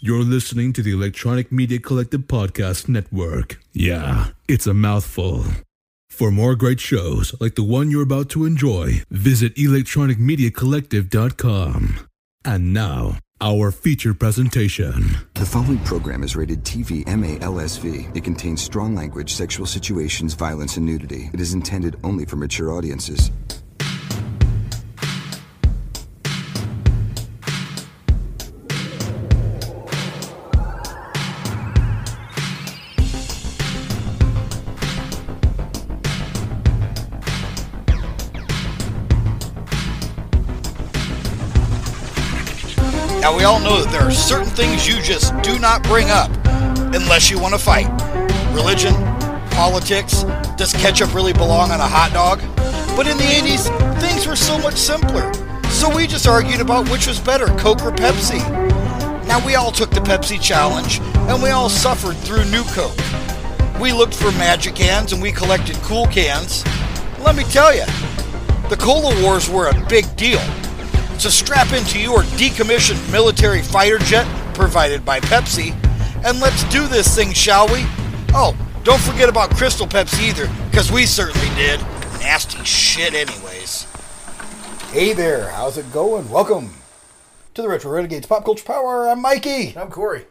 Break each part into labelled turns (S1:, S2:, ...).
S1: You're listening to the Electronic Media Collective Podcast Network. Yeah, it's a mouthful. For more great shows like the one you're about to enjoy, visit electronicmediacollective.com. And now, our feature presentation.
S2: The following program is rated TV MALSV. It contains strong language, sexual situations, violence, and nudity. It is intended only for mature audiences.
S3: Now, we all know that there are certain things you just do not bring up unless you want to fight. Religion, politics, does ketchup really belong on a hot dog? But in the 80s, things were so much simpler. So we just argued about which was better, Coke or Pepsi. Now, we all took the Pepsi challenge, and we all suffered through New Coke. We looked for magic cans and we collected cool cans. Let me tell you, the Cola Wars were a big deal. So strap into your decommissioned military fighter jet provided by Pepsi and let's do this thing, shall we? Oh, don't forget about Crystal Pepsi either, because we certainly did. Nasty shit, anyways. Hey there, how's it going? Welcome to the Retro Renegades Pop Culture Power. I'm Mikey.
S4: I'm Corey.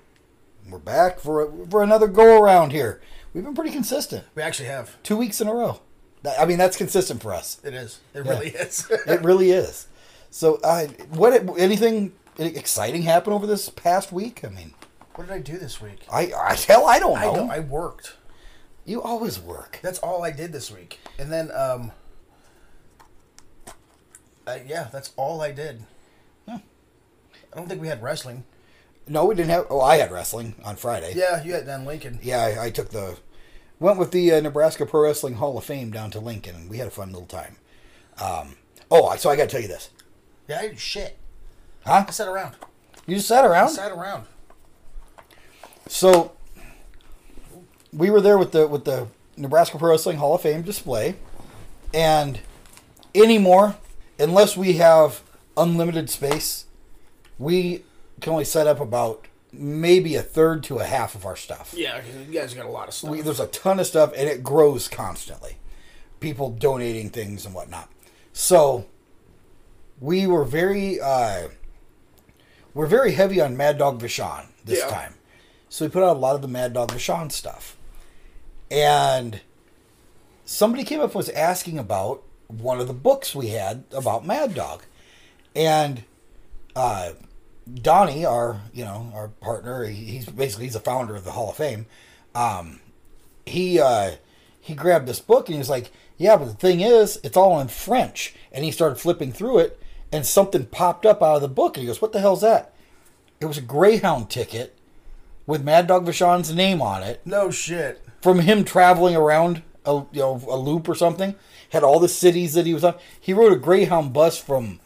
S3: We're back for for another go around here. We've been pretty consistent,
S4: We actually have.
S3: two weeks in a row. That- I mean, that's consistent for us.
S4: It is. It really is.
S3: It really is. So, I what anything exciting happen over this past week? I mean,
S4: what did I do this week?
S3: I, I hell, I don't know.
S4: I don't, I worked.
S3: you always work.
S4: That's all I did this week. And then, um, uh, yeah, that's all I did. I don't think we had wrestling.
S3: No, we didn't have. Oh, I had wrestling on Friday.
S4: Yeah, you had Dan Lincoln.
S3: yeah. I, I took the went with the uh, Nebraska Pro Wrestling Hall of Fame down to Lincoln, and we had a fun little time. Um, oh, I- so I got to tell you this,
S4: Yeah, I did shit.
S3: huh?
S4: I sat around.
S3: You just sat
S4: I
S3: around.
S4: sat around.
S3: So we were there with the with the Nebraska Pro Wrestling Hall of Fame display, and anymore, unless we have unlimited space, we can only set up about maybe a third to a half of our stuff.
S4: Yeah, because you guys got a lot of stuff.
S3: We, there's a ton of stuff, and it grows constantly. People donating things and whatnot. So we were very uh, we're very heavy on Mad Dog Vachon this
S4: Yeah.
S3: time. So we put out a lot of the Mad Dog Vachon stuff, and somebody came up and was asking about one of the books we had about Mad Dog, and uh, Donnie, our you know our partner, he- he's basically he's the founder of the Hall of Fame. Um, he uh, he grabbed this book and he was like, "Yeah, but the thing is, it's all in French." And he started flipping through it, and something popped up out of the book, and he goes, "What the hell's that?" It was a Greyhound ticket with Mad Dog Vachon's name on it
S4: no shit.
S3: from him traveling around a you know a loop or something. Had all the cities that he was on. He rode a Greyhound bus from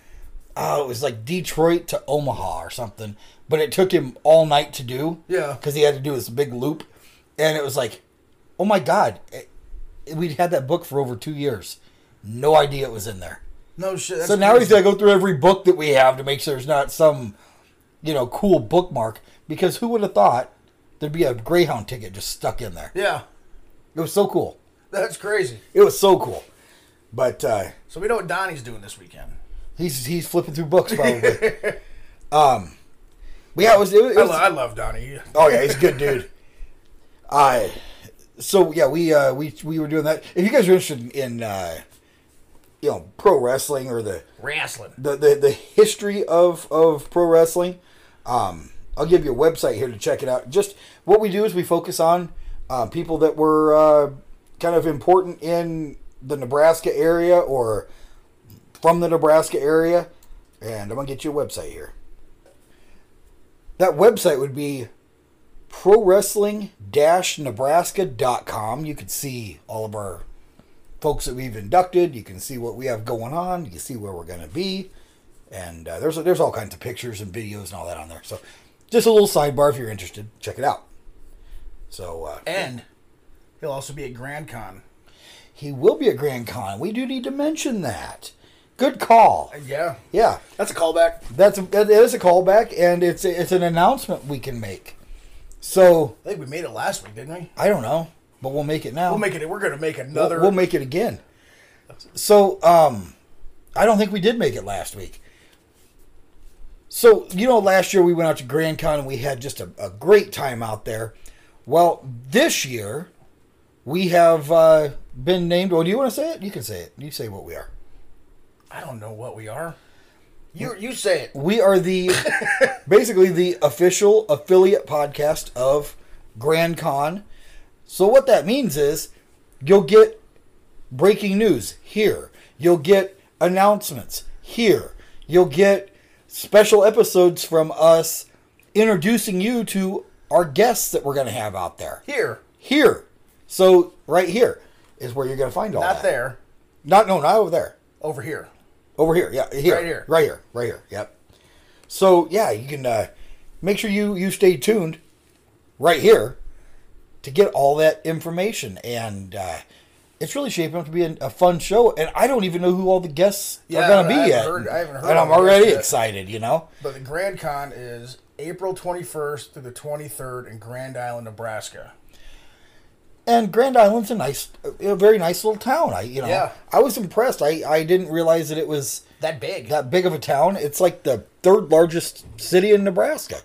S3: oh it was like Detroit to Omaha or something, but it took him all night to do.
S4: Yeah.
S3: because he had to do this big loop, and it was like, oh my god, It- we'd had that book for over two years, no idea it was in there.
S4: No shit. That's
S3: So now he's oh.
S4: crazy.
S3: got to go through every book that we have to make sure there's not some, you know, cool bookmark. Because who would have thought there'd be a Greyhound ticket just stuck in there?
S4: Yeah,
S3: It was so cool.
S4: that's crazy.
S3: It was so cool. But uh,
S4: So we know what Donnie's doing this weekend.
S3: he's he's flipping through books probably. um, but yeah, it was. It was,
S4: I, lo- I love Donnie.
S3: oh yeah, he's a good dude. I so yeah we uh, we we were doing that. If you guys are interested in uh, you know pro wrestling or the
S4: Wrestling.
S3: the, the, the history of, of pro wrestling. Um, I'll give you a website here to check it out. Just what we do is we focus on uh, people that were uh, kind of important in the Nebraska area or from the Nebraska area. And I'm going to get you a website here. That website would be pro wrestling nebraska.com. You could see all of our folks that we've inducted. You can see what we have going on. You can see where we're going to be, and uh, there's there's all kinds of pictures and videos and all that on there. So, just a little sidebar if you're interested, check it out. So uh,
S4: And he'll also be at Grand Con.
S3: he will be at Grand Con. We do need to mention that Good call.
S4: Yeah.
S3: Yeah,
S4: That's a callback.
S3: that's that is a callback, and it's it's an announcement we can make. So
S4: I think we made it last week, didn't we?
S3: I don't know, but we'll make it now.
S4: We'll make it. We're gonna make
S3: We'll-
S4: another.
S3: We'll, make it again. So, um, I don't think we did make it last week. So, you know, last year we went out to Grand Con and we had just a, a great time out there. Well, this year we have uh, been named. Well, do you want to say it? You can say it. You say what we are.
S4: I don't know what we are. You you say it.
S3: We are the basically the official affiliate podcast of Grand Con. So what that means is you'll get breaking news here. You'll get announcements here. You'll get special episodes from us introducing you to our guests that we're going to have out there.
S4: Here,
S3: Here. So right here is where you're going to find all
S4: not
S3: that.
S4: there.
S3: Not no, not over there.
S4: Over here.
S3: Over here, yeah, here,
S4: Right here.
S3: right here, right here. Yep. So yeah, you can uh, make sure you you stay tuned right here to get all that information, and uh, it's really shaping up to be an, a fun show. And I don't even know who all the guests
S4: Yeah,
S3: are going to
S4: I
S3: be
S4: haven't
S3: yet,
S4: heard- I haven't heard
S3: and
S4: all
S3: I'm
S4: the guests
S3: already
S4: yet.
S3: excited. You know,
S4: But the Grand Con is April 21st through the 23rd in Grand Island, Nebraska.
S3: and Grand Island's a nice, a very nice little town. I you know,
S4: Yeah.
S3: I was impressed. I I didn't realize that it was
S4: That big.
S3: that big of a town. It's like the third largest city in Nebraska,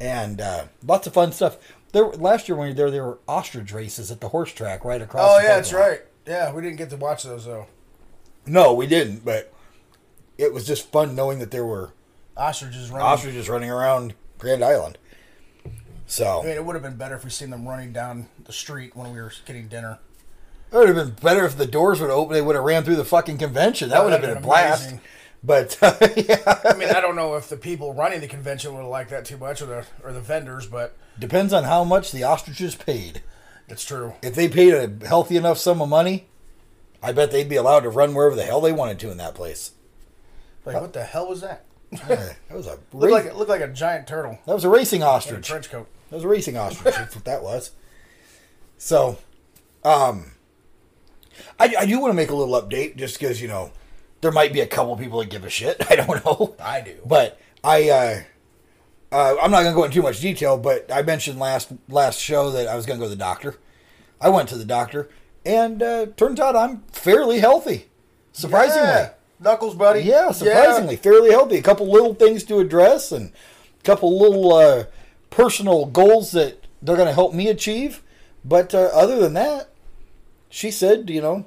S3: and uh, lots of fun stuff. There last year when we were there, there were ostrich races at the horse track right across.
S4: oh
S3: the
S4: yeah, that's
S3: parking lot.
S4: right. Yeah, we didn't get to watch those though.
S3: No, we didn't, but it was just fun knowing that there were
S4: Ostriches running.
S3: ostriches running around Grand Island. So
S4: I mean, it would have been better if we seen them running down the street when we were getting dinner.
S3: It would have been better if the doors would have opened. They would have ran through the fucking convention. That,
S4: That
S3: would have been,
S4: would've
S3: a
S4: been
S3: blast.
S4: amazing.
S3: But yeah,
S4: I mean, I don't know if the people running the convention would have liked that too much, or the or the vendors, but
S3: depends on how much the ostriches paid.
S4: it's true.
S3: if they paid a healthy enough sum of money, I bet they'd be allowed to run wherever the hell they wanted to in that place. Uh,
S4: Like, what the hell was that?
S3: that was a
S4: Looked
S3: rac-
S4: like it looked like a giant turtle
S3: that was a racing
S4: in a
S3: ostrich. That
S4: trench coat.
S3: was a racing ostrich. That's what that was. So, um, I, I do want to make a little update just because you know there might be a couple people that give a shit. I don't know.
S4: I do.
S3: but I. Uh, uh, I'm not gonna go into too much detail, but I mentioned last last show that I was gonna go to the doctor. I went to the doctor, and uh, turns out I'm fairly healthy, surprisingly.
S4: Yeah. Knuckles, buddy.
S3: Yeah, surprisingly fairly healthy. A couple little things to address, and a couple little uh, personal goals that they're gonna help me achieve. But uh, other than that, she said, you know,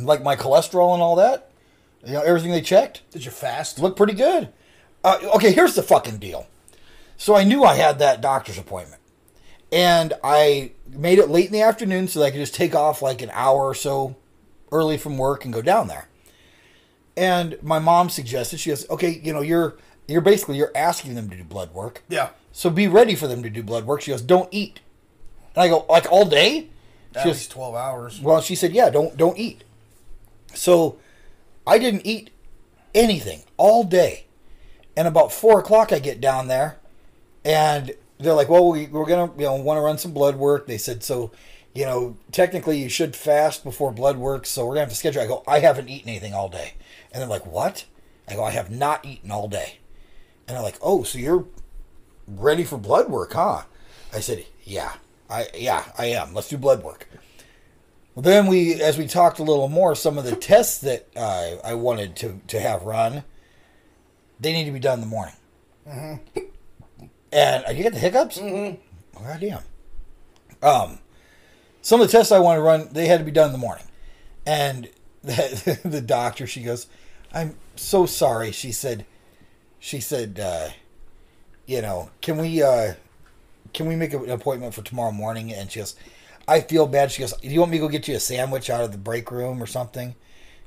S3: like my cholesterol and all that, you know, everything they checked
S4: Did you fast?
S3: looked pretty good. Uh, okay, here's the fucking deal. So I knew I had that doctor's appointment, and I made it late in the afternoon so that I could just take off like an hour or so early from work and go down there. And my mom suggested she goes, "Okay, you know, you're you're basically you're asking them to do blood work,
S4: Yeah.
S3: so be ready for them to do blood work." She goes, "Don't eat," and I go, "Like all day?"
S4: At
S3: She
S4: least twelve hours.
S3: well, she said, "Yeah, don't don't eat." So, I didn't eat anything all day, and about four o'clock I get down there, and they're like, "Well, we, we're gonna you know want to run some blood work." They said, "So, you know, technically you should fast before blood work, so we're gonna have to schedule." I go, "I haven't eaten anything all day," and they're like, "What?" I go, "I have not eaten all day," and they're like, "Oh, so you're ready for blood work, huh?" I said, "Yeah." I, yeah, I am. Let's do blood work. Well, then we, as we talked a little more, some of the tests that uh, I wanted to, to have run, they need to be done in the morning. And uh, you get the hiccups? Mm-hmm. God damn. Um, some of the tests I wanted to run, they had to be done in the morning. And the, the doctor, she goes, I'm so sorry. She said, she said, uh, you know, can we, uh, can we make an appointment for tomorrow morning? And she goes, I feel bad. She goes, Do you want me to go get you a sandwich out of the break room or something?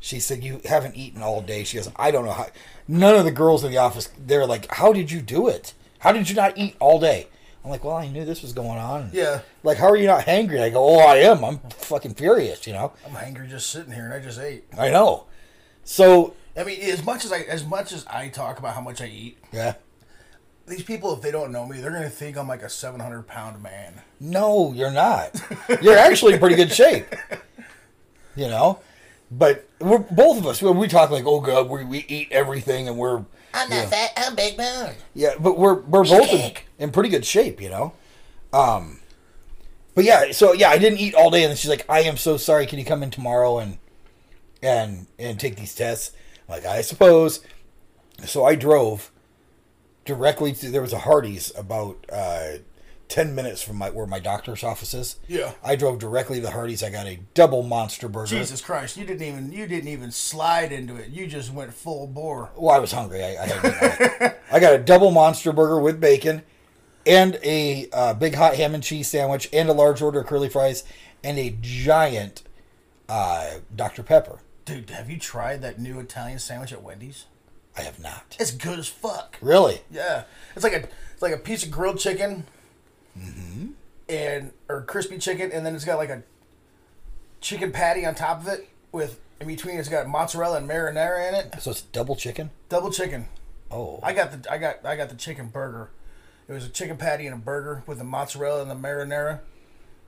S3: She said, You haven't eaten all day. She goes, I don't know how. None of the girls in the office, they're like, How did you do it? How did you not eat all day? I'm like, Well, I knew this was going on.
S4: Yeah.
S3: Like, how are you not hangry? I go, Oh, I am. I'm fucking furious, you know?
S4: I'm hangry just sitting here, and I just ate.
S3: I know. So,
S4: I mean, as much as I as much as I talk about how much I eat,
S3: yeah.
S4: these people, if they don't know me, they're gonna think I'm like a 700 pound man.
S3: No, you're not. You're actually in pretty good shape. You know? But we're, both of us, when we talk like, oh god, we, we eat everything and we're
S5: I'm not fat. I'm Big Bone.
S3: yeah, but we're we're both in,
S5: cake.
S3: in pretty good shape, you know. Um, but yeah, so yeah, I didn't eat all day, and then she's like, "I am so sorry. Can you come in tomorrow and and and take these tests?" I'm like, I suppose. So I drove directly to there was a Hardee's about uh, ten minutes from my where my doctor's office is.
S4: Yeah.
S3: I drove directly to the Hardee's. I got a double monster burger.
S4: Jesus Christ, you didn't even you didn't even slide into it. You just went full bore.
S3: Well, I was hungry. I, I, had, I got a double monster burger with bacon, and a uh, big hot ham and cheese sandwich, and a large order of curly fries, and a giant uh, Dr Pepper.
S4: Dude, have you tried that new Italian sandwich at Wendy's?
S3: I have not.
S4: It's good as fuck.
S3: Really?
S4: Yeah, it's like a it's like a piece of grilled chicken,
S3: Mm-hmm.
S4: and or crispy chicken, and then it's got like a chicken patty on top of it with in between it's got mozzarella and marinara in it.
S3: So it's double chicken.
S4: Double chicken.
S3: Oh,
S4: I got the I got I got the chicken burger. It was a chicken patty and a burger with the mozzarella and the marinara.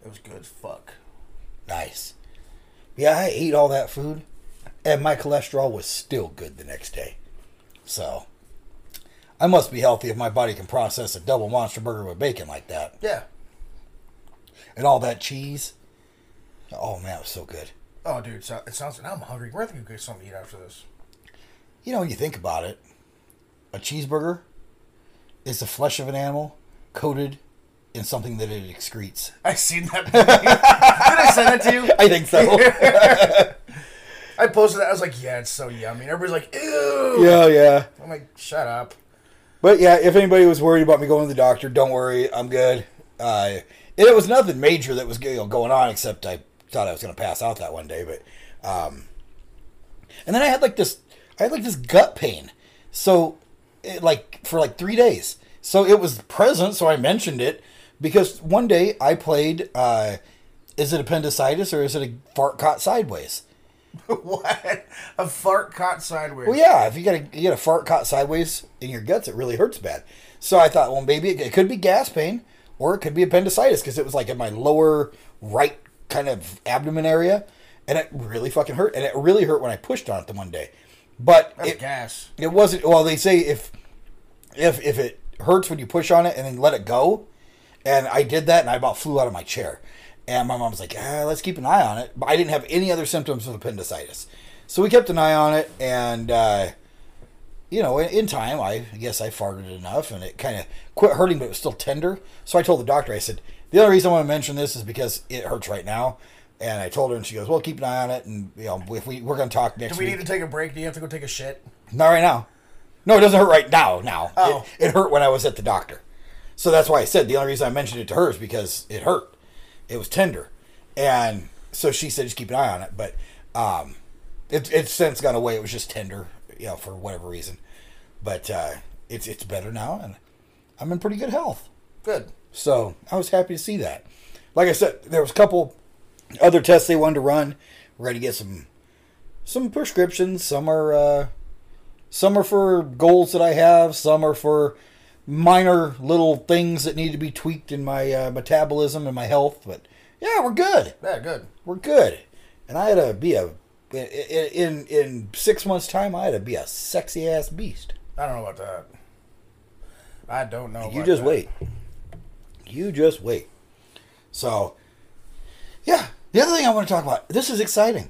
S4: It was good as fuck.
S3: nice. Yeah, I ate all that food, and my cholesterol was still good the next day. So, I must be healthy if my body can process a double monster burger with bacon like that.
S4: Yeah.
S3: and all that cheese. Oh man, it was so good.
S4: Oh, dude, so, it sounds. Now I'm hungry. We're gonna get something to eat after this.
S3: You know, when you think about it, a cheeseburger is the flesh of an animal coated in something that it excretes.
S4: I seen that. Movie. Did I send that to you?
S3: I think so.
S4: I posted that. I was like, yeah, it's so yummy. And everybody's like, ew.
S3: yeah, yeah.
S4: I'm like, shut up.
S3: But yeah, if anybody was worried about me going to the doctor, don't worry, I'm good. Uh, and it was nothing major that was you know, going on, except I thought I was going to pass out that one day. But um, and then I had like this, I had like this gut pain. So, it, like for like three days. So it was present. So I mentioned it because one day I played. Uh, is it appendicitis or is it a fart caught sideways?
S4: what? A fart caught sideways.
S3: Well, yeah, if you got a you got a fart caught sideways in your guts, it really hurts bad. So I thought, well, maybe it, it could be gas pain or it could be appendicitis because it was like in my lower right kind of abdomen area, and it really fucking hurt, and it really hurt when I pushed on it the one day. But
S4: That's
S3: it,
S4: gas.
S3: it wasn't. Well, they say if if if it hurts when you push on it and then let it go, and I did that and I about flew out of my chair. And my mom was like, ah, "Let's keep an eye on it." But I didn't have any other symptoms of appendicitis, so we kept an eye on it. And uh, you know, in, in time, I guess I farted enough, and it kind of quit hurting, but it was still tender. So I told the doctor, I said, "The only reason I want to mention this is because it hurts right now." And I told her, and she goes, "Well, keep an eye on it, and you know, if we we're going to talk next
S4: Do we
S3: week."
S4: need to take a break? Do you have to go take a shit?
S3: Not right now. No, it doesn't hurt right now. Now
S4: Oh.
S3: it, it hurt when I was at the doctor, so that's why I said the only reason I mentioned it to her is because it hurt. It was tender, and so she said just keep an eye on it. But um, it, it's since gone away. It was just tender, you know, for whatever reason. But uh, it's it's better now, and I'm in pretty good health.
S4: Good.
S3: So I was happy to see that. Like I said, there was a couple other tests they wanted to run. We're going to get some some prescriptions. Some are uh, some are for goals that I have. Some are for minor little things that need to be tweaked in my uh, metabolism and my health. But yeah, we're good.
S4: Yeah, good.
S3: We're good. And I had to be a in in- in six months' time. I had to be a sexy ass beast.
S4: I don't know about that. I don't know.
S3: You
S4: about
S3: just
S4: that.
S3: wait. You just wait. So, yeah. The other thing I want to talk about. This is exciting.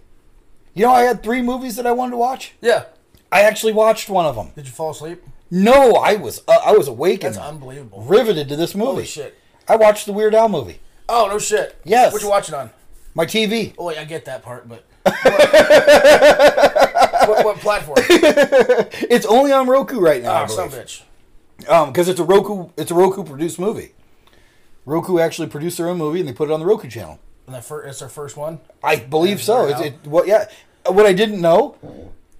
S3: You know, I had three movies that I wanted to watch.
S4: Yeah.
S3: I actually watched one of them.
S4: Did you fall asleep?
S3: No, I was uh, I was awake and
S4: That's unbelievable.
S3: riveted to this movie.
S4: Holy shit.
S3: I watched the Weird Al movie.
S4: Oh no shit.
S3: Yes.
S4: What you watching on?
S3: My TV.
S4: Oh wait, I get that part, but what, what platform?
S3: It's only on Roku right now.
S4: Ah,
S3: I
S4: some
S3: believe.
S4: bitch.
S3: Um, because it's a Roku it's a Roku produced movie. Roku actually produced their own movie and they put it on the Roku channel.
S4: And that fir- it's their first one.
S3: I believe so.
S4: Weird
S3: It's,
S4: Al.
S3: it, what? Yeah. What I didn't know.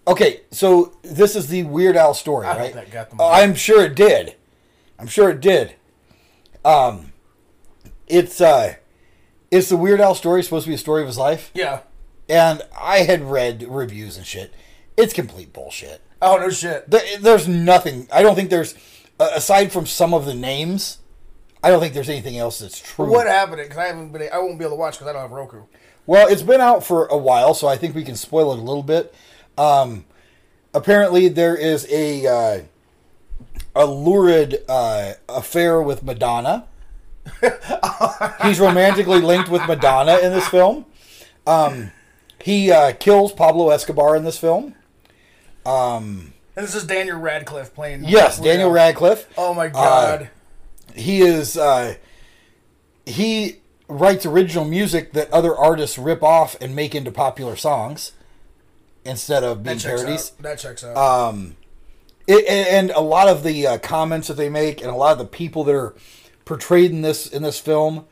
S3: Okay, so this is the Weird Al story,
S4: I hope
S3: right?
S4: that got them.
S3: Oh, I'm sure it did. I'm sure it did. Um, it's uh, it's the Weird Al story. Supposed to be a story of his life,
S4: Yeah.
S3: and I had read reviews and shit. It's complete bullshit.
S4: Oh no shit.
S3: There, there's nothing. I don't think there's uh, aside from some of the names. I don't think there's anything else that's true.
S4: What happened? Because I haven't been. I won't be able to watch because I don't have Roku.
S3: Well, it's been out for a while, so I think we can spoil it a little bit. Um, apparently, there is a uh, a lurid uh, affair with Madonna. He's romantically linked with Madonna in this film. Um, he uh, kills Pablo Escobar in this film.
S4: And this is Daniel Radcliffe playing.
S3: Yes, Daniel Radcliffe.
S4: Oh my god.
S3: he is uh, he writes original music that other artists rip off and make into popular songs instead of being
S4: that checks
S3: parodies.
S4: out. That checks out.
S3: Uh, It, and, and a lot of the uh, comments that they make, and a lot of the people that are portrayed in this in this film,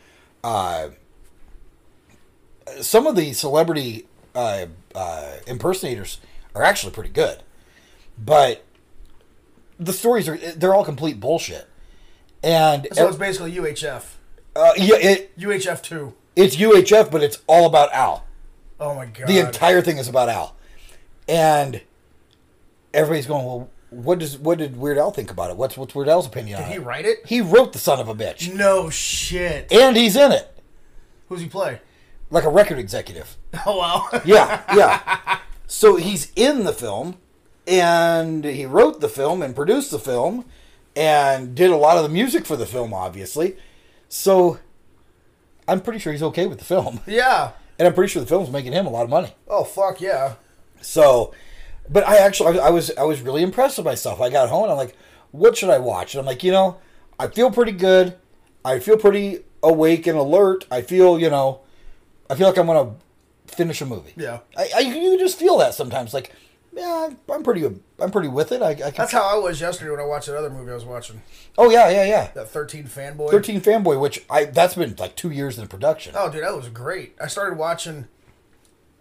S3: uh, some of the celebrity uh, uh, impersonators are actually pretty good, but the stories are they're all complete bullshit. And er,
S4: so it's basically UHF.
S3: uh, yeah, it,
S4: UHF two.
S3: it's UHF, but it's all about Al.
S4: Oh my god.
S3: the entire thing is about Al, and everybody's going, "Well, what does what did Weird Al think about it? What's what's Weird Al's opinion on
S4: Did he
S3: it?"
S4: write it?
S3: He wrote the son of a bitch,
S4: No shit.
S3: and he's in it
S4: Who's he play?
S3: like a record executive.
S4: Oh wow.
S3: Yeah, yeah. so he's in the film, and he wrote the film and produced the film, and did a lot of the music for the film, obviously. So I'm pretty sure he's okay with the film,
S4: yeah.
S3: and I'm pretty sure the film's making him a lot of money.
S4: Oh fuck yeah.
S3: So, but I actually, I, I was, I was really impressed with myself. I got home and I'm like, what should I watch? And I'm like, you know, I feel pretty good. I feel pretty awake and alert. I feel, you know, I feel like I'm gonna finish a movie.
S4: Yeah.
S3: I, I you just feel that sometimes. Like, yeah, I'm pretty, I'm pretty with it. I, I can,
S4: That's how I was yesterday when I watched another movie I was watching.
S3: oh yeah, yeah, yeah.
S4: That thirteen fanboy.
S3: Thirteen Fanboy, which I that's been like two years in production.
S4: Oh, dude, that was great. I started watching. Um,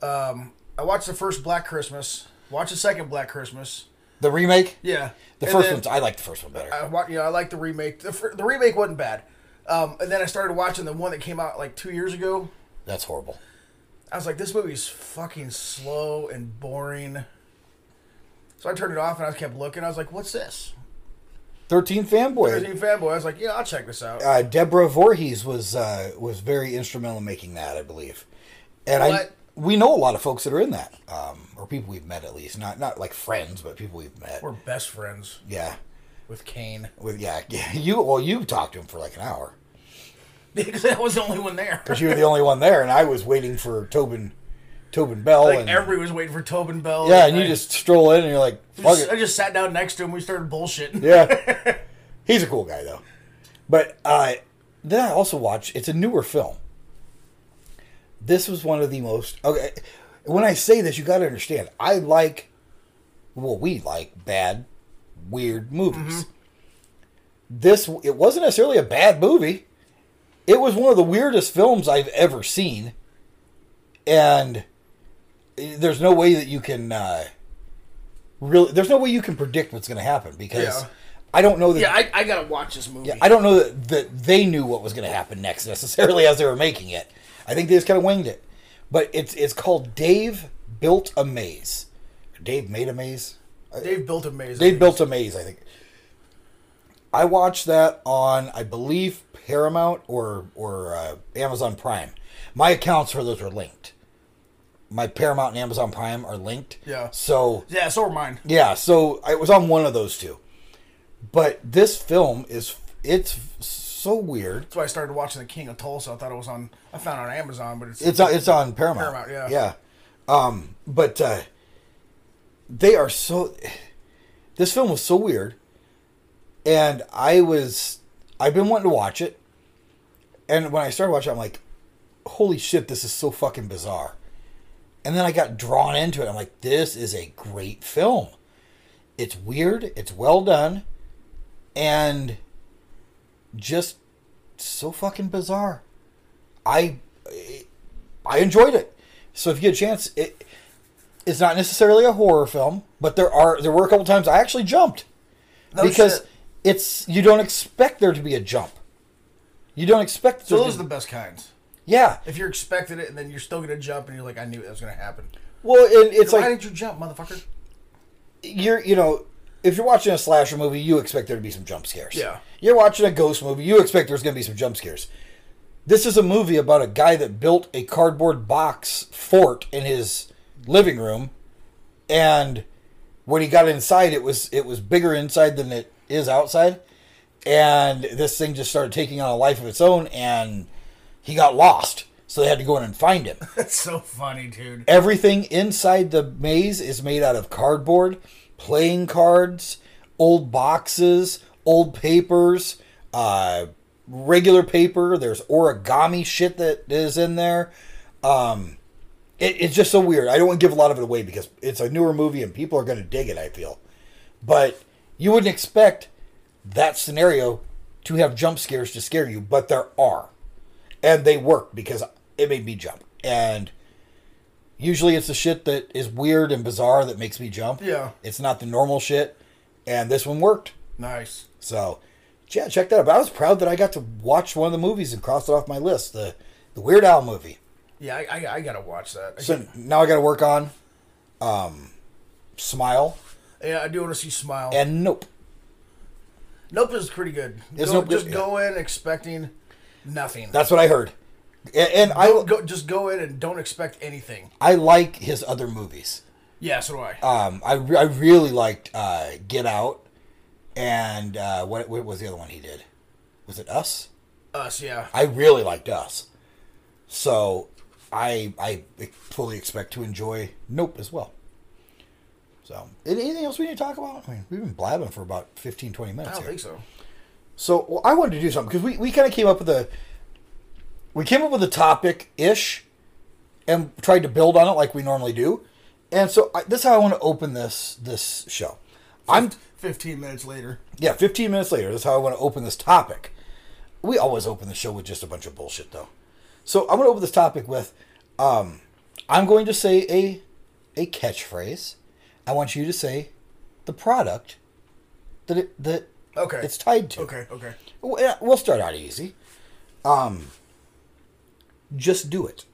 S4: I watched the first Black Christmas. Watched the second Black Christmas.
S3: The remake,
S4: Yeah,
S3: the
S4: And
S3: first
S4: then
S3: one's I like the first one better.
S4: I wa- you know, I like the remake. The, fir- the remake wasn't bad. Um, and then I started watching the one that came out like two years ago.
S3: that's horrible.
S4: I was like, this movie's fucking slow and boring. So I turned it off and I kept looking. I was like, what's this?
S3: Thirteen Fanboy.
S4: Crazy fanboy. I was like, yeah, I'll check this out.
S3: uh, Deborah Voorhees was uh, was very instrumental in making that, I believe. And I
S4: What?
S3: we know a lot of folks that are in that, um, or people we've met at least, not not like friends, but people we've met.
S4: We're best friends
S3: yeah,
S4: with Kane
S3: with yeah, yeah, you well, you talked to him for like an hour,
S4: because I was the only one there.
S3: but you were the only one there, and I was waiting for Tobin, Tobin Bell,
S4: Like
S3: and
S4: everybody was waiting for Tobin Bell.
S3: yeah, and you
S4: I-
S3: just stroll in, and you're like,
S4: I
S3: fuck
S4: just-
S3: it.
S4: I just sat down next to him. We started bullshitting.
S3: yeah. He's a cool guy though. But uh, then I also watched. It's a newer film. This was one of the most. Okay, when I say this, you got to understand. I like, well, we like bad, weird movies.
S4: Mm-hmm.
S3: This it wasn't necessarily a bad movie. It was one of the weirdest films I've ever seen, and eh, there's no way that you can uh, really. There's no way you can predict what's going to happen because
S4: Yeah.
S3: I don't know that.
S4: Yeah, I, I gotta watch this movie.
S3: Yeah, I don't know that, that they knew what was going to happen next necessarily as they were making it. I think they just kind of winged it. But it's it's called Dave Built a Maze. Dave made a maze.
S4: Dave built a maze.
S3: Dave Built a Maze, I think. I watched that on I believe Paramount or or uh, Amazon Prime. My accounts for those are linked. My Paramount and Amazon Prime are linked.
S4: Yeah.
S3: So
S4: yeah, so were mine.
S3: yeah, so I was on one of those two. But this film is it's so weird.
S4: That's why I started watching The King of Tulsa. I thought it was on. I found it on Amazon, but it's,
S3: It's on, it's on Paramount.
S4: Paramount,
S3: Yeah.
S4: yeah.
S3: Um, but uh, they are so this film was so weird and I was I've been wanting to watch it. And when I started watching it, I'm like, holy shit, this is so fucking bizarre. And then I got drawn into it. I'm like, this is a great film. It's weird, it's well done, and just so fucking bizarre. I I enjoyed it. So if you get a chance, it it's not necessarily a horror film, but there are there were a couple times I actually jumped because
S4: Oh, shit.
S3: it's you don't expect there to be a jump. You don't expect
S4: so
S3: there
S4: those
S3: to-
S4: are the best kinds.
S3: yeah.
S4: If you're expecting it and then you're still gonna jump and you're like, I knew that was gonna happen.
S3: Well, and it's
S4: why
S3: like
S4: did you jump, motherfucker?
S3: you're you know if you're watching a slasher movie you expect there to be some jump scares
S4: Yeah.
S3: you're watching a ghost movie you expect there's going to be some jump scares This is a movie about a guy that built a cardboard box fort in his living room, and when he got inside, it was it was bigger inside than it is outside, and this thing just started taking on a life of its own, and he got lost. So they had to go in and find him.
S4: That's so funny, dude.
S3: Everything inside the maze is made out of cardboard, playing cards, old boxes, old papers, uh, regular paper. There's origami shit that is in there. Um, it, it's just so weird. I don't want to give a lot of it away because it's a newer movie and people are going to dig it, I feel. But you wouldn't expect that scenario to have jump scares to scare you, but there are. And they work because it made me jump. And usually it's the shit that is weird and bizarre that makes me jump.
S4: Yeah.
S3: It's not the normal shit. And this one worked.
S4: Nice.
S3: So, yeah, check that out. But I was proud that I got to watch one of the movies and cross it off my list the, the Weird Al movie.
S4: Yeah, I, I, I gotta watch that. I
S3: So now I got to work on um, Smile
S4: yeah, I do want to see Smile.
S3: and Nope.
S4: nope is pretty good.
S3: Is
S4: Go-
S3: Nope good?
S4: just go in expecting nothing.
S3: That's what I heard. And, and I
S4: Don't go, just go in and don't expect anything.
S3: I like his other movies.
S4: Yeah, so do I.
S3: Um, I, re- I really liked uh, Get Out and uh, what, what was the other one he did? Was it Us?
S4: Us, Uh, yeah.
S3: I really liked Us. So I I fully expect to enjoy Nope as well. So an- anything else we need to talk about? I mean, we've been blabbing for about 15, 20 minutes
S4: I don't
S3: here.
S4: think so.
S3: So well, I wanted to do something because we, we kind of came up with a we came up with a topic ish, and tried to build on it like we normally do, and so I, this is how I want to open this this show. I'm
S4: 15 minutes later.
S3: yeah, 15 minutes later. That's how I want to open this topic. We always open the show with just a bunch of bullshit though, so I'm going to open this topic with um, I'm going to say a a catchphrase. I want you to say the product that it, that
S4: Okay.
S3: it's tied to.
S4: Okay, okay.
S3: Well, yeah, We'll start out easy. Um, just do it.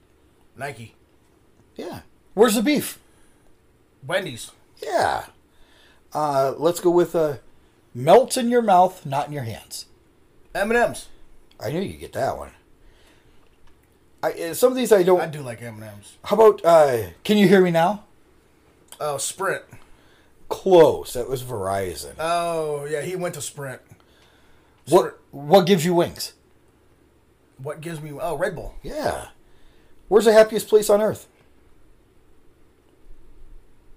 S4: Nike.
S3: Yeah. Where's the beef?
S4: Wendy's.
S3: Yeah. Uh, let's go with uh, melts in your mouth, not in your hands.
S4: M&M's.
S3: I knew you'd get that one. I, uh, some of these I don't.
S4: I do like M&M's.
S3: How about uh, can you hear me now?
S4: Oh, Sprint.
S3: Close. That was Verizon.
S4: Oh, yeah, he went to Sprint.
S3: Uh, what What gives you wings?
S4: What gives me... Oh, Red Bull.
S3: Yeah. Where's the happiest place on earth?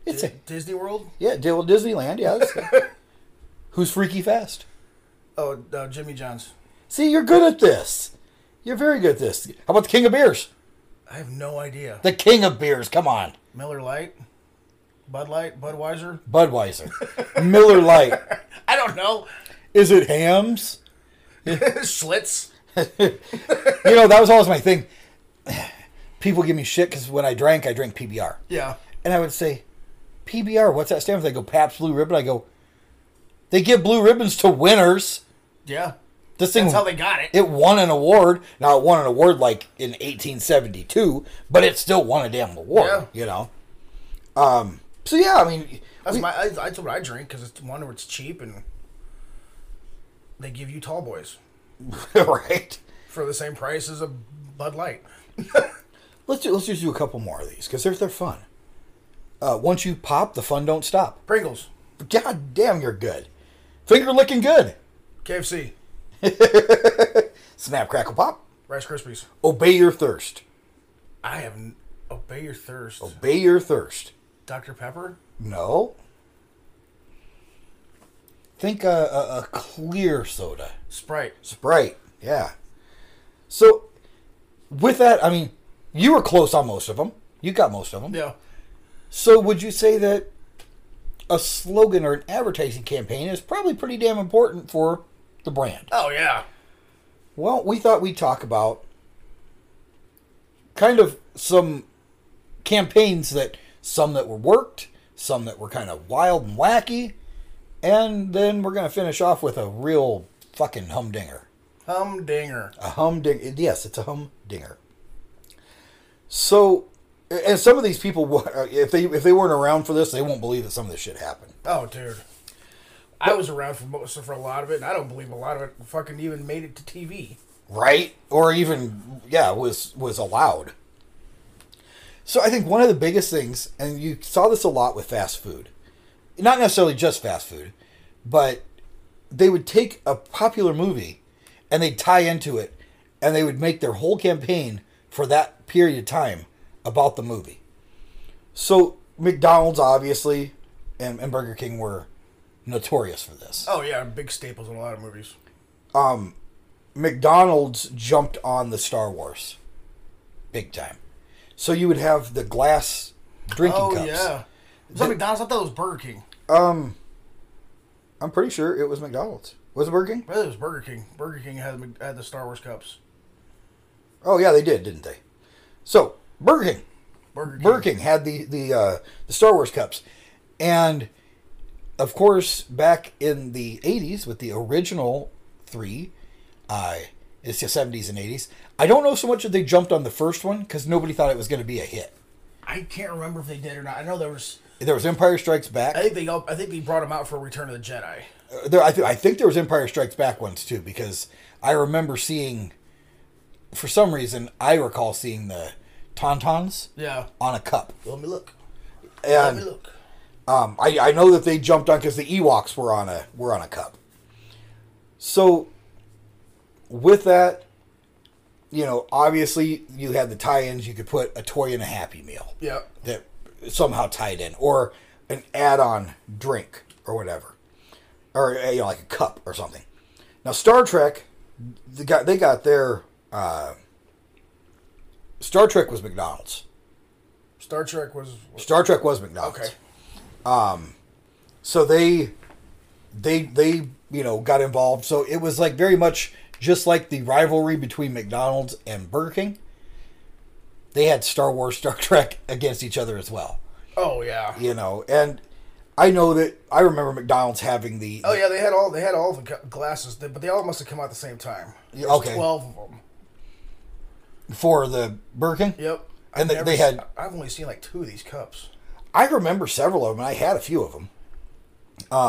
S3: It's a,
S4: Di- Disney World?
S3: yeah, Di- well, Disneyland. Yeah. that's- Who's freaky fast?
S4: Oh, uh, Jimmy John's.
S3: See, you're good at this. You're very good at this. How about the king of beers?
S4: I have no idea.
S3: The king of beers. Come on,
S4: Miller Lite? Bud Light? Budweiser?
S3: Budweiser, Miller Lite.
S4: I don't know.
S3: Is it hams?
S4: Schlitz?
S3: You know that was always my thing. People give me shit because when I drank, I drank PBR,
S4: Yeah.
S3: and I would say, PBR, what's that stand for? They go Pabst Blue Ribbon. I go, they give blue ribbons to winners.
S4: Yeah.
S3: This thing
S4: That's how they got it.
S3: It won an award. Now it won an award like in 1872, but it still won a damn award.
S4: Yeah.
S3: You know. Um. So yeah, I mean,
S4: That's
S3: we-
S4: my. I, that's what I drink because it's one where it's cheap and they give you tall boys
S3: right.
S4: for the same price as a Bud Light.
S3: Let's do, let's just do a couple more of these because they're they're fun. Uh, once you pop, the fun don't stop.
S4: Pringles,
S3: God damn, you're good. Finger licking good.
S4: KFC,
S3: Snap, crackle, pop.
S4: Rice Krispies.
S3: Obey your thirst.
S4: I have n- obey your thirst.
S3: Obey your thirst.
S4: Dr Pepper.
S3: No. Think a, a, a clear soda.
S4: Sprite.
S3: Sprite. Yeah. So, with that, I mean, you were close on most of them. You got most of them.
S4: Yeah.
S3: So, would you say that a slogan or an advertising campaign is probably pretty damn important for the brand?
S4: Oh yeah.
S3: Well, we thought we'd talk about kind of some campaigns that some that were worked, some that were kind of wild and wacky, and then we're going to finish off with a real fucking humdinger.
S4: Humdinger.
S3: A humdinger. Yes, it's a humdinger. So, and some of these people, wa- uh, if they if they weren't around for this, they won't believe that some of this shit happened.
S4: Oh dude. I was around for most for a lot of it, and I don't believe a lot of it fucking even made it to TV.
S3: right? Or even yeah, was was allowed. So I think one of the biggest things, and you saw this a lot with fast food, not necessarily just fast food, but they would take a popular movie and they'd tie into it and they would make their whole campaign for that period of time about the movie. So McDonald's obviously and, and Burger King were notorious for this.
S4: Oh yeah, big staples in a lot of movies.
S3: McDonald's jumped on the Star Wars big time. So you would have the glass drinking
S4: Oh
S3: cups.
S4: yeah. Was that McDonald's? I thought it was Burger King.
S3: I'm pretty sure it was McDonald's. Was it Burger King?
S4: I thought it was Burger King. Burger King had, Mc- had the Star Wars cups.
S3: Oh yeah, they did, didn't they? So Burger King,
S4: Burger King.
S3: Burger King had the the uh, the Star Wars cups, and of course back in the '80s with the original three, uh, it's the '70s and '80s. I don't know so much that they jumped on the first one because nobody thought it was going to be a hit.
S4: I can't remember if they did or not. I know there was.
S3: There was Empire Strikes Back.
S4: I think they. all- I think they brought him out for Return of the Jedi.
S3: there I, th- I think there was Empire Strikes Back ones too because I remember seeing for some reason I recall seeing the tauntauns
S4: Yeah.
S3: on a cup
S4: Let me look. Let me
S3: and
S4: look.
S3: um, I, I know that they jumped on because the Ewoks were on a were on a cup so with that you know obviously you had the tie-ins you could put a toy in a happy meal
S4: Yeah.
S3: that somehow tied in, or an add-on drink or whatever, or uh, you know, like a cup or something. Now, Star Trek, they got they got their uh, Star Trek was McDonald's.
S4: Star Trek was.
S3: Star Trek was McDonald's.
S4: Okay.
S3: So they they they you know got involved. So it was like very much just like the rivalry between McDonald's and Burger King. They had Star Wars, Star Trek against each other as well.
S4: Oh yeah.
S3: you know and i know that i remember mcdonald's having the
S4: Oh yeah, they had all they had all the gu- glasses, they- but they all must have come out at the same time. There was
S3: okay.
S4: Twelve of them.
S3: for the burger king
S4: Yep.
S3: And they-
S4: never
S3: they
S4: s-
S3: had-
S4: I've only seen like two of these cups.
S3: i remember several of them and i had a few of them um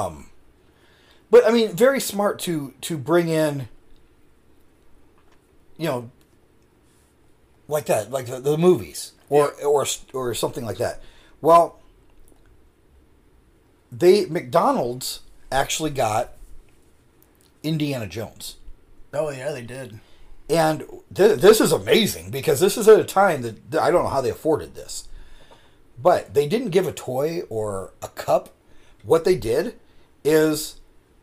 S3: but i mean very smart to to bring in you know like that like the, the movies or or or something like that well they mcdonald's actually got indiana jones
S4: Oh yeah, they did.
S3: And th- this is amazing because this is at a time that that I don't know how they afforded this. But they didn't give a toy or a cup. What they did is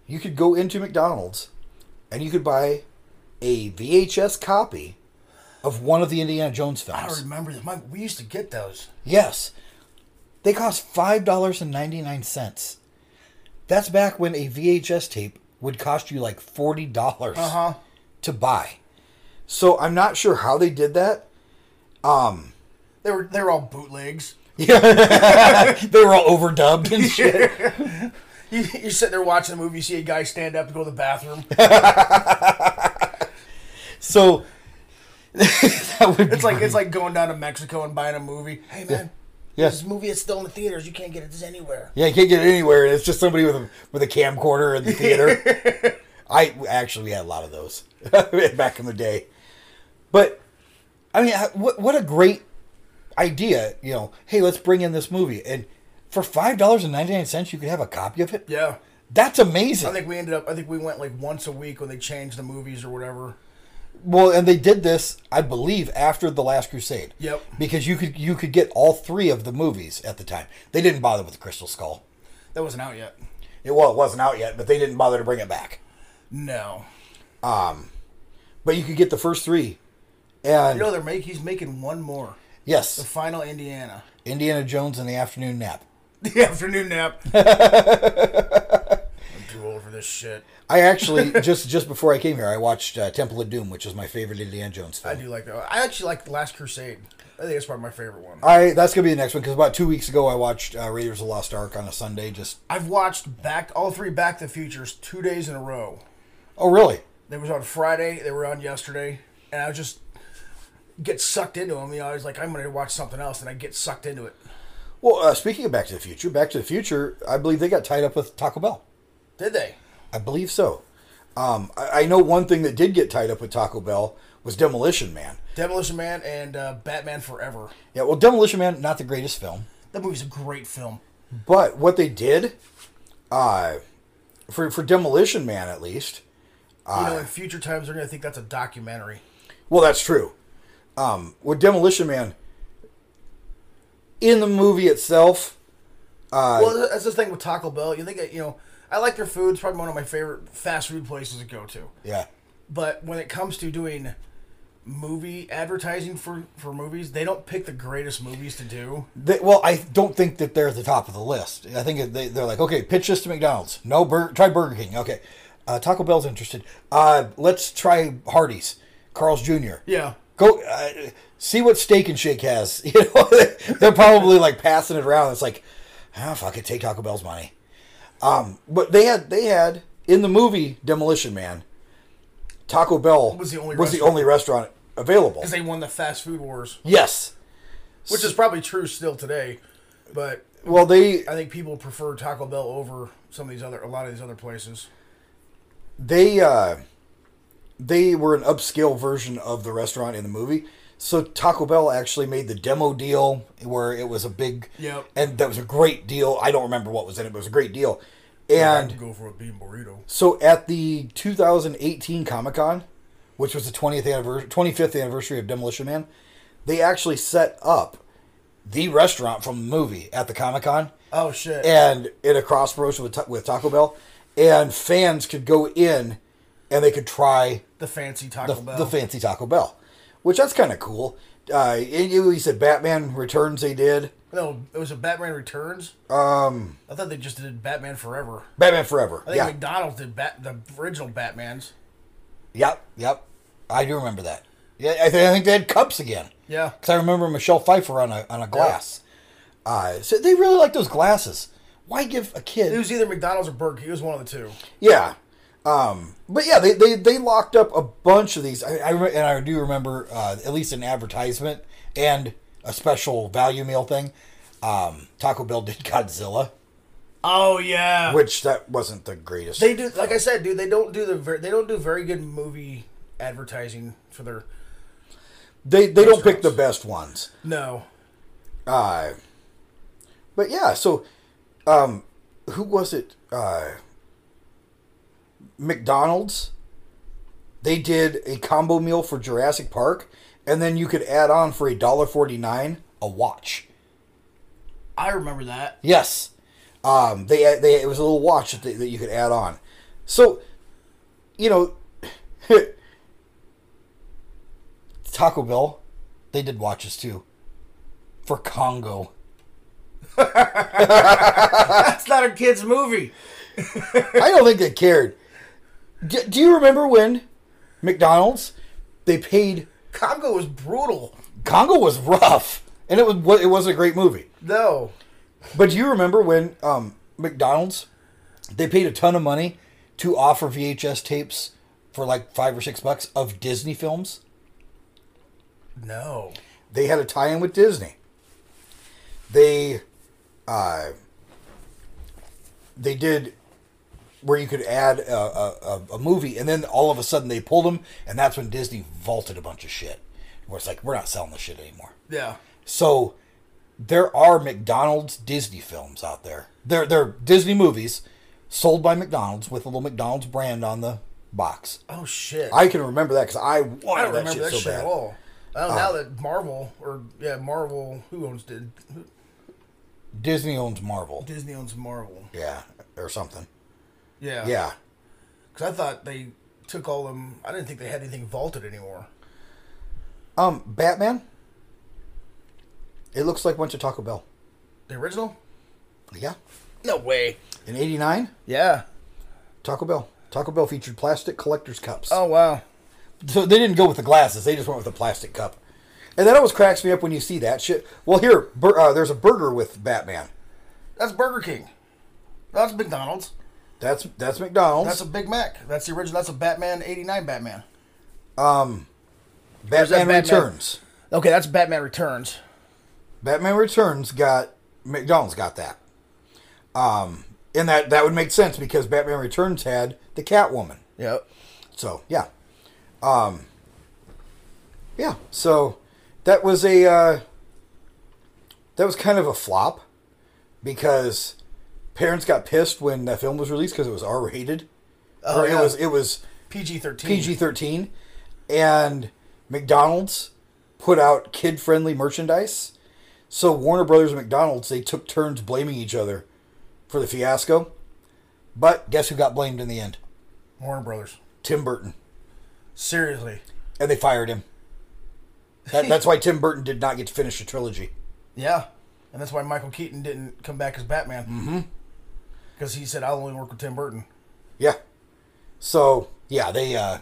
S3: you could go into McDonald's and you could buy a VHS copy of one of the Indiana Jones
S4: I
S3: films.
S4: remember this. My, we used to get those.
S3: Yes. They cost $5.99. That's back when a VHS tape would cost you like $40 dollars
S4: Uh huh.
S3: to buy. So I'm not sure how they did that.
S4: They were they were all bootlegs.
S3: They were all overdubbed and shit.
S4: You, you sit there watching the movie, you see a guy stand up and go to the bathroom.
S3: so that would be
S4: It's like it's like going down to Mexico and buying a movie. Hey man,
S3: yes.
S4: this movie is still in the theaters. You can't get it this anywhere.
S3: Yeah, you can't get it anywhere. It's just somebody with a with a camcorder in the theater. I actually we had a lot of those back in the day, but I mean, I- what what a great idea! You know, hey, let's bring in this movie, and for five dollars and ninety nine cents, you could have a copy of it.
S4: Yeah.
S3: that's amazing.
S4: I think we ended up. I think we went like once a week when they changed the movies or whatever.
S3: Well, and they did this, I believe, after the Last Crusade.
S4: Yep.
S3: Because you could you could get all three of the movies at the time. They didn't bother with the Crystal Skull.
S4: That wasn't out yet.
S3: It, well, it wasn't out yet, but they didn't bother to bring it back.
S4: No.
S3: But you could get the first three, and
S4: You know they're make he's making one more. The
S3: yes,
S4: final Indiana.
S3: Indiana Jones and the Afternoon Nap.
S4: The afternoon nap. I'm too old for this shit.
S3: I actually just just before I came here, I watched uh, Temple of Doom, which is my favorite Indiana Jones
S4: I
S3: film.
S4: do like that. one. I actually like The Last Crusade. I think it's probably my favorite one.
S3: I that's gonna be the next one because about two weeks ago, I watched uh, Raiders of the Lost Ark on a Sunday. Just
S4: I've watched back all three Back to the Futures two days in a row.
S3: oh really?
S4: They was on Friday. They were on yesterday, and I just get sucked into them. You know, I was like, I'm gonna watch something else, and I get sucked into it.
S3: Well, uh, speaking of Back to the Future, Back to the Future, I believe they got tied up with Taco Bell.
S4: Did they?
S3: I believe so. Um, I, I know one thing that did get tied up with Taco Bell was Demolition Man.
S4: Demolition Man and uh, Batman Forever.
S3: Yeah, well, Demolition Man, not the greatest film,
S4: That movie's a great film.
S3: but what they did, uh, for for Demolition Man at least,
S4: you know, in future times, they're going to think that's a documentary.
S3: Well, that's true. Um, with Demolition Man, in the movie itself,
S4: well, that's the thing with Taco Bell. You think that, you know, I like their food. It's probably one of my favorite fast food places to go to.
S3: yeah,
S4: But when it comes to doing movie advertising for for movies, they don't pick the greatest movies to do.
S3: They, well, I don't think that they're at the top of the list. I think they, they're like, okay, pitch this to McDonald's. No, bur- try Burger King. Okay, uh, Taco Bell's interested. Uh, let's try Hardee's, Carl's Jr.
S4: Yeah.
S3: Go uh, see what Steak and Shake has. You know, they're probably like passing it around. It's like, ah, fuck it, take Taco Bell's money. Um, but they had they had in the movie Demolition Man, Taco Bell
S4: Was the only
S3: was the
S4: restaurant.
S3: only restaurant available.
S4: Because they won the fast food wars,
S3: yes.
S4: which is probably true still today. But
S3: Well, they
S4: I think people prefer Taco Bell over some of these other a lot of these other places.
S3: they uh they were an upscale version of the restaurant in the movie so taco bell actually made the demo deal where it was a big
S4: Yep.
S3: and that was a great deal i don't remember what was in it but it was a great deal
S4: I
S3: and
S4: can go for a bean burrito.
S3: so at the 2018 comic-con which was the 20th anniversary 25th anniversary of demolition man they actually set up the restaurant from the movie at the comic-con
S4: Oh shit!
S3: and in a cross promotion with, Ta- with Taco Bell, and fans could go in and they could try
S4: the fancy
S3: the,
S4: Taco Bell.
S3: the fancy Taco Bell, which that's kind of cool. Uh, and you you said Batman Returns they did
S4: no, it was a Batman Returns. Um, I thought they just did Batman Forever.
S3: Batman Forever.
S4: I think
S3: Yeah,
S4: McDonald's did bat, the original Batman's.
S3: yep, yep. I do remember that. Yeah, I, th- I think they had cups again.
S4: Yeah.
S3: because I remember Michelle Pfeiffer on a on a glass. Uh, so they really like those glasses. Why give a kid?
S4: It was either McDonald's or Burger. King. It was one of the two.
S3: Yeah. Um, but yeah, they, they, they locked up a bunch of these. I, I re- and I do remember uh, at least an advertisement and a special value meal thing. Um, Taco Bell did Godzilla,
S4: Oh yeah.
S3: which that wasn't the greatest.
S4: They do, like I said, dude. They don't do the ver- they don't do very good movie advertising for their
S3: they they don't pick the best ones.
S4: no.
S3: Uh, but yeah, so um, who was it? Uh, McDonald's. They did a combo meal for Jurassic Park, and then you could add on for a dollar forty nine a watch.
S4: I remember that.
S3: Yes, um, they they it was a little watch that, they, that you could add on. So, you know, Taco Bell, they did watches too for Congo.
S4: That's not a kids movie.
S3: I don't think they cared. Do, do you remember when McDonald's they paid
S4: Congo was brutal.
S3: Congo was rough and it was it wasn't a great movie.
S4: No.
S3: But do you remember when um, McDonald's they paid a ton of money to offer VHS tapes for like 5 or 6 bucks of Disney films?
S4: No.
S3: They had a tie-in with Disney. They uh they did where you could add a, a, a- a movie, and then all of a sudden they pulled them, and that's when Disney vaulted a bunch of shit. Where it's like, we're not selling this shit anymore.
S4: Yeah.
S3: So there are McDonald's Disney films out there. They're, they're Disney movies sold by McDonald's with a little McDonald's brand on the box.
S4: Oh shit.
S3: I can remember that because I wanted
S4: I don't
S3: that
S4: remember
S3: shit
S4: that
S3: so
S4: shit
S3: bad. Uh.
S4: at all. Oh, now that Marvel or yeah, Marvel who owns did
S3: Disney owns Marvel.
S4: Disney owns Marvel.
S3: Yeah, or something.
S4: Yeah.
S3: Yeah.
S4: Because I thought they took all them. I didn't think they had anything vaulted anymore.
S3: Um, Batman. It looks like went to Taco Bell.
S4: The original?
S3: Yeah.
S4: No way.
S3: In '89,
S4: Yeah.
S3: Taco Bell. Taco Bell featured plastic collector's cups.
S4: Oh, wow.
S3: So they didn't go with the glasses; they just went with the plastic cup. And that always cracks me up when you see that shit. Well, here, bur- uh, there's a burger with Batman.
S4: That's Burger King. That's McDonald's.
S3: That's that's McDonald's.
S4: That's a Big Mac. That's the original. That's a Batman '89 Batman.
S3: Batman,
S4: that Batman?
S3: Returns.
S4: Okay, that's Batman Returns.
S3: Batman Returns got McDonald's got that. Um, and that that would make sense because Batman Returns had the Catwoman.
S4: Yep.
S3: So yeah, um, yeah. So that was a uh, that was kind of a flop because parents got pissed when that film was released because it was R rated, or
S4: yeah. Hmm.
S3: it was it was
S4: PG thirteen.
S3: PG thirteen, and McDonald's put out kid friendly merchandise. So Warner Brothers and McDonald's they took turns blaming each other for the fiasco, but guess who got blamed in the end?
S4: Warner Brothers.
S3: Tim Burton.
S4: Seriously.
S3: and they fired him. That, that's why Tim Burton did not get to finish the trilogy.
S4: Yeah. And that's why Michael Keaton didn't come back as Batman. Mm-hmm. Because he said, "I'll only work with Tim Burton."
S3: Yeah. So yeah, they uh,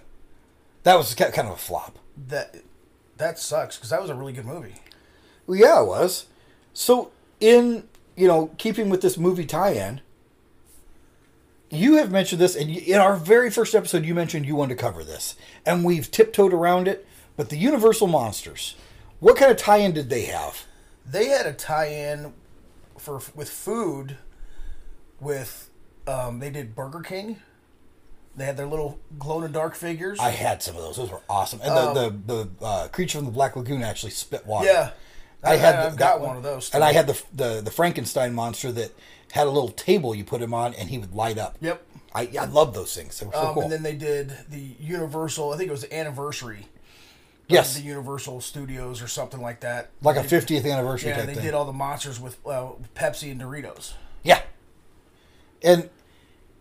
S3: that was ki- kind of a flop.
S4: That that sucks because that was a really good movie.
S3: Well, yeah, it was. So in you know keeping with this movie tie-in, you have mentioned this, and you, in our very first episode, you mentioned you wanted to cover this, and we've tiptoed around it. But the Universal monsters, what kind of tie-in did they have?
S4: They had a tie-in for with food. With um, they did Burger King. They had their little glow in the dark figures.
S3: I had some of those; those were awesome. And the the, the uh, creature from the Black Lagoon actually spit water.
S4: yeah.
S3: I had the,
S4: I've
S3: that
S4: got one of those.
S3: and I
S4: still.
S3: had the, the the Frankenstein monster that had a little table you put him on, and he would light up.
S4: Yep.
S3: I I love those things. They were so
S4: Um,
S3: cool.
S4: And then they did the Universal. I think it was the anniversary. of
S3: yes,
S4: The Universal Studios or something like that.
S3: like a
S4: They-
S3: fiftieth anniversary
S4: Yeah,
S3: type
S4: they
S3: thing.
S4: did all the monsters with uh, Pepsi and Doritos.
S3: yeah, and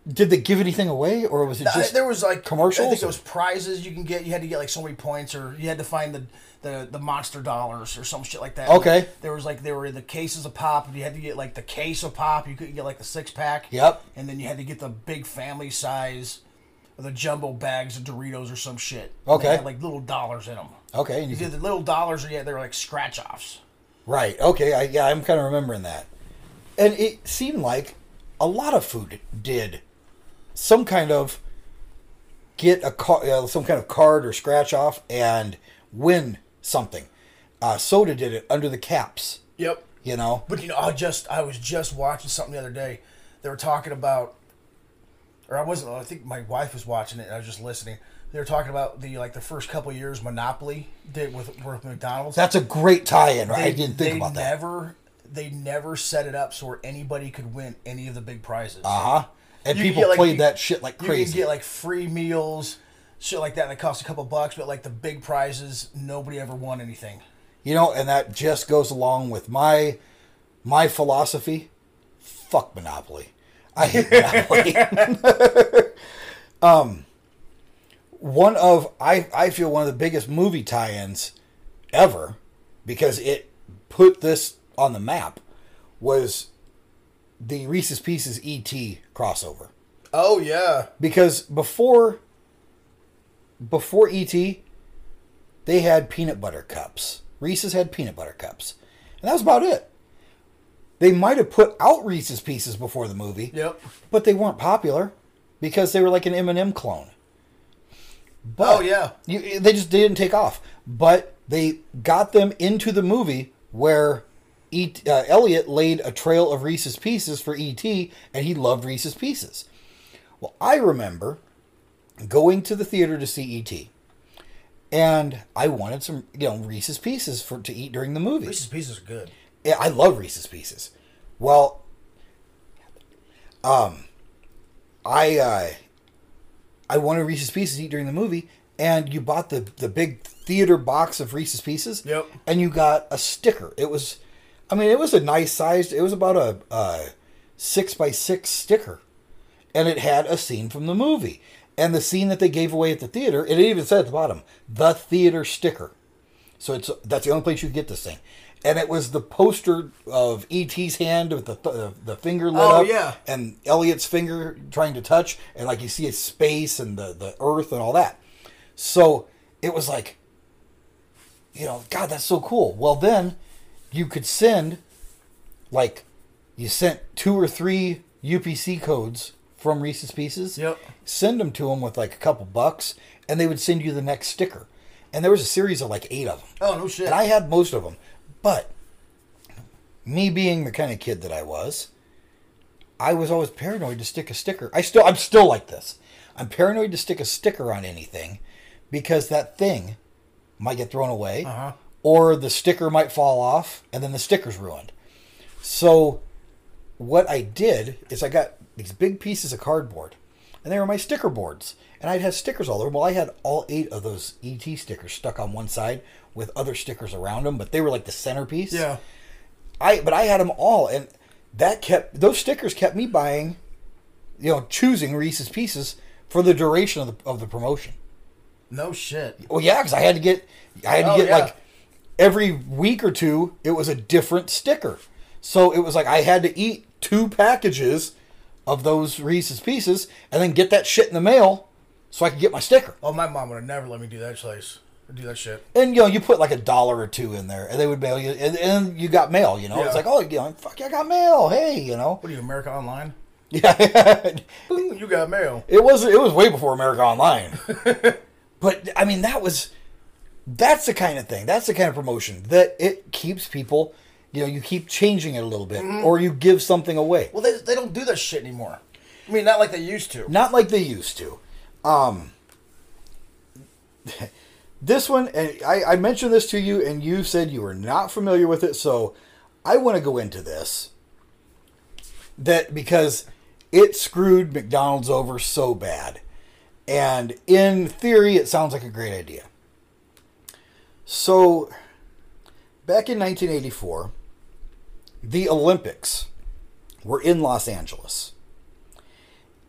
S3: did they give anything away, or was it
S4: I-
S3: just
S4: there was like
S3: commercials?
S4: I think there was
S3: or-
S4: prizes you can get. You had to get like so many points, or you had to find the the, the monster dollars or some shit like that.
S3: Okay.
S4: There was like there were the cases of pop. and You had to get like the case of pop. You couldn't get like the six pack.
S3: Yep.
S4: And then you had to get the big family size, or the jumbo bags of Doritos or some shit.
S3: Okay.
S4: They had, like little dollars in them.
S3: okay, and you
S4: You did
S3: could-
S4: the little dollars, or yeah, they were like scratch offs.
S3: right? Okay, I, yeah, I'm kind of remembering that, and it seemed like a lot of food did some kind of get a car, uh, some kind of card or scratch off and win something. Uh, soda did it under the caps,
S4: Yep.
S3: you know.
S4: But you know, I just I was just watching something the other day. They were talking about, or I wasn't. I think my wife was watching it, and I was just listening. They were talking about the like the first couple of years Monopoly did with with McDonald's.
S3: That's a great tie-in, right?
S4: they,
S3: I didn't think
S4: they
S3: about that.
S4: Never, they never set it up so where anybody could win any of the big prizes.
S3: Uh huh. And
S4: You could
S3: people
S4: get, like,
S3: played
S4: you-
S3: that shit like
S4: You could
S3: crazy.
S4: get like free meals, shit like that. That cost a couple bucks, but like the big prizes, nobody ever won anything.
S3: you know, and that just goes along with my my philosophy. Fuck Monopoly. I hate Monopoly. um, one of I I feel one of the biggest movie tie-ins ever because it put this on the map was the Reese's Pieces ET crossover.
S4: Oh yeah,
S3: because before before ET they had peanut butter cups. Reese's had peanut butter cups. And that was about it. They might have put out Reese's pieces before the movie.
S4: Yep.
S3: But they weren't popular because they were like an M&M clone. But
S4: Oh, yeah.
S3: You, they just they didn't take off. But they got them into the movie where e, uh, Elliot laid a trail of Reese's pieces for ET and he loved Reese's pieces. Well, I remember going to the theater to see ET. And I wanted some, you know, Reese's Pieces for to eat during the movie.
S4: Reese's Pieces are good.
S3: Yeah, I love Reese's Pieces. Well, um, I uh, I wanted Reese's Pieces to eat during the movie, and you bought the the big theater box of Reese's Pieces.
S4: Yep.
S3: And you got a sticker. It was, I mean, it was a nice sized. It was about a, uh six by six sticker, and it had a scene from the movie. And the scene that they gave away at the theater, it even said at the bottom, the theater sticker. So it's that's the only place you could get this thing. And it was the poster of ET's hand with the th- the finger lit
S4: Oh,
S3: up,
S4: yeah.
S3: and Elliot's finger trying to touch, and like you see his space and the the earth and all that. So it was like, you know, God, that's so cool. Well, then you could send, like, you sent two or three UPC codes from Reese's Pieces.
S4: Yep.
S3: Send them to them with like a couple bucks, and they would send you the next sticker. And there was a series of like eight of them.
S4: Oh no shit.
S3: And I had most of them. But me being the kind of kid that I was, I was always paranoid to stick a sticker. I still I'm still like this. I'm paranoid to stick a sticker on anything because that thing might get thrown away or the sticker might fall off and then the sticker's ruined. So what I did is I got these big pieces of cardboard and they were my sticker boards and I'd have stickers all over. Well, I had all eight of those ET stickers stuck on one side with other stickers around them, but they were like the centerpiece.
S4: Yeah.
S3: I but I had them all, and that kept those stickers kept me buying, you know, choosing Reese's Pieces for the duration of the of the promotion.
S4: No shit.
S3: Well, yeah, because I had to get I had to
S4: Oh,
S3: get
S4: yeah.
S3: like every week or two, it was a different sticker. So it was like I had to eat two packages of those Reese's Pieces and then get that shit in the mail so I could get my sticker.
S4: Oh, my mom would have never let me do that place. Do that shit.
S3: And you know, you put like a dollar or two in there, and they would mail you, and, and you got mail. You know,
S4: Yeah.
S3: it's like, oh, you know, fuck, I got mail. Hey, you know,
S4: What are you, America Online?
S3: yeah.
S4: Boom, you got mail.
S3: It was it was way before America Online. but I mean that was that's the kind of thing. That's the kind of promotion that it keeps people, you know, you keep changing it a little bit or you give something away.
S4: Well, they, they don't do that shit anymore. I mean, not like they used to.
S3: Not like they used to. Um This one and I, I mentioned this to you and you said you were not familiar with it, so I want to go into this. That because it screwed McDonald's over so bad. And in theory, it sounds like a great idea. So, back in 1984, the Olympics were in Los Angeles.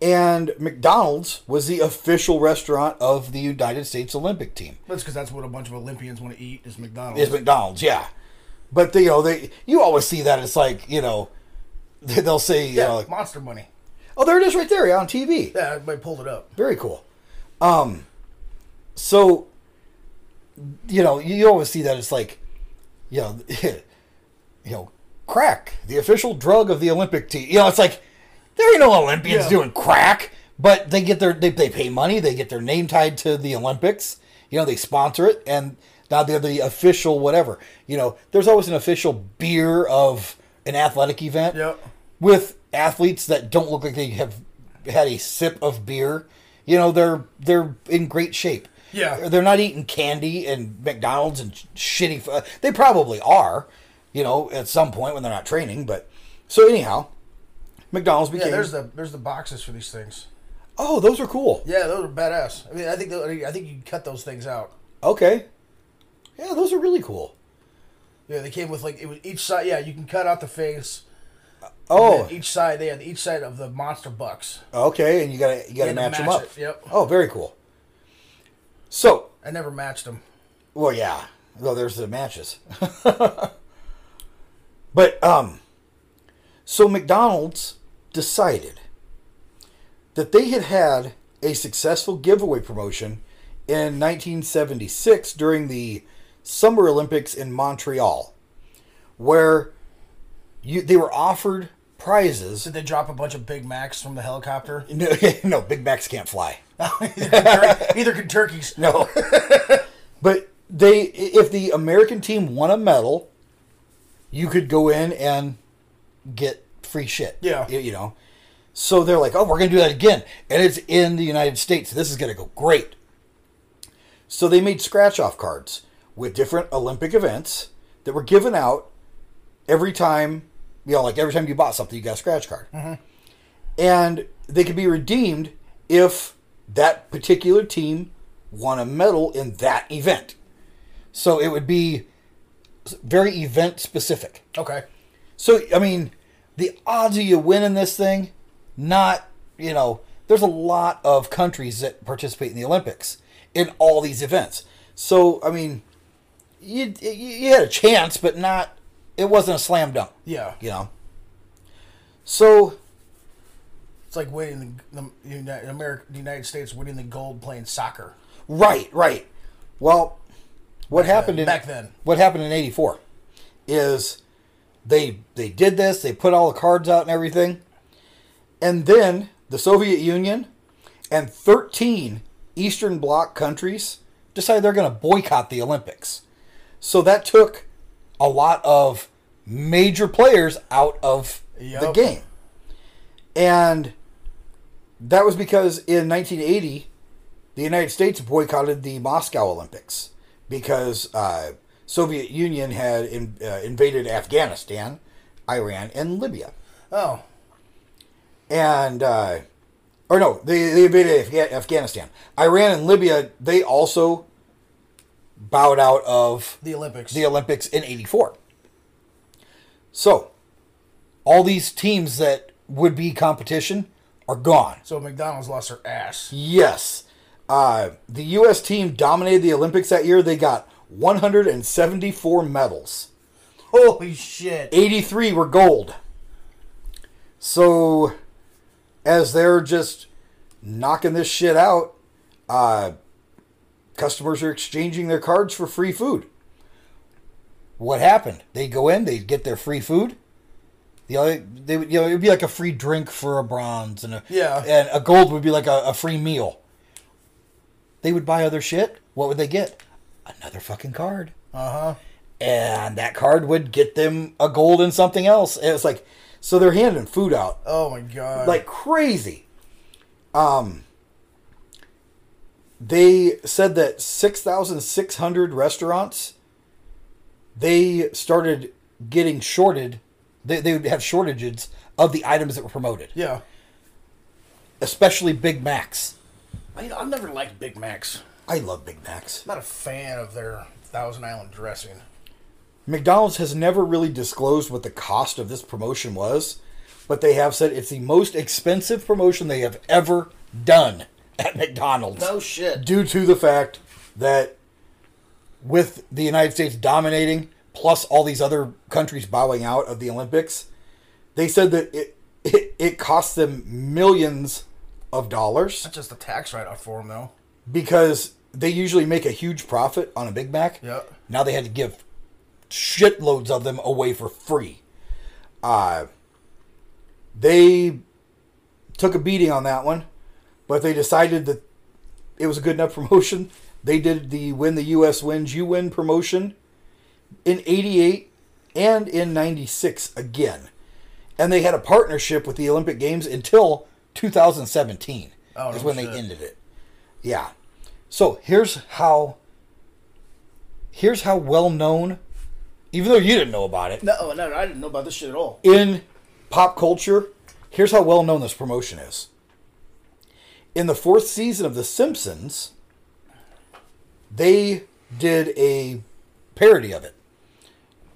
S3: And McDonald's was the official restaurant of the United States Olympic team.
S4: That's because that's what a bunch of Olympians want to eat is McDonald's.
S3: Is McDonald's, yeah. But they, you know, they you always see that it's like you know, they'll say you
S4: yeah,
S3: know, like,
S4: Monster Money.
S3: oh there it is right there yeah, on TV.
S4: Yeah, I pulled it up.
S3: Very cool. Um, so you know, you you always see that it's like, you know, you know, crack, the official drug of the Olympic team. You know, it's like there ain't no Olympians
S4: Yeah.
S3: doing crack, but they get their they, they pay money, they get their name tied to the Olympics. You know, they sponsor it, and now they're the official whatever. You know, there's always an official beer of an athletic event
S4: Yep.
S3: with athletes that don't look like they have had a sip of beer. You know, they're they're in great shape.
S4: Yeah.
S3: they're not eating candy and McDonald's and sh- shitty. fu- They probably are, you know, at some point when they're not training. But so anyhow, McDonald's
S4: Yeah,
S3: became.
S4: there's the there's the boxes for these things.
S3: oh, those are cool.
S4: Yeah, those are badass. I mean, I think tho- I think you can cut those things out.
S3: Okay. Yeah, those are really cool.
S4: Yeah, they came with like it was each side. Yeah, you can cut out the face.
S3: Oh,
S4: each side they had each side of the monster bucks.
S3: okay, and you gotta you gotta
S4: had to
S3: match, them
S4: match
S3: up.
S4: it, yep.
S3: Oh, very cool. So,
S4: I never matched them.
S3: Well, yeah. Well, there's the matches. but um, so McDonald's decided that they had had a successful giveaway promotion in 1976 during the Summer Olympics in Montreal, where you they were offered prizes.
S4: Did they drop a bunch of Big Macs from the helicopter?
S3: No, no Big Macs can't fly.
S4: Either can turkeys.
S3: No. but they if the American team won a medal, you could go in and get free shit.
S4: Yeah.
S3: You, you know. So they're like, "Oh, we're going to do that again." And it's in the United States. This is going to go great. So they made scratch-off cards with different Olympic events that were given out every time, you know, like every time you bought something, you got a scratch card and they could be redeemed if that particular team won a medal in that event. So it would be very event specific.
S4: Okay.
S3: So I mean, the odds of you winning this thing, not you know, there's a lot of countries that participate in the Olympics in all these events. So I mean, you you- you had a chance, but not it wasn't a slam dunk.
S4: Yeah.
S3: you know. So
S4: It's like winning the, the, United, America, the United States winning the gold playing soccer.
S3: Right, right. Well, what happened in
S4: back then.
S3: What happened in '84 is they they did this. They put all the cards out and everything, and then the Soviet Union and 13 Eastern Bloc countries decided they're going to boycott the Olympics. So that took a lot of major players out of the
S4: Yup.
S3: game, and that was because in 1980, the United States boycotted the Moscow Olympics because uh, Soviet Union had in, uh, invaded Afghanistan, Iran, and Libya,
S4: Oh,
S3: and uh, or no, they, they invaded Afga- Afghanistan, Iran, and Libya. They also bowed out of
S4: the Olympics.
S3: the Olympics in 84. So, all these teams that would be competition are gone.
S4: so McDonald's lost their ass.
S3: Yes. Uh, the U.S. team dominated the Olympics that year. They got 174 medals,
S4: Holy shit.
S3: 83 were gold. So, as they're just knocking this shit out, uh, customers are exchanging their cards for free food. What happened? They go in, they get their free food. The other, they would, you know, it'd be like a free drink for a bronze, and a
S4: Yeah.
S3: and a gold would be like a, a free meal. They would buy other shit. What would they get? Another fucking card. Uh huh. And that card would get them a gold and something else. And it's like, so they're handing food out
S4: Oh my god.
S3: like crazy. Um, they said that six thousand six hundred restaurants they started getting shorted. They, they would have shortages of the items that were promoted,
S4: yeah.
S3: especially Big Macs.
S4: I, I've never liked Big Macs.
S3: I love Big Macs.
S4: I'm not a fan of their Thousand Island dressing.
S3: McDonald's has never really disclosed what the cost of this promotion was, but they have said it's the most expensive promotion they have ever done at McDonald's.
S5: No shit.
S3: due to the fact that with the United States dominating, plus all these other countries bowing out of the Olympics, they said that it it, it cost them millions of dollars
S4: That's just a tax write off for them, though.
S3: because they usually make a huge profit on a Big Mac.
S4: Yep.
S3: Now they had to give shitloads of them away for free. Uh, they took a beating on that one, but they decided that it was a good enough promotion. They did the When the U.S. Wins, You Win promotion in 88 and in 96 again. And they had a partnership with the Olympic Games until 2017
S4: Oh,
S3: is
S4: no
S3: when
S4: shit.
S3: they ended it. Yeah. So here's how here's how well known, even though you didn't know about it,
S4: No, oh, no, I didn't know about this shit at all.
S3: in pop culture, here's how well known this promotion is. In the fourth season of The Simpsons, they did a parody of it.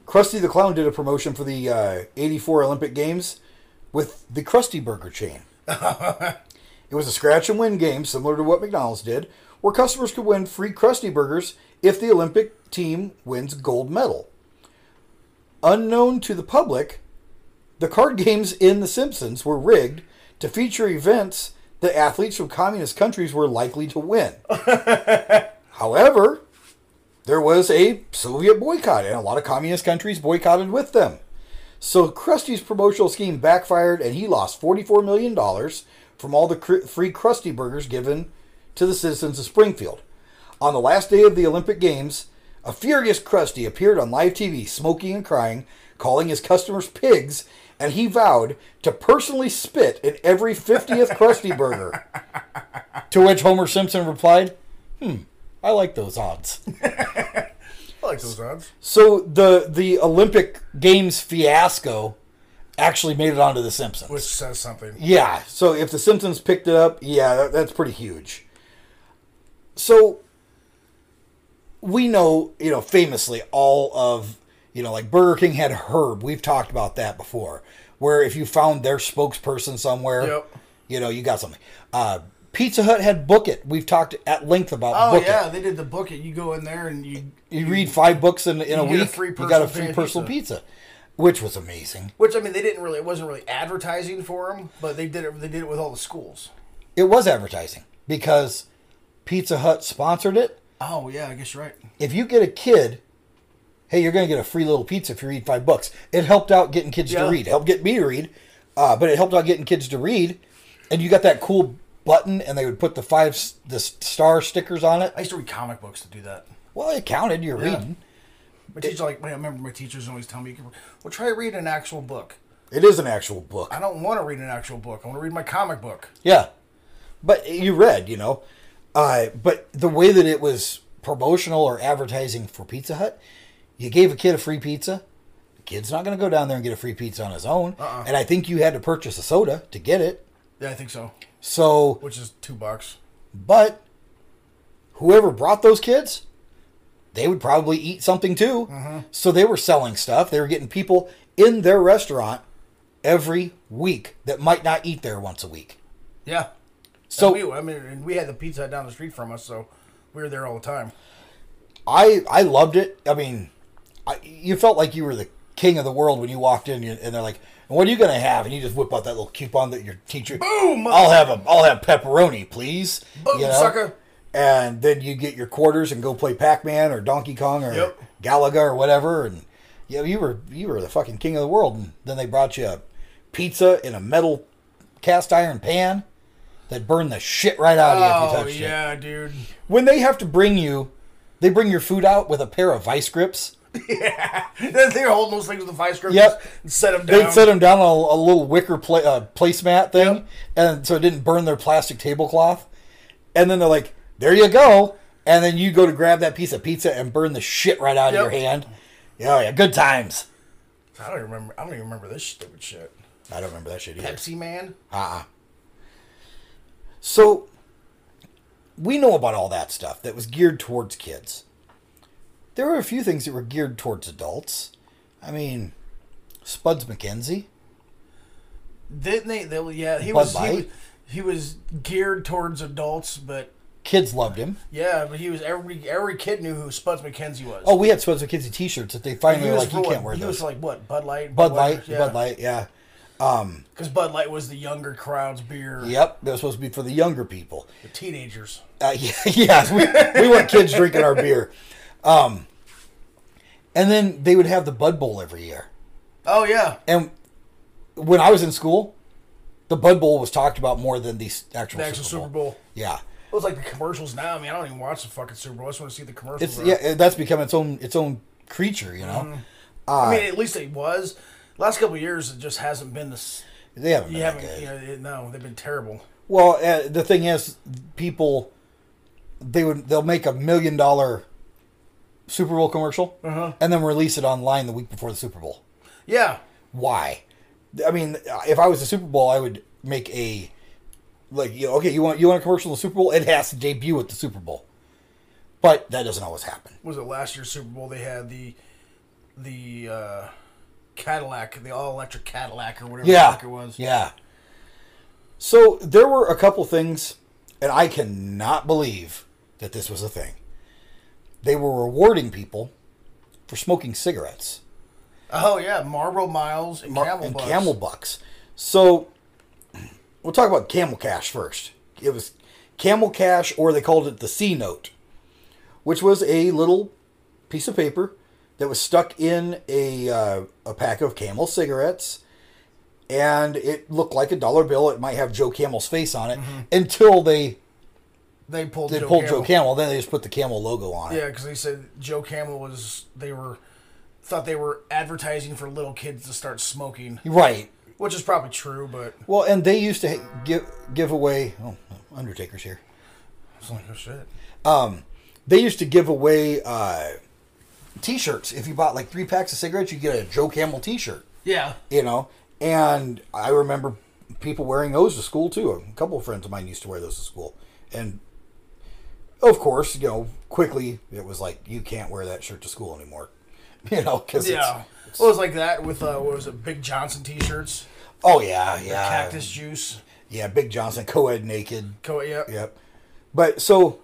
S3: Krusty the Clown did a promotion for the uh, 84 Olympic Games with the Krusty Burger chain. it was a scratch and win game similar to what McDonald's did, where customers could win free Krusty Burgers if the Olympic team wins gold medal. Unknown to the public, the card games in The Simpsons were rigged to feature events that athletes from communist countries were likely to win. However, there was a Soviet boycott, and a lot of communist countries boycotted with them. So Krusty's promotional scheme backfired, and he lost $44 million from all the cr- free Krusty burgers given to the citizens of Springfield. On the last day of the Olympic Games, a furious Krusty appeared on live TV, smoking and crying, calling his customers pigs, and he vowed to personally spit in every 50th Krusty burger. To which Homer Simpson replied, Hmm, I like those odds.
S4: I like those odds.
S3: So the the Olympic Games fiasco actually made it onto The Simpsons.
S4: Which says something.
S3: Yeah. So if The Simpsons picked it up, yeah, that, that's pretty huge. So we know, you know, famously all of, you know, like Burger King had Herb. We've talked about that before, where if you found their spokesperson somewhere,
S4: Yep.
S3: you know, you got something. Uh, Pizza Hut had Book It. We've talked at length about
S4: Oh,
S3: Book
S4: yeah,
S3: It.
S4: they did the book it. You go in there and you.
S3: You read five books in, in a
S4: get a
S3: week,
S4: free
S3: you got a
S4: personal
S3: free
S4: pan
S3: personal
S4: pizza.
S3: pizza, which was amazing.
S4: Which, I mean, they didn't really, it wasn't really advertising for them, but they did it, they did it with all the schools.
S3: It was advertising because Pizza Hut sponsored it.
S4: Oh, yeah, I guess you're right.
S3: if you get a kid, hey, you're going to get a free little pizza if you read five books. It helped out getting kids
S4: Yeah.
S3: to read. It helped get me to read, uh, but it helped out getting kids to read. And you got that cool button, and they would put the five s- the s- star stickers on it.
S4: I used to read comic books to do that.
S3: Well, it counted. You're reading.
S4: My teacher, like, I remember my teachers always tell me, well, try to read an actual book.
S3: It is an actual book.
S4: I don't want to read an actual book. I want to read my comic book.
S3: Yeah. But you read, you know, uh, but the way that it was promotional or advertising for Pizza Hut, you gave a kid a free pizza. The kid's not going to go down there and get a free pizza on his own.
S4: Uh-uh.
S3: And I think you had to purchase a soda to get it.
S4: Yeah, I think so.
S3: So,
S4: Which is two bucks.
S3: but whoever brought those kids, they would probably eat something too.
S4: Mm-hmm.
S3: So they were selling stuff. They were getting people in their restaurant every week that might not eat there once a week.
S4: Yeah.
S3: So
S4: we, I mean, and we had the pizza Hut down the street from us, so we were there all the time.
S3: I I loved it. I mean, I, you felt like you were the king of the world when you walked in, you- and they're like, "What are you gonna have?" And you just whip out that little coupon that your teacher. Boom! I'll have a I'll have pepperoni, please.
S4: Boom, sucker.
S3: And then you get your quarters and go play Pac Man or Donkey Kong or
S4: Yep.
S3: Galaga or whatever, and yeah, you were you were the fucking king of the world. And then they brought you a pizza in a metal cast iron pan that burned the shit right out of you
S4: Oh,
S3: if you touched it
S4: dude.
S3: when they have to bring you, they bring your food out with a pair of vice grips.
S4: They- They're holding those things with the vice grips.
S3: Yep.
S4: And set them down.
S3: They'd set them down on a, a little wicker pla uh, placemat thing, and so it didn't burn their plastic tablecloth. And then they're like, "There you go," and then you go to grab that piece of pizza and burn the shit right out of
S4: Yep.
S3: your hand. Yeah, yeah, good times.
S4: I don't remember. I don't even remember this stupid shit.
S3: I don't remember that shit either.
S4: Pepsi Man.
S3: So we know about all that stuff that was geared towards kids. There were a few things that were geared towards adults. I mean, Spuds McKenzie.
S4: Didn't they? they yeah, he
S3: Bud
S4: was, he
S3: Light?
S4: was. He was geared towards adults, but
S3: Kids loved him.
S4: yeah, but he was every every kid knew who Spuds McKenzie was.
S3: Oh, we had Spuds McKenzie T-shirts that they finally
S4: he
S3: were
S4: was
S3: like,
S4: for
S3: you
S4: what-
S3: can't wear
S4: He was
S3: those.
S4: for like what? Bud Light.
S3: Bud Light,
S4: yeah.
S3: Bud Light, yeah,
S4: Because Bud Light was the younger crowd's beer.
S3: yep. They're supposed to be for the younger people.
S4: The teenagers.
S3: Uh, yeah, yes, we, we want kids drinking our beer. Um, and then they would have the Bud Bowl every year.
S4: Oh yeah.
S3: And when I was in school, the Bud Bowl was talked about more than the s- actual,
S4: The actual
S3: Super, Bowl.
S4: Super Bowl.
S3: Yeah,
S4: It was like the commercials now. I mean, I don't even watch the fucking Super Bowl. I just want to see the commercials.
S3: it's
S4: are.
S3: yeah, that's become its own its own creature. You know,
S4: Mm-hmm. I mean, at least it was. Last couple of years, it just hasn't been this.
S3: they haven't.
S4: You
S3: been that
S4: haven't.
S3: good.
S4: You know, it, no, they've been terrible.
S3: Well, uh, the thing is, people they would they'll make a million dollar Super Bowl commercial and then release it online the week before the Super Bowl.
S4: Yeah.
S3: Why? I mean, if I was the Super Bowl, I would make a like you know, okay, you want you want a commercial in the Super Bowl? It has to debut at the Super Bowl, but that doesn't always happen.
S4: Was it last year's Super Bowl? They had the the uh, Cadillac, the all electric Cadillac or whatever the
S3: Yeah,
S4: fuck it was.
S3: yeah. So there were a couple things, and I cannot believe that this was a thing. They were rewarding people for smoking cigarettes
S4: Oh yeah, Marlboro Miles and Camel
S3: and
S4: Bucks.
S3: Camel Bucks. So we'll talk about Camel Cash first. It was Camel Cash, or they called it the C note, which was a little piece of paper that was stuck in a uh, a pack of Camel cigarettes, and it looked like a dollar bill. It might have Joe Camel's face on it until they
S4: They pulled.
S3: they
S4: Mm-hmm. Joe
S3: pulled
S4: Camel.
S3: Joe Camel. Then they just put the Camel logo on it.
S4: Yeah, because they said Joe Camel was. They were thought they were advertising for little kids to start smoking,
S3: Right.
S4: which is probably true, but
S3: Well, and they used to ha- give give away. Oh, Undertaker's here.
S4: it's like oh shit.
S3: they used to give away uh, t-shirts if you bought like three packs of cigarettes you get a joe camel t-shirt
S4: Yeah.
S3: you know and i remember people wearing those to school too a couple of friends of mine used to wear those to school and of course you know quickly it was like you can't wear that shirt to school anymore you know because
S4: Yeah. Well, it was like that with uh, what was it? Big Johnson T-shirts,
S3: oh yeah yeah
S4: cactus juice.
S3: yeah big johnson co-ed naked
S4: Co- yeah.
S3: Yep. But so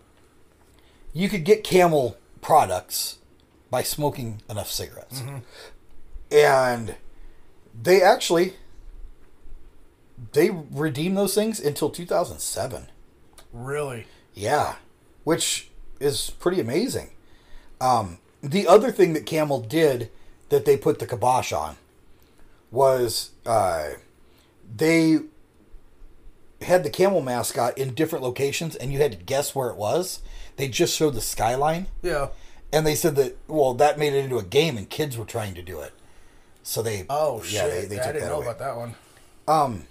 S3: you could get camel products by smoking enough cigarettes. And they actually they redeemed those things until 2007.
S4: Really?
S3: Yeah, which is pretty amazing. Um, the other thing that Camel did that they put the kibosh on was uh, they had the Camel mascot in different locations, and you had to guess where it was. They just showed the skyline,
S4: Yeah.
S3: and they said that well, that made it into a game, and kids were trying to do it. So they
S4: Oh
S3: yeah,
S4: shit!
S3: they, they
S4: Yeah, I
S3: took
S4: didn't
S3: that
S4: know
S3: away.
S4: about that one.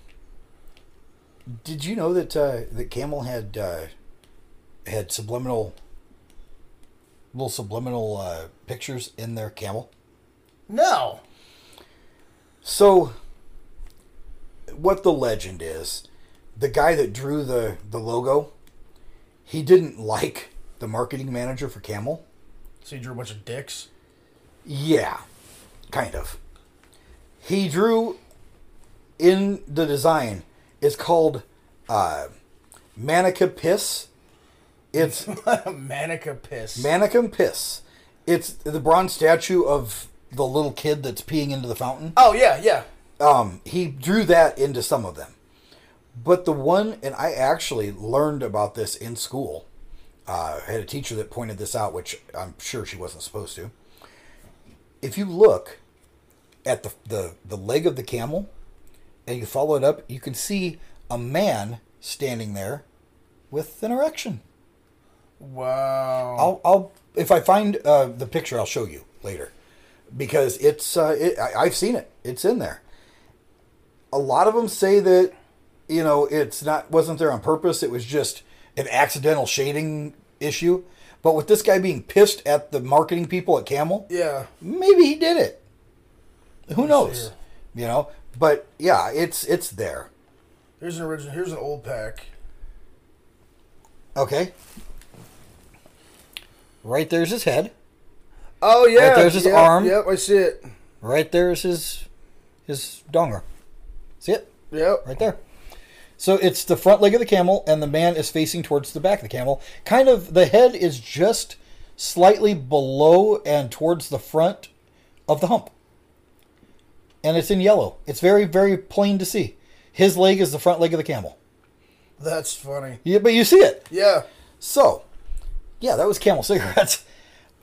S3: Did you know that uh, that Camel had uh, had subliminal little subliminal uh, pictures in their Camel?
S4: No.
S3: So, what the legend is, the guy that drew the the logo, he didn't like the marketing manager for Camel.
S4: So you drew a bunch of dicks.
S3: Yeah, kind of. He drew in the design. It's called uh, Manica Piss. It's
S4: Manica piss.
S3: Manicum Piss. It's the bronze statue of the little kid that's peeing into the fountain.
S4: oh yeah, yeah.
S3: um, he drew that into some of them. But the one, and I actually learned about this in school. Uh, I had a teacher that pointed this out, which I'm sure she wasn't supposed to. If you look at the, the, the leg of the camel and you follow it up, you can see a man standing there with an erection.
S4: Wow.
S3: I'll, I'll if I find uh, the picture, I'll show you later because it's uh, it, I, I've seen it. It's in there. A lot of them say that you know it's not wasn't there on purpose. It was just an accidental shading issue. But with this guy being pissed at the marketing people at Camel,
S4: yeah.
S3: maybe he did it. Who knows?
S4: here.
S3: You know. But yeah, it's it's there.
S4: Here's an original. Here's an old pack.
S3: Okay. Right there's his head.
S4: Oh yeah.
S3: there's his
S4: yeah,
S3: arm.
S4: Yep, I see it.
S3: Right there is his his donger. See it?
S4: Yep.
S3: Right there. So it's the front leg of the camel, and the man is facing towards the back of the camel. Kind of the head is just slightly below and towards the front of the hump. And it's in yellow. It's very, very plain to see. His leg is the front leg of the camel.
S4: That's funny.
S3: Yeah, but you see it.
S4: Yeah.
S3: So, yeah, that was camel cigarettes.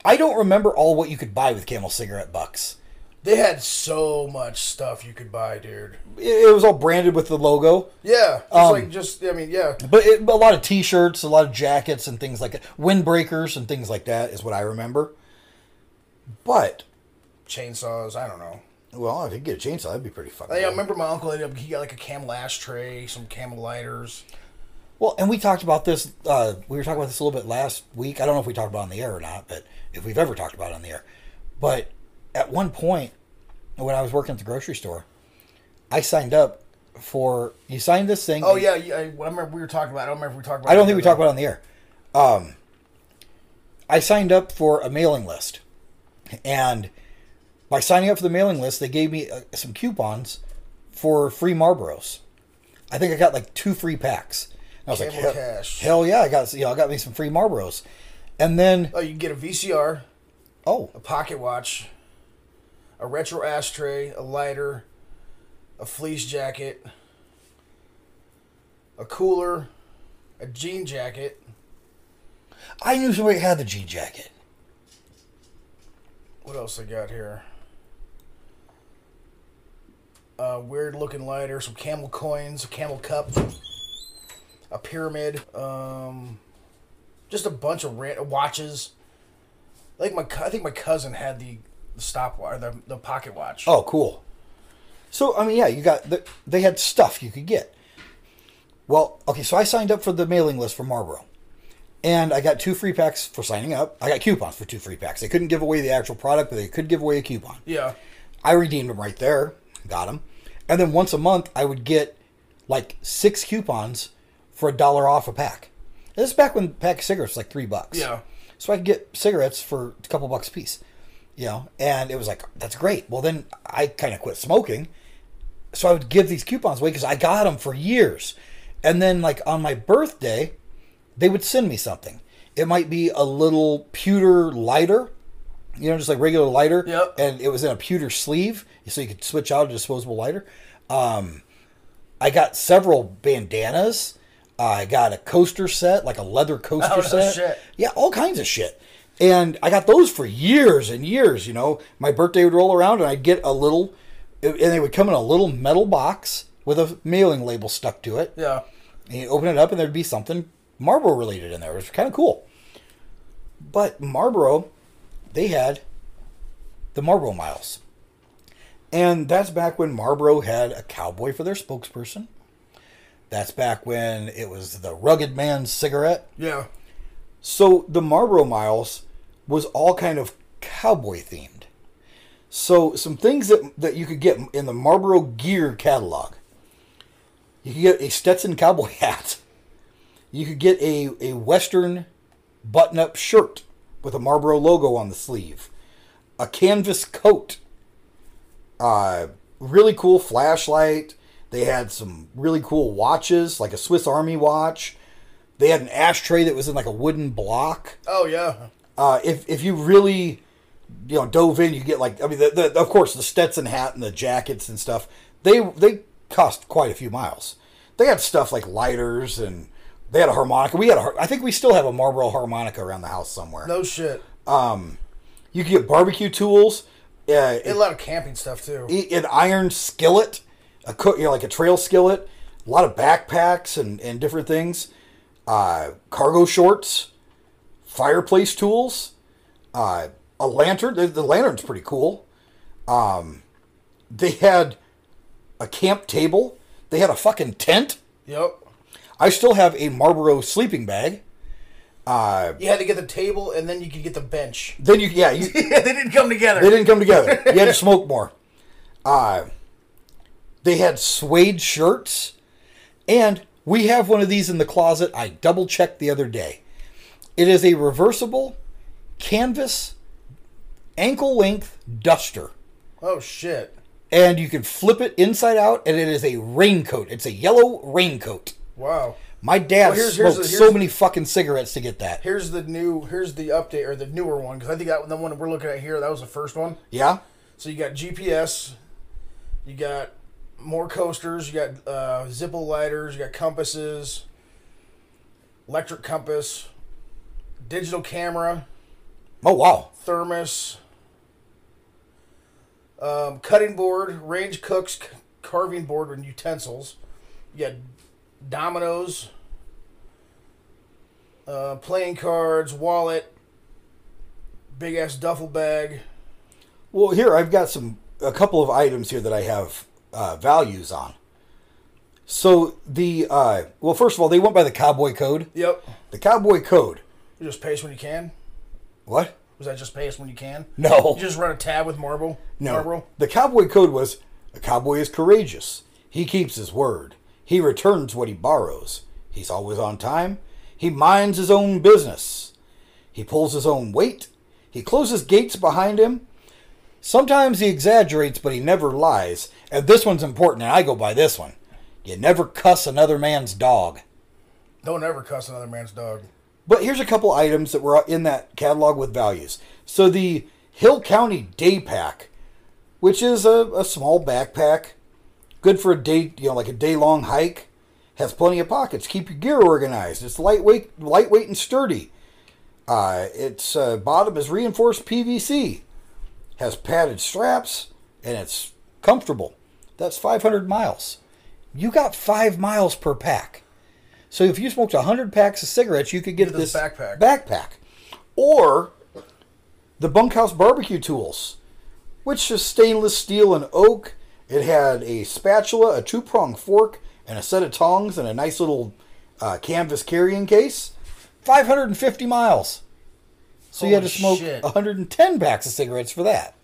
S3: I don't remember all what you could buy with camel cigarette bucks.
S4: They had so much stuff you could buy, dude.
S3: It it was all branded with the logo.
S4: Yeah. It's
S3: Um,
S4: like just. I mean, yeah.
S3: But it, a lot of T-shirts, a lot of jackets, and things like that. Windbreakers and things like that is what I remember. But
S4: Chainsaws. I don't know.
S3: well, if you get a chainsaw, that'd be pretty fucking.
S4: I
S3: cool.
S4: remember my uncle ended up. He got like a camel ashtray, some camel lighters.
S3: Well, and we talked about this. Uh, we were talking about this a little bit last week. I don't know if we talked about it on the air or not, but if we've ever talked about it on the air, but at one point when I was working at the grocery store, I signed up for you signed this thing.
S4: Oh yeah. yeah I, I remember we were talking about. I don't remember if we talked about.
S3: I don't think
S4: it
S3: we
S4: or
S3: talked
S4: not.
S3: about it on the air. Um, I signed up for a mailing list, and by signing up for the mailing list, they gave me uh, some coupons for free Marlboros. I think I got like two free packs. And I was
S4: Cable
S3: like, hell,
S4: cash.
S3: hell yeah, I got you know I got me some free Marlboros, and then
S4: Oh, you can get a VCR,
S3: oh
S4: a pocket watch, a retro ashtray, a lighter, a fleece jacket, a cooler, a jean jacket.
S3: I knew somebody had the jean jacket.
S4: What else I got here? Uh, weird looking lighter, some camel coins, a camel cup, a pyramid, um, just a bunch of ran- watches. Like my, cou- I think my cousin had the, the stopwatch, the, the pocket watch.
S3: Oh, cool. So I mean, yeah, you got the, they had stuff you could get. Well, okay, so I signed up for the mailing list for Marlboro, and I got two free packs for signing up. I got coupons for two free packs. They couldn't give away the actual product, but they could give away a coupon.
S4: yeah,
S3: I redeemed them right there, got them, and then once a month I would get like six coupons for a dollar off a pack. And this is back when a pack of cigarettes was like three bucks.
S4: Yeah.
S3: So I could get cigarettes for a couple bucks a piece, you know, and it was like that's great. Well, then I kind of quit smoking, so I would give these coupons away because I got them for years, and then like on my birthday, they would send me something. It might be a little pewter lighter, you know, just like regular lighter,
S4: Yep.
S3: and it was in a pewter sleeve, so you could switch out a disposable lighter. Um, I got several bandanas. I got a coaster set, like a leather coaster
S4: Oh, no
S3: set.
S4: shit.
S3: Yeah, all kinds of shit. And I got those for years and years. You know, my birthday would roll around, and I'd get a little, and they would come in a little metal box with a mailing label stuck to it.
S4: yeah.
S3: And you open it up, and there'd be something Marlboro related in there, which was kind of cool. But Marlboro, they had the Marlboro Miles. And that's back when Marlboro had a cowboy for their spokesperson. That's back when it was the rugged man cigarette.
S4: Yeah.
S3: So the Marlboro Miles was all kind of cowboy themed. So some things that that you could get in the Marlboro gear catalog. You could get a Stetson cowboy hat. You could get a, a Western button up shirt with a Marlboro logo on the sleeve, a canvas coat, uh, really cool flashlight. They had some really cool watches, like a Swiss Army watch. They had an ashtray that was in like a wooden block.
S4: Oh yeah.
S3: Uh, if if you really you know dove in, you get like I mean, the, the, of course the Stetson hat and the jackets and stuff. They they cost quite a few miles. They had stuff like lighters and they had a harmonica. We had a har- I think we still have a Marlboro harmonica around the house somewhere.
S4: No shit.
S3: Um, you could get barbecue tools. Uh,
S4: They had a lot of camping stuff too.
S3: eat e, an iron skillet, a cook, you know, like a trail skillet, a lot of backpacks and, and different things, uh, cargo shorts, fireplace tools, uh, a lantern. The, the lantern's pretty cool. Um, they had a camp table. They had a fucking tent.
S4: Yep.
S3: I still have a Marlboro sleeping bag.
S4: You had to get the table, and then you could get the bench.
S3: Then you, yeah, you,
S4: Yeah, they didn't come together.
S3: They didn't come together. You had to smoke more. Uh, they had suede shirts, and we have one of these in the closet. I double checked the other day. It is a reversible canvas ankle length duster,
S4: Oh shit!
S3: and you can flip it inside out, and it is a raincoat. It's a yellow raincoat.
S4: Wow.
S3: My dad
S4: Well, here's- here's
S3: smoked
S4: the- here's
S3: so
S4: the-
S3: many fucking cigarettes to get that.
S4: Here's the new. Here's the update or the newer one because I think that the one we're looking at here that was the first one.
S3: Yeah,
S4: So you got GPS, you got more coasters, you got uh, Zippo lighters, you got compasses, electric compass, digital camera,
S3: Oh wow.
S4: thermos, um, cutting board, range cooks, c- carving board with utensils. You got dominoes, uh, playing cards, wallet, big ass duffel bag.
S3: Well, here I've got some a couple of items here that I have uh, values on. So the uh, well, first of all, they went by the cowboy code.
S4: Yep.
S3: The cowboy code.
S4: You just pace when you can.
S3: What?
S4: Was that just pace when you can?
S3: No.
S4: You just run a tab with Marble?
S3: No.
S4: Marble?
S3: The cowboy code was a cowboy is courageous. He keeps his word. He returns what he borrows. He's always on time. He minds his own business. He pulls his own weight. He closes gates behind him. Sometimes he exaggerates, but he never lies. And this one's important, and I go by this one. You never cuss another man's dog.
S4: Don't ever cuss another man's dog.
S3: But here's a couple items that were in that catalog with values. So the Hill County Day Pack, which is a, a small backpack, good for a day, you know, like a day long hike, has plenty of pockets. Keep your gear organized. It's lightweight, lightweight and sturdy. Uh, its uh, bottom is reinforced PVC, has padded straps, and it's comfortable. That's 500 miles. You got five miles per pack. So if you smoked 100 packs of cigarettes, you could get,
S4: Get
S3: this
S4: this backpack.
S3: backpack. Or the bunkhouse barbecue tools, which is stainless steel and oak. It had a spatula, a two prong fork, and a set of tongs, and a nice little uh, canvas carrying case. 550 miles. So you had to
S4: Holy
S3: smoke
S4: shit.
S3: 110 packs of cigarettes for that.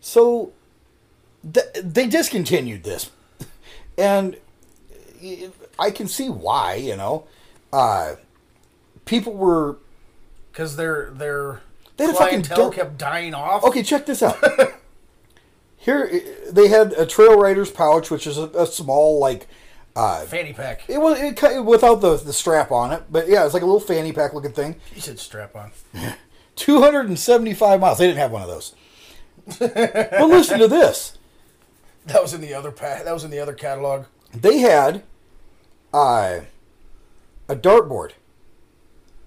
S3: So th- they discontinued this. And I can see why, you know. Uh, people were
S4: Because their, their
S3: They had a fucking
S4: clientele
S3: dope-
S4: kept dying off.
S3: Okay, check this out. Here eh, they had a trail rider's pouch, which is a, a small like uh,
S4: Fanny pack.
S3: it was it, cut- without the the strap on it, but yeah, it's like a little fanny pack looking thing.
S4: You said strap on.
S3: Two hundred and seventy five miles. They didn't have one of those. but listen to this.
S4: That was in the other pack. That was in the other catalog.
S3: They had uh, a dartboard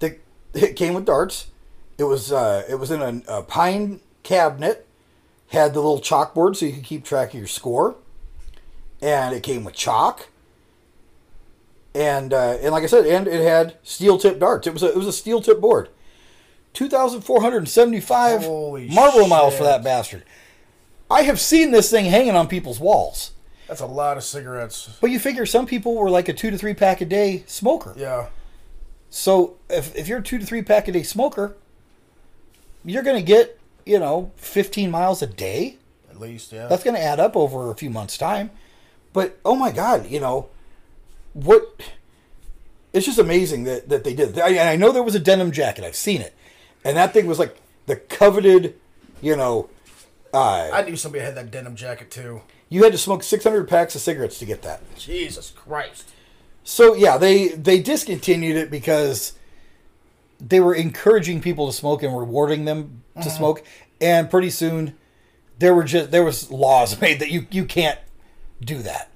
S3: that it came with darts. It was uh, it was in a, a pine cabinet. Had the little chalkboard so you could keep track of your score, and it came with chalk. And uh, and like I said, and it had steel tip darts. It was a, it was a steel tip board. Two thousand four hundred and seventy five
S4: Holy
S3: Marlboro miles for
S4: shit.
S3: that bastard. I have seen this thing hanging on people's walls.
S4: That's a lot of cigarettes.
S3: But you figure some people were like a two to three pack a day smoker.
S4: Yeah.
S3: So if, if you're a two to three pack a day smoker, you're going to get, you know, 15 miles a day.
S4: At least, yeah.
S3: That's going to add up over a few months' time. But oh my God, you know, what? It's just amazing that, that they did. I, I know there was a denim jacket. I've seen it. And that thing was like the coveted, you know, uh,
S4: I knew somebody had that denim jacket too.
S3: you had to smoke 600 packs of cigarettes to get that.
S4: Jesus Christ.
S3: So yeah, they they discontinued it because they were encouraging people to smoke and rewarding them
S4: Mm-hmm.
S3: to smoke, and pretty soon there were just there was laws made that you you can't do that.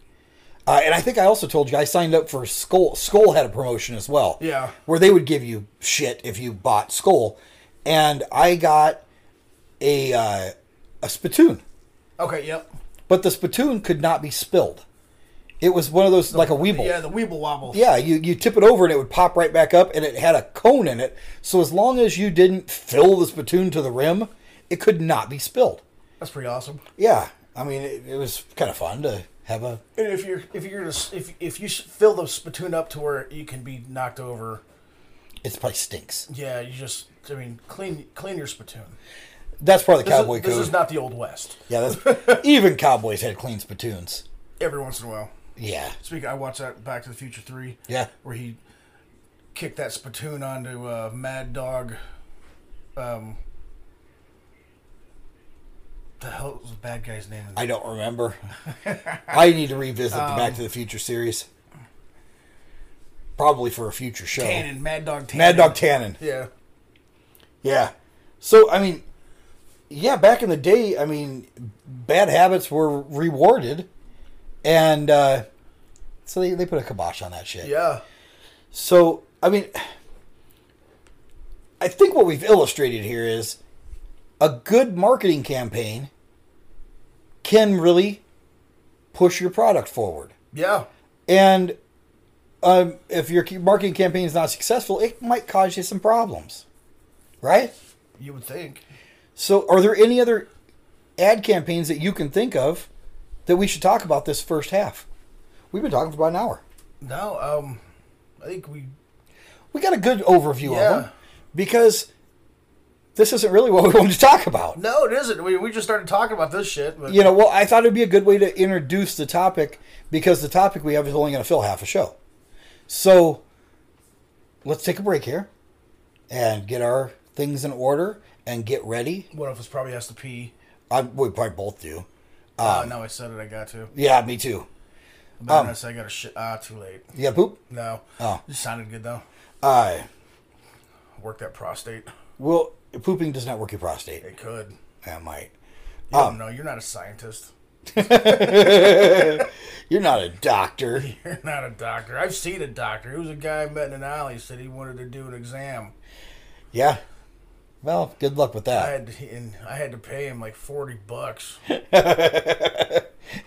S3: Uh, and I think I also told you I signed up for Skull. Skull had a promotion as well,
S4: Yeah.
S3: where they would give you shit if you bought Skull, and I got a uh, a spittoon,
S4: Okay, yep.
S3: but the spittoon could not be spilled. It was one of those like a weeble.
S4: Yeah, the Weeble Wobble.
S3: Yeah, you, you tip it over and it would pop right back up, and it had a cone in it. So as long as you didn't fill the spittoon to the rim, it could not be spilled.
S4: That's pretty awesome.
S3: Yeah, I mean it, it was kind of fun to have a
S4: And if you're if you're gonna s- if if you s- fill the spittoon up to where you can be knocked over,
S3: it probably stinks.
S4: yeah, you just I mean clean clean your spittoon.
S3: That's part of the
S4: This,
S3: cowboy
S4: is, this
S3: code.
S4: is not the old west.
S3: yeah, that's, even cowboys had clean spittoons.
S4: Every once in a while.
S3: Yeah,
S4: Speaking, I watched that Back to the Future Three.
S3: Yeah.
S4: where he kicked that spittoon onto uh, Mad Dog. Um, the hell was the bad guy's name?
S3: I don't remember. I need to revisit the
S4: Um,
S3: Back to the Future series, probably for a future show.
S4: Tannen, Mad Dog. Tannen.
S3: Mad Dog Tannen.
S4: Yeah,
S3: Yeah. So I mean, yeah, back in the day, I mean, bad habits were rewarded, and uh, so they, they put a kibosh on that shit.
S4: yeah.
S3: So I mean, I think what we've illustrated here is a good marketing campaign can really push your product forward,
S4: Yeah.
S3: and um, if your marketing campaign is not successful, it might cause you some problems, right?
S4: You would think.
S3: So, are there any other ad campaigns that you can think of that we should talk about this first half? We've been talking for about an hour.
S4: No, um, I think we.
S3: We got a good overview
S4: Yeah.
S3: of them because this isn't really what we wanted to talk about.
S4: No, it isn't. We, we just started talking about this shit. But
S3: You know, well, I thought it'd be a good way to introduce the topic because the topic we have is only going to fill half a show. So, let's take a break here and get our things in order and get ready.
S4: one of us probably has to pee.
S3: I, we probably both do. Um,
S4: Oh, no, I said it. I got to.
S3: Yeah, me too.
S4: But then I said I got to shit. Ah, too late.
S3: You got poop?
S4: No.
S3: um, Oh.
S4: It sounded good, though.
S3: Uh,
S4: Work that prostate.
S3: Well, pooping does not work your prostate.
S4: It could.
S3: That might.
S4: You
S3: Oh.
S4: don't know. You're not a scientist.
S3: You're not a doctor.
S4: You're not a doctor. I've seen a doctor. It was a guy I met in an alley. Said he wanted to do an exam.
S3: Yeah. Well, good luck with
S4: I
S3: that.
S4: had to, and I had to pay him like forty bucks.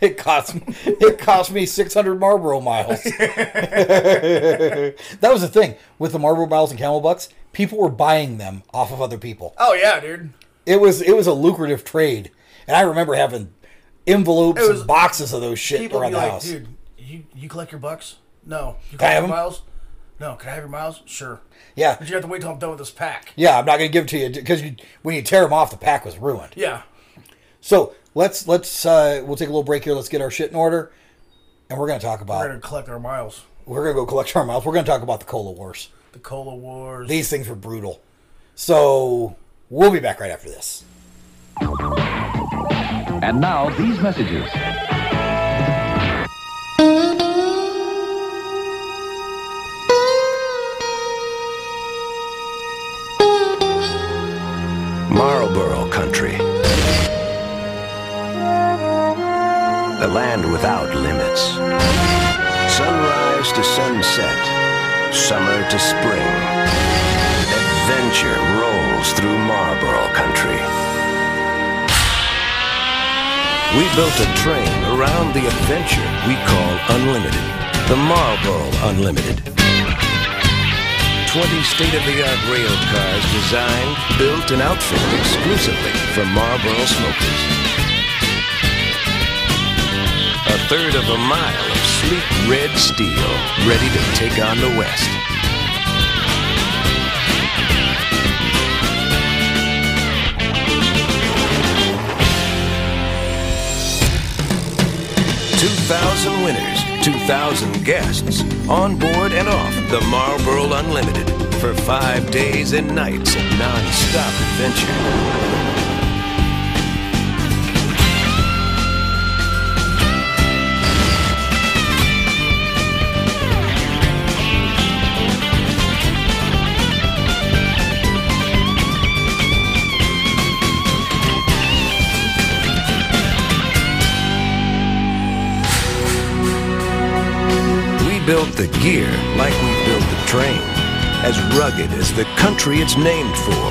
S3: It cost me, it cost me 600 Marlboro miles. that was the thing with the Marlboro miles and Camel Bucks. People were buying them off of other people.
S4: Oh yeah, dude.
S3: It was it was a lucrative trade, and I remember having envelopes
S4: It was-
S3: and boxes of those shit
S4: People
S3: around
S4: be
S3: the
S4: like,
S3: house.
S4: dude, you you collect your bucks? No. You collect
S3: I have
S4: your
S3: 'em?
S4: miles? No. Can I have your miles? Sure.
S3: Yeah,
S4: But you have to wait till I'm done with this pack.
S3: yeah. I'm not gonna give it to you because you, when you tear them off, the pack was ruined.
S4: Yeah.
S3: So let's let's uh, we'll take a little break here. Let's get our shit in order, and we're gonna talk about
S4: We're
S3: we're gonna,
S4: gonna collect our miles.
S3: go collect our mouth. We're gonna talk about the cola wars.
S4: The cola wars.
S3: These things were brutal. So we'll be back right after this.
S6: And now these messages.
S7: Marlborough Country. The land without limits. Sunrise to sunset, summer to spring. Adventure rolls through Marlborough Country. We built a train around the adventure we call Unlimited. The Marlboro Unlimited. 20 state-of-the-art rail cars designed, built, and outfitted exclusively for Marlboro smokers. A a third of a mile of sleek red steel ready to take on the West. Two thousand winners, two thousand guests, on board and off the Marlboro Unlimited for five days and nights of non-stop adventure. We built the gear like we built the train. As rugged as the country it's named for.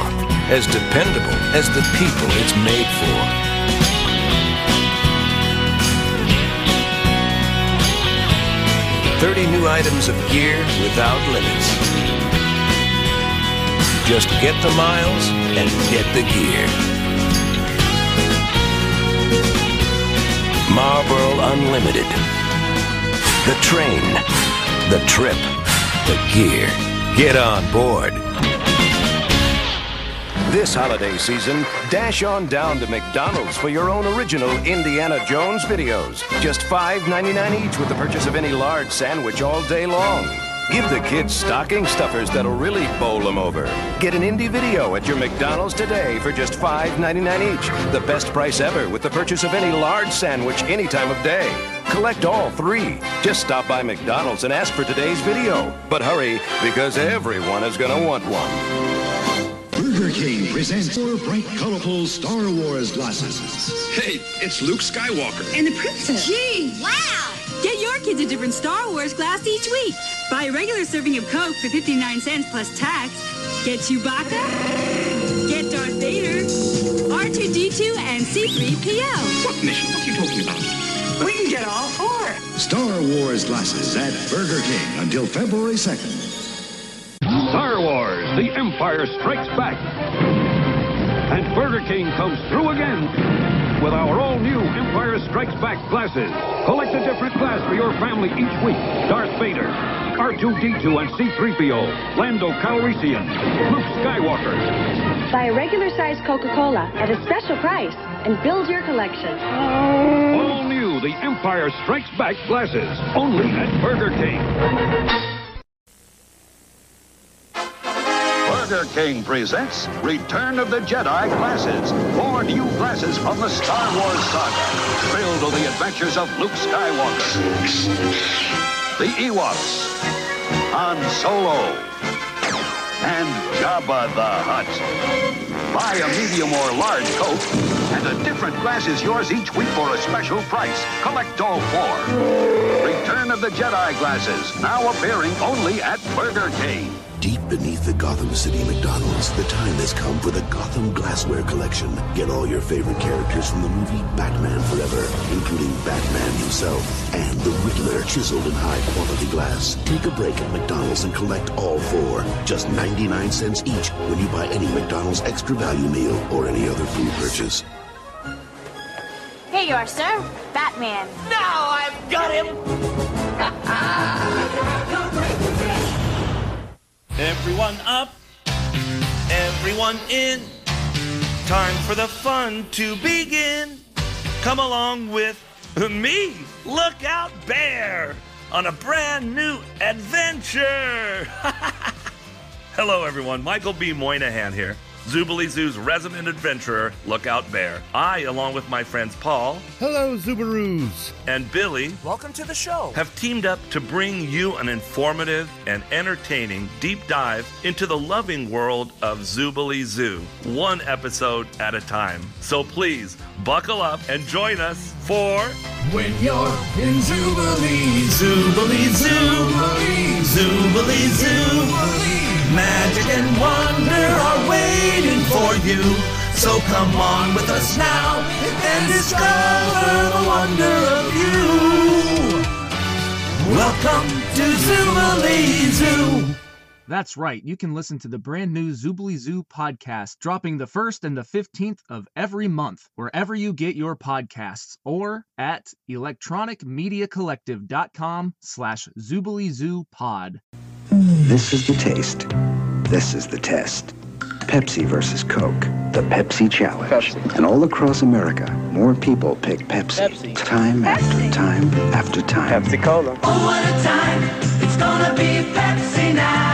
S7: As dependable as the people it's made for. Thirty new items of gear without limits. Just get the miles and get the gear. Marlboro Unlimited. The train, the trip, the gear. Get on board. This holiday season, dash on down to McDonald's for your own original Indiana Jones videos. Just $5.99 each with the purchase of any large sandwich all day long. Give the kids stocking stuffers that'll really bowl them over. Get an indie video at your McDonald's today for just $5.99 each. The best price ever with the purchase of any large sandwich any time of day. Collect all three. Just stop by McDonald's and ask for today's video. But hurry, because everyone is going to want one.
S8: Burger King presents four bright, colorful Star Wars glasses.
S9: Hey, it's Luke Skywalker.
S10: and the princess. Gee, wow! Get your kids a different Star Wars glass each week. Buy a regular serving of Coke for 59 cents plus tax. Get Chewbacca. Get Darth Vader. R2-D2 and C-3PO.
S9: What mission? What are you talking about?
S1: We can get all four.
S8: Star Wars glasses at Burger King until February 2nd.
S11: Star Wars, The Empire Strikes Back. And Burger King comes through again with our all new Empire Strikes Back glasses. Collect a different glass for your family each week. Darth Vader, R2D2 and C3PO, Lando Calrissian, Luke Skywalker.
S12: Buy a regular size Coca Cola at a special price and build your collection.
S11: All new The Empire Strikes Back glasses, only at Burger King.
S7: Burger King presents Return of the Jedi glasses. Four new glasses from the Star Wars saga. Thrilled to the adventures of Luke Skywalker. The Ewoks. Han Solo. And Jabba the Hutt. Buy a medium or large Coke, and a different glass is yours each week for a special price. Collect all four. Return of the Jedi glasses, now appearing only at Burger King.
S13: Deep beneath the Gotham City McDonald's, the time has come for the Gotham Glassware Collection. Get all your favorite characters from the movie Batman Forever, including Batman himself and the Riddler, chiseled in high quality glass. Take a break at McDonald's and collect all four. Just 99 cents each when you buy any McDonald's extra value meal or any other food purchase.
S14: Here you are, sir. Batman.
S1: Now I've got him.
S15: Everyone up, everyone in. Time for the fun to begin. Come along with me, Lookout Bear, on a brand new adventure. Hello, everyone. Michael B. Moynihan here. Zubilee Zoo's resident adventurer, Lookout Bear. I, along with my friends Paul. Hello, Zubaroos. And Billy,
S16: Welcome to the show.
S15: have teamed up to bring you an informative and entertaining deep dive into the loving world of Zubilee Zoo, one episode at a time. So please buckle up and join us for
S17: When you're in Jubilee, Jubilee, Jubilee, Jubilee, Jubilee, magic and wonder are waiting for you. So come on with us now and discover the wonder of you. Welcome to Jubilee Zoo.
S18: That's right, you can listen to the brand new Zoobly Zoo podcast dropping the 1st and the 15th of every month, wherever you get your podcasts, or at electronicmediacollective.com slash zooblizoopod.
S19: This is the taste. This is the test. Pepsi versus Coke. The Pepsi Challenge. And all across America, more people pick Pepsi. Time after time after time. Pepsi Cola.
S9: Oh, what a time. It's gonna be Pepsi now.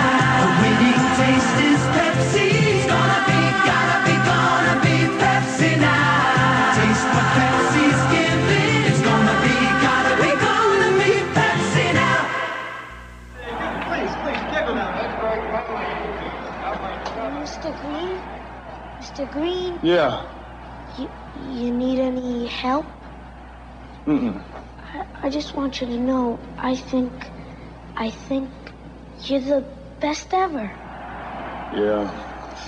S9: The winning taste is Pepsi. It's gonna be, gotta be, gonna be Pepsi now. Taste what Pepsi's giving. It's gonna be, gotta be, gonna be Pepsi now.
S20: Mr. Green? Mr. Green,
S21: Yeah.
S20: you, you need any help?
S21: Mm-mm.
S20: I, I just want you to know, I think, I think you're the best ever.
S21: Yeah.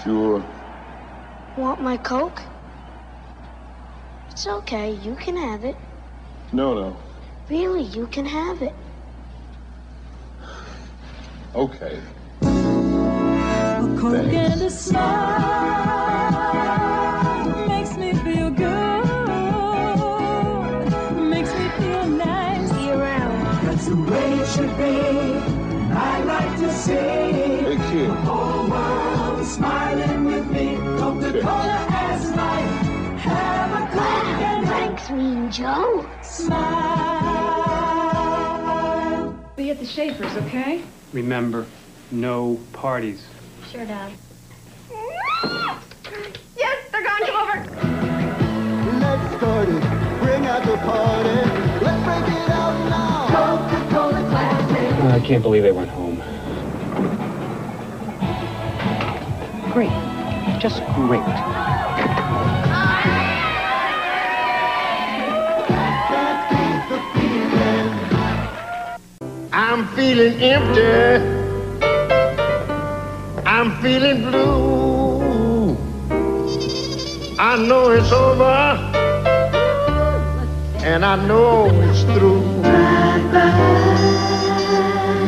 S21: Sure.
S20: Want my Coke? It's okay, you can have it.
S21: No, no.
S20: Really, you can have it.
S21: Okay.
S9: And a smile makes me feel good, makes me feel nice. That's the way it should be. I like to see
S21: Hey, kid.
S9: the whole world is smiling with me. Coca-Cola as my have a Coke
S20: Ah,
S9: and
S20: Thanks, Mean Joe.
S9: smile.
S22: Be at the Schaefer's, okay?
S23: Remember, no parties.
S22: Sure, Dad.
S9: Yes, they're gone. Come over.
S4: Let's start it. Bring out the party. Let's break it out now. Coca-Cola Classic.
S23: I can't believe they went home.
S22: Great. Just great.
S11: I'm feeling empty. I'm feeling blue. I know it's over. And I know it's through.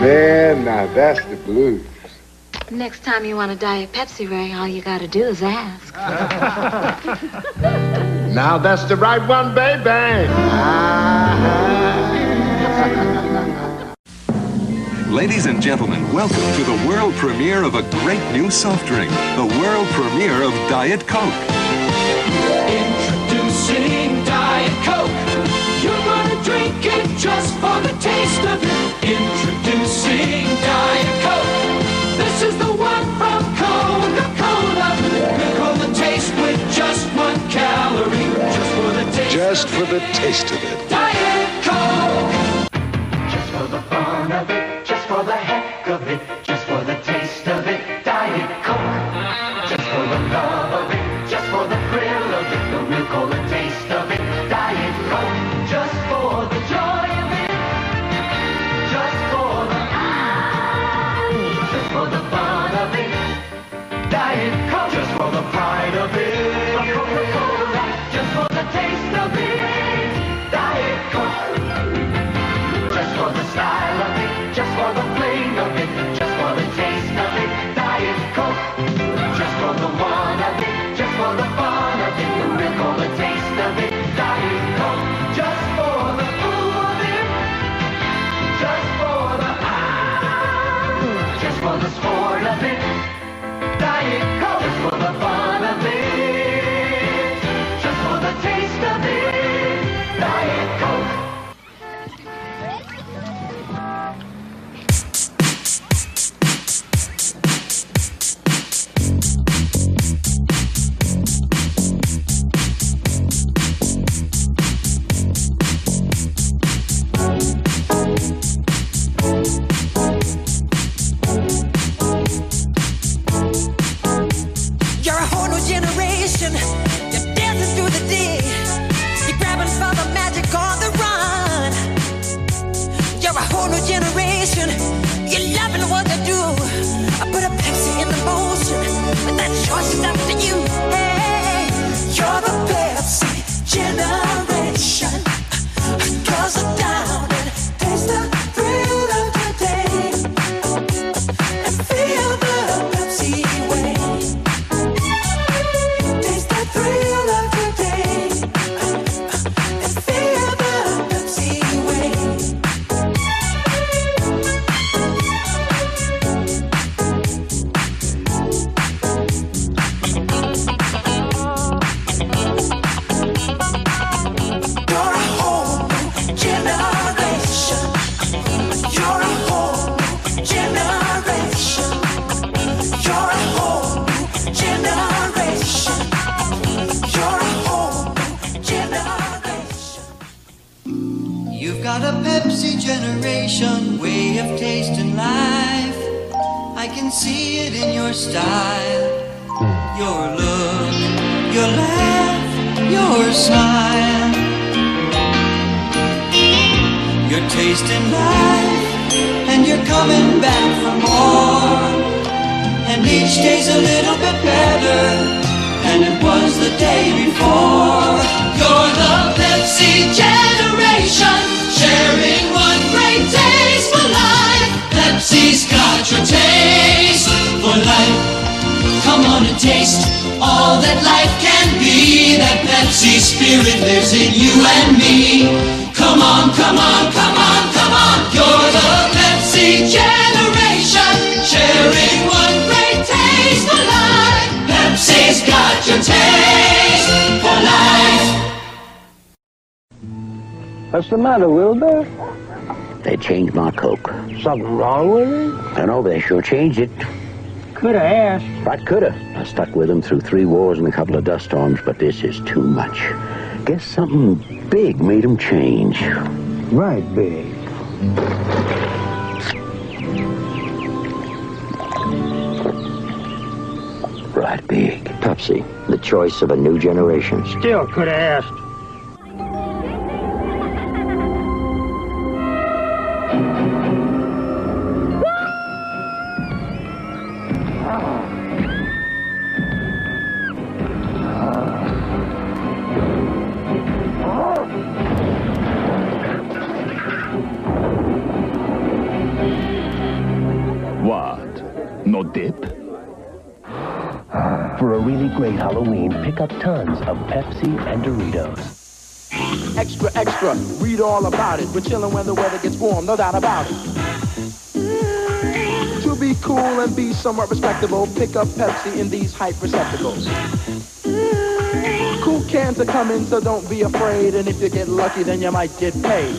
S11: Man, now that's the blues.
S7: Next time you want to dye a Pepsi ring, all you gotta do is ask.
S11: Now that's the right one, baby.
S7: Ladies and gentlemen, welcome to the world premiere of a great new soft drink, the world premiere of Diet Coke.
S9: Introducing Diet Coke. You're gonna drink it just for the taste of it. Introducing Diet Coke. This is the one from Coca-Cola. Recall the taste with just one calorie. Just for the taste.
S11: Just for the taste of it.
S9: Diet Coke.
S11: Just for the fun of it, just for the heck of it, just for the taste of it. Diet Coke. Just for the love of it, just for the thrill of it, the real cola taste of it. Diet Coke. Just for the joy of it. Just for the ah. Just for the fun of it. Diet Coke. Just for the pride of it. Just for the taste of it. Diet
S9: ah, generation way of tasting life. I can see it in your style, your look, your laugh, your smile. You're tasting life, and you're coming back for more. And each day's a little bit better than it was the day before. You're the Pepsi generation, sharing one great taste for life. Pepsi's got your taste for life. Come on and taste all that life can be. That Pepsi spirit lives in you and me. Come on, come on, come on, come on. You're the Pepsi generation, sharing one great taste for life. Pepsi's got your taste for life.
S24: What's the matter, Wilbur?
S25: They changed my Coke.
S24: Something wrong with it?
S25: I know they sure changed it.
S24: Could I ask?
S25: But coulda. I stuck with them through three wars and a couple of dust storms, but this is too much. Guess something big made them change.
S24: Right, big.
S25: Right big. Pepsi, the choice of a new generation.
S24: Still could I ask?
S26: What? No dip? For a really great Halloween, pick up tons of Pepsi and Doritos.
S27: Extra, extra, read all about it. We're chilling when the weather gets warm, no doubt about it. To be cool and be somewhat respectable, pick up Pepsi in these hype receptacles. Cool cans are coming, so don't be afraid. And if you get lucky, then you might get paid.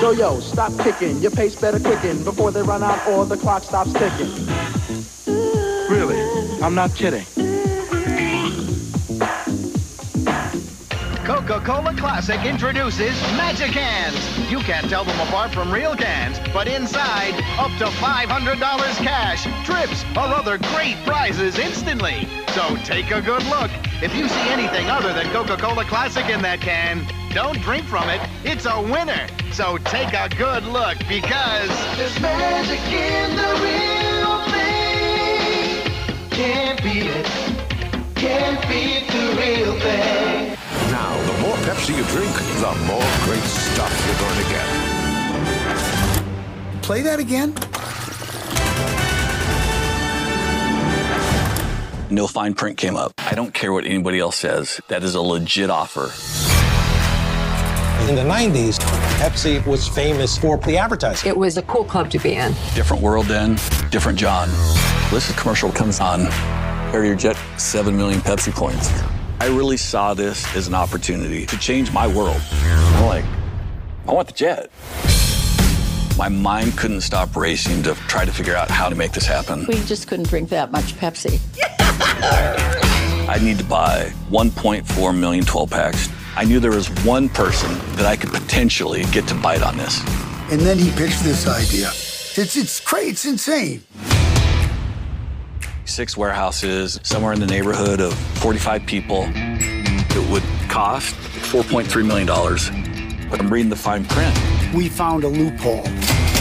S27: So yo, stop kicking. Your pace better quicken before they run out or the clock stops ticking. Really, I'm not kidding.
S2: Coca-Cola Classic introduces Magic Cans. You can't tell them apart from real cans, but inside, up to $500 cash, trips, or other great prizes instantly. So take a good look. If you see anything other than Coca-Cola Classic in that can, don't drink from it. It's a winner. So take a good look because
S27: There's magic in the real thing. Can't beat it. Can't beat the real thing.
S28: Now, the more Pepsi you drink, the more great stuff you're going to get.
S3: Play that again?
S7: No fine print came up. I don't care what anybody else says. That is a legit offer.
S29: In the 90s, Pepsi was famous for the advertising.
S30: It was a cool club to be in.
S7: Different world then, different John. This commercial comes on. Harrier Jet, 7 million Pepsi points. I really saw this as an opportunity to change my world. I'm like, I want the jet. My mind couldn't stop racing to try to figure out how to make this happen.
S11: We just couldn't drink that much Pepsi.
S7: I need to buy 1.4 million 12 packs. I knew there was one person that I could potentially get to bite on this.
S3: And then he pitched this idea. It's, it's crazy, it's insane.
S7: Six warehouses, somewhere in the neighborhood of 45 people. It would cost $4.3 million. But I'm reading the fine print.
S3: We found a loophole.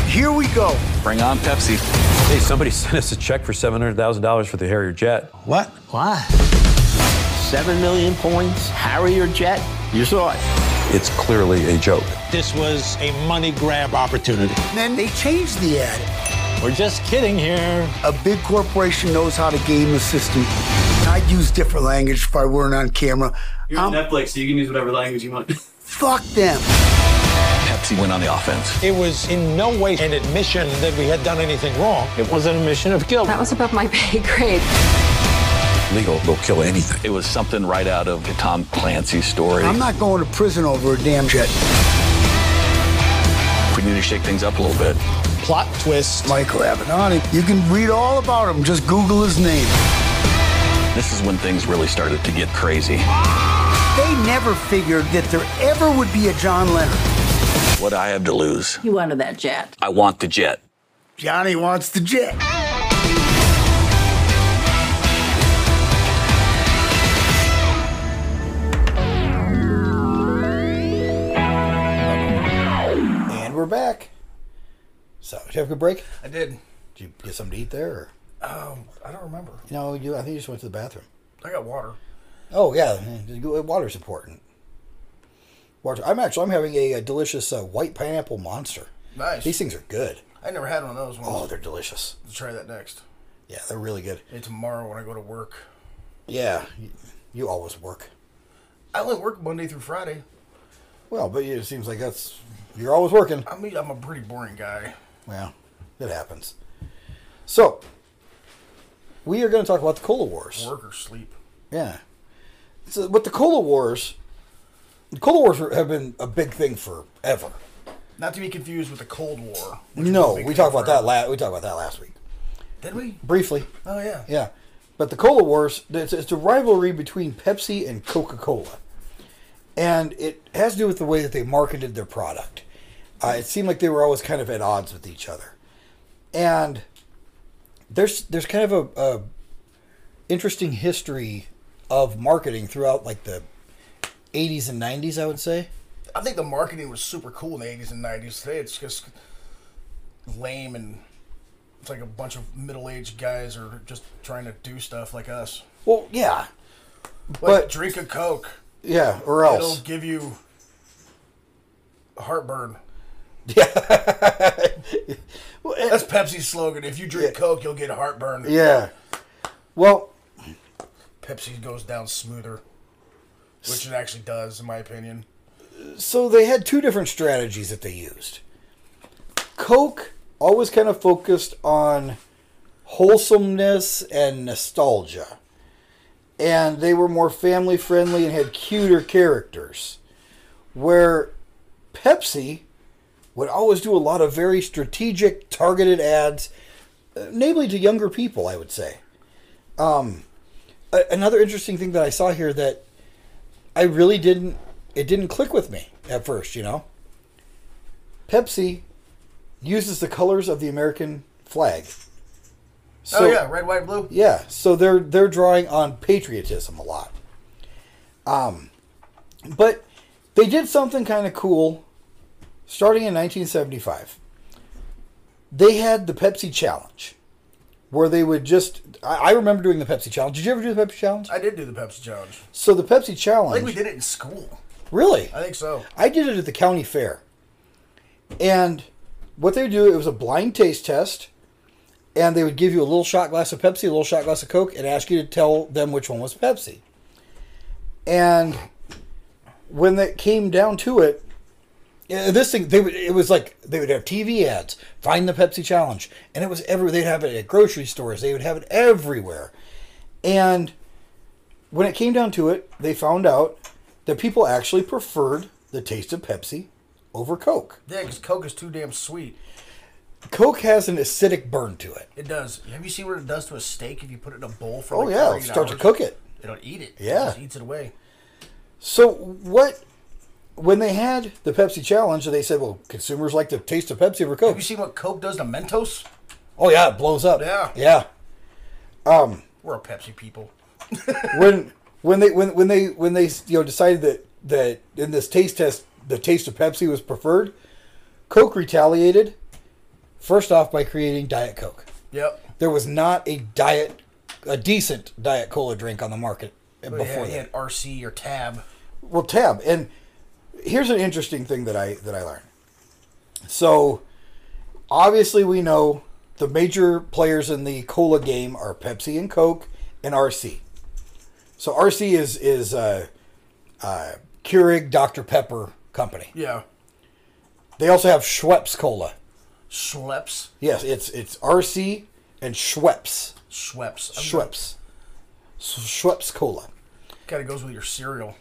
S3: Here we go.
S7: Bring on Pepsi.
S31: Hey, somebody sent us a check for $700,000 for the Harrier jet.
S3: What? Why?
S4: Seven million points, Harrier jet. You saw it.
S31: It's clearly a joke.
S4: This was a money grab opportunity.
S3: Then they changed the ad.
S4: We're just kidding here.
S3: A big corporation knows how to game the system. I'd use different language if I weren't on camera.
S32: You're on Netflix, so you can use whatever language you want.
S3: Um, Fuck them.
S7: Pepsi went on the offense.
S4: It was in no way an admission that we had done anything wrong. It was an admission of guilt.
S11: That was above my pay grade.
S7: Legal will kill anything. It was something right out of the Tom Clancy story.
S3: I'm not going to prison over a damn jet.
S7: We need to shake things up a little bit.
S4: Plot twist.
S3: Michael Avenatti. You can read all about him. Just Google his name.
S7: This is when things really started to get crazy.
S3: They never figured that there ever would be a John Lennon.
S33: What do I have to lose?
S25: He wanted that jet.
S33: I want the jet.
S34: Johnny wants the jet.
S3: And we're back. So, did you have a good break?
S4: I did.
S3: Did you get something to eat there? Or?
S4: Um, I don't remember.
S3: No, you, I think you just went to the bathroom.
S4: I got water.
S3: Oh yeah, water's important. Water. I'm actually I'm having a, uh, delicious uh, white pineapple monster.
S4: Nice.
S3: These things are good.
S4: I never had one of those ones.
S3: Oh, they're delicious.
S4: Let's try that next.
S3: Yeah, they're really good.
S4: Maybe tomorrow when I go to work.
S3: Yeah, you, you always work.
S4: I only work Monday through Friday.
S3: Well, but it seems like that's you're always working.
S4: I mean, I'm a pretty boring guy.
S3: Well, it happens. So, we are going to talk about the Cola Wars.
S4: Work or sleep.
S3: Yeah. So, but the Cola Wars, the Cola Wars are- have been a big thing forever.
S4: Not to be confused with the Cold War.
S3: No, we talked about that last. We talked about that last week
S4: Did we?
S3: briefly.
S4: Oh yeah.
S3: Yeah, but the Cola Wars, it's, it's a rivalry between Pepsi and Coca Cola, and it has to do with the way that they marketed their product. Uh, it seemed like they were always kind of at odds with each other, and there's there's kind of a, a interesting history of marketing throughout like the 80s and 90s. I would say.
S4: I think the marketing was super cool in the eighties and nineties. Today it's just lame and it's like a bunch of middle aged guys are just trying to do stuff like us.
S3: Well, yeah,
S4: Like
S3: But-
S4: drink a Coke.
S3: yeah, or
S4: It'll
S3: else.
S4: give you heartburn.
S3: Yeah.
S4: That's Pepsi's slogan. If you drink Coke, you'll get heartburn.
S3: Yeah. Well,
S4: Pepsi goes down smoother, which it actually does, in my opinion.
S3: so they had two different strategies that they used. Coke always kind of focused on wholesomeness and nostalgia. And they were more family friendly and had cuter characters. Where Pepsi would always do a lot of very strategic, targeted ads, uh, namely to younger people, I would say. Um, a- another interesting thing that I saw here that I really didn't it didn't click with me at first, you know. Pepsi uses the colors of the American flag.
S4: oh yeah, red, white, blue.
S3: Yeah, so they're they're drawing on patriotism a lot. Um but they did something kind of cool starting in 1975. They had the Pepsi challenge where they would just I, I remember doing the Pepsi challenge. Did you ever do the Pepsi challenge?
S4: I did do the Pepsi challenge.
S3: So the Pepsi
S4: I
S3: challenge
S4: think we did it in school.
S3: Really?
S4: I think so.
S3: I did it at the county fair. And what they would do, it was a blind taste test. And they would give you a little shot glass of Pepsi, a little shot glass of Coke, and ask you to tell them which one was Pepsi. And when it came down to it, yeah, this thing they would it was like they would have TV ads, find the Pepsi challenge, and it was everywhere. They'd have it at grocery stores. They would have it everywhere. And when it came down to it, they found out that people actually preferred the taste of Pepsi over Coke.
S4: Yeah, because Coke is too damn sweet.
S3: Coke has an acidic burn to it.
S4: It does. Have you seen what it does to a steak if you put it in a bowl for?
S3: Oh,
S4: like
S3: yeah, it'll
S4: 48
S3: start to
S4: hours?
S3: cook it.
S4: It'll eat it.
S3: Yeah.
S4: it just eats it away.
S3: So what when they had the Pepsi challenge, they said, "Well, consumers like the taste of Pepsi over Coke."
S4: Have you seen what Coke does to Mentos?
S3: Oh yeah, it blows up.
S4: Yeah.
S3: Yeah. Um
S4: We're a Pepsi people.
S3: when when they when when they when they you know decided that that in this taste test the taste of Pepsi was preferred, Coke retaliated. First off, by creating Diet Coke.
S4: Yep. Oh,
S3: There was not a diet, a decent Diet Cola drink on the market
S4: But
S3: before
S4: Oh, yeah,
S3: that.
S4: he had RC or Tab.
S3: Well, tab. And here's an interesting thing that I that I learned. So, obviously, we know the major players in the cola game are Pepsi and Coke and RC. So RC is is uh, uh, Keurig Dr Pepper company.
S4: Yeah.
S3: They also have Schweppes cola.
S4: Schweppes.
S3: Yes, it's it's RC and Schweppes.
S4: Schweppes.
S3: Schweppes. Schweppes cola.
S4: Kind of goes with your cereal.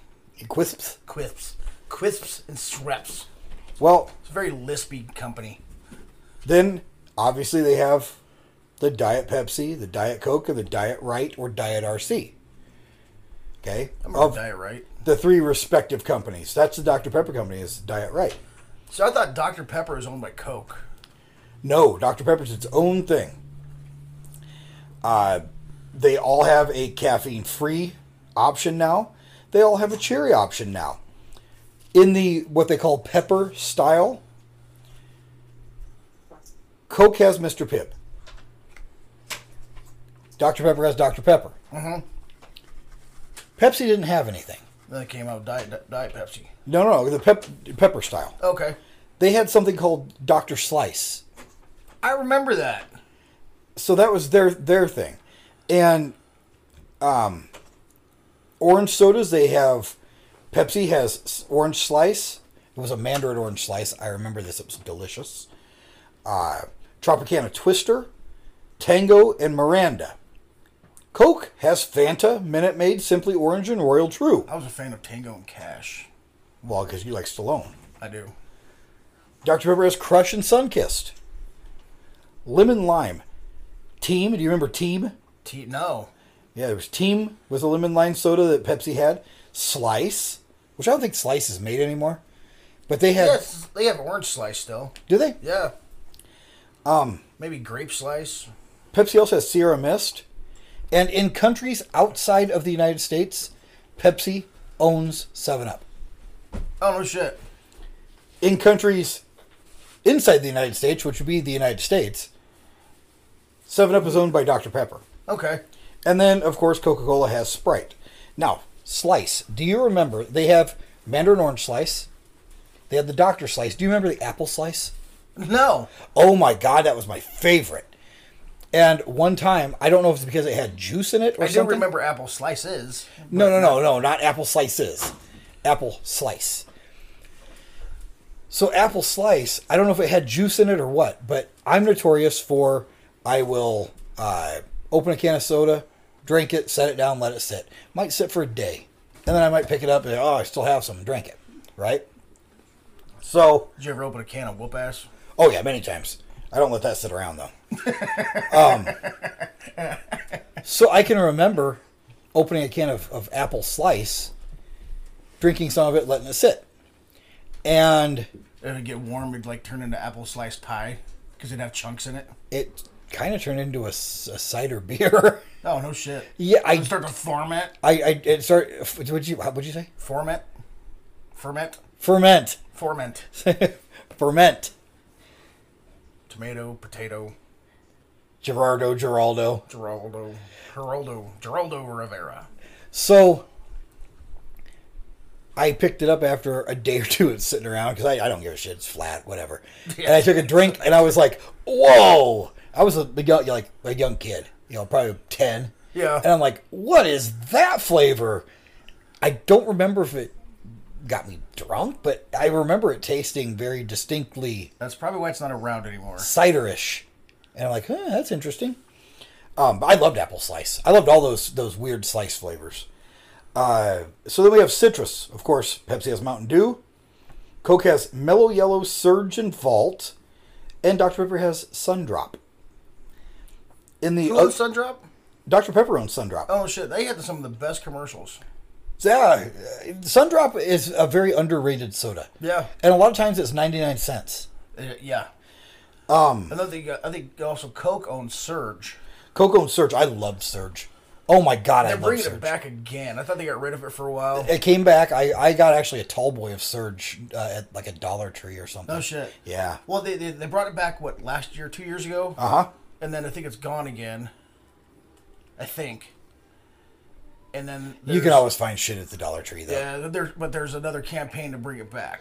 S3: Quisps.
S4: Quisps. Quisps and Schweppes.
S3: Well,
S4: It's a very lispy company.
S3: Then obviously they have the Diet Pepsi, the Diet Coke, and the Diet Right or Diet RC. Okay,
S4: I'm
S3: of
S4: Diet Right.
S3: the three respective companies. That's the Dr Pepper company is Diet Right.
S4: So I thought Dr. Pepper is owned by Coke.
S3: No, Dr. Pepper's its own thing. Uh, they all have a caffeine free option now. They all have a cherry option now. In the what they call pepper style, Coke has Mr. Pip. Dr. Pepper has Dr. Pepper.
S4: Mm-hmm.
S3: Pepsi didn't have anything.
S4: Then it came out with Diet, Diet Pepsi.
S3: No, no, the pep, pepper style.
S4: Okay.
S3: They had something called Dr. Slice.
S4: I remember that.
S3: So that was their their thing. And um orange sodas they have Pepsi has s- orange slice. It was a mandarin orange slice. I remember this. It was delicious. Uh Tropicana Twister, Tango and Miranda. Coke has Fanta, Minute Maid, Simply Orange and Royal True.
S4: I was a fan of Tango and Cash.
S3: Well, because you like Stallone.
S4: I do.
S3: Dr. Pepper has Crush and Sunkissed. Lemon Lime. Team, do you remember Team?
S4: Te- no.
S3: Yeah, there was Team was a lemon lime soda that Pepsi had. Slice, which I don't think Slice is made anymore. But they had,
S4: Yes, they have orange slice still.
S3: do they?
S4: Yeah.
S3: Um,
S4: Maybe grape slice.
S3: Pepsi also has Sierra Mist. And in countries outside of the United States, Pepsi owns 7 Up.
S4: Oh, no shit.
S3: In countries inside the United States, which would be the United States, 7 Up is owned by Dr. Pepper.
S4: Okay.
S3: And then, of course, Coca Cola has Sprite. Now, Slice. Do you remember? They have Mandarin Orange Slice. They had the Doctor Slice. Do you remember the Apple Slice?
S4: No.
S3: Oh my God, that was my favorite. And one time, I don't know if it's because it had juice in it or
S4: I
S3: something.
S4: do remember apple slices.
S3: No, no, no, no, not apple slices. Apple slice. So apple slice, I don't know if it had juice in it or what, but I'm notorious for I will uh, open a can of soda, drink it, set it down, let it sit. Might sit for a day, and then I might pick it up and oh, I still have some, drink it, right? So
S4: Did you ever open a can of whoop ass?
S3: Oh yeah, many times. I don't let that sit around though. um, so I can remember opening a can of, of apple slice, drinking some of it, letting it sit, and
S4: It would get warm. It'd like turn into apple slice pie because it'd have chunks in it.
S3: it kind of turned into a, s- a cider beer.
S4: Oh no shit.
S3: yeah, I
S4: It'd start to format.
S3: I, I it start. f- What'd you What'd you say?
S4: Format. Ferment.
S3: Ferment.
S4: Ferment.
S3: Ferment.
S4: Tomato. Potato.
S3: Gerardo. Geraldo.
S4: Geraldo. Geraldo. Geraldo Rivera.
S3: So I picked it up after a day or two of sitting around because I, I don't give a shit. It's flat, whatever. And I took a drink and I was like, whoa. I was a, big young, like a young kid, you know, probably 10.
S4: Yeah.
S3: And I'm like, what is that flavor? I don't remember if it got me drunk, but I remember it tasting very distinctly
S4: That's probably why it's not around anymore.
S3: ciderish, and I'm like, huh, that's interesting. Um, I loved apple slice. I loved all those those weird slice flavors. Uh, so then we have citrus, of course. Pepsi has Mountain Dew. Coke has Mellow Yellow, Surge, and Vault, and Dr Pepper has Sundrop. In the
S4: Who owns Sundrop?
S3: Dr Pepper owns Sundrop.
S4: Oh shit! They had some of the best commercials.
S3: Yeah, uh, Sundrop is a very underrated soda,
S4: Yeah.
S3: and a lot of times it's ninety nine cents.
S4: Uh, yeah.
S3: Um,
S4: I think I think also Coke owns Surge.
S3: Coke owns Surge. I loved Surge. Oh my god, I
S4: They're
S3: love
S4: bringing
S3: Surge.
S4: it back again. I thought they got rid of it for a while.
S3: It came back. I, I got actually a tall boy of Surge uh, at like a Dollar Tree or something.
S4: No Oh, shit.
S3: Yeah.
S4: Well, they, they, they brought it back what last year, two years ago.
S3: Uh huh.
S4: And then I think it's gone again. I think. And then
S3: You can
S4: there's-
S3: always find shit at the Dollar Tree though.
S4: yeah. There, but there's another campaign to bring it back.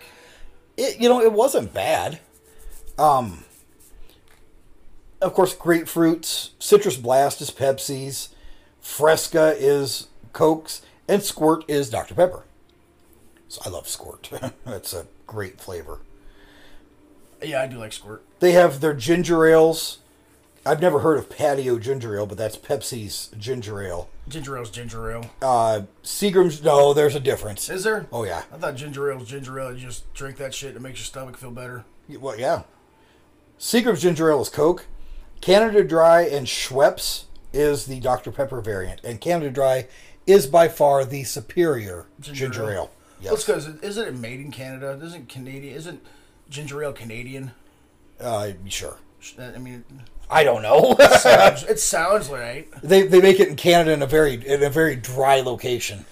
S3: It you know it wasn't bad. Um. Of course, grapefruits, citrus blast is Pepsi's, Fresca is Coke's, and Squirt is Dr Pepper. So I love Squirt. That's a great flavor.
S4: Yeah, I do like Squirt.
S3: They have their ginger ales. I've never heard of patio ginger ale, but that's Pepsi's ginger ale.
S4: Ginger ale's ginger ale.
S3: Uh, Seagram's. No, there's a difference.
S4: Is there?
S3: Oh yeah.
S4: I thought ginger ale's ginger ale. You just drink that shit and it makes your stomach feel better.
S3: Well, yeah. Seagram's ginger ale is Coke. Canada Dry and Schweppes is the Dr Pepper variant, and Canada Dry is by far the superior ginger, ale.
S4: Let's go. Is it- Isn't it made in Canada? Isn't Canadian? Isn't ginger ale Canadian?
S3: Uh, sure.
S4: I mean,
S3: I don't know.
S4: it, sounds, it sounds right.
S3: They they make it in Canada in a very in a very dry location.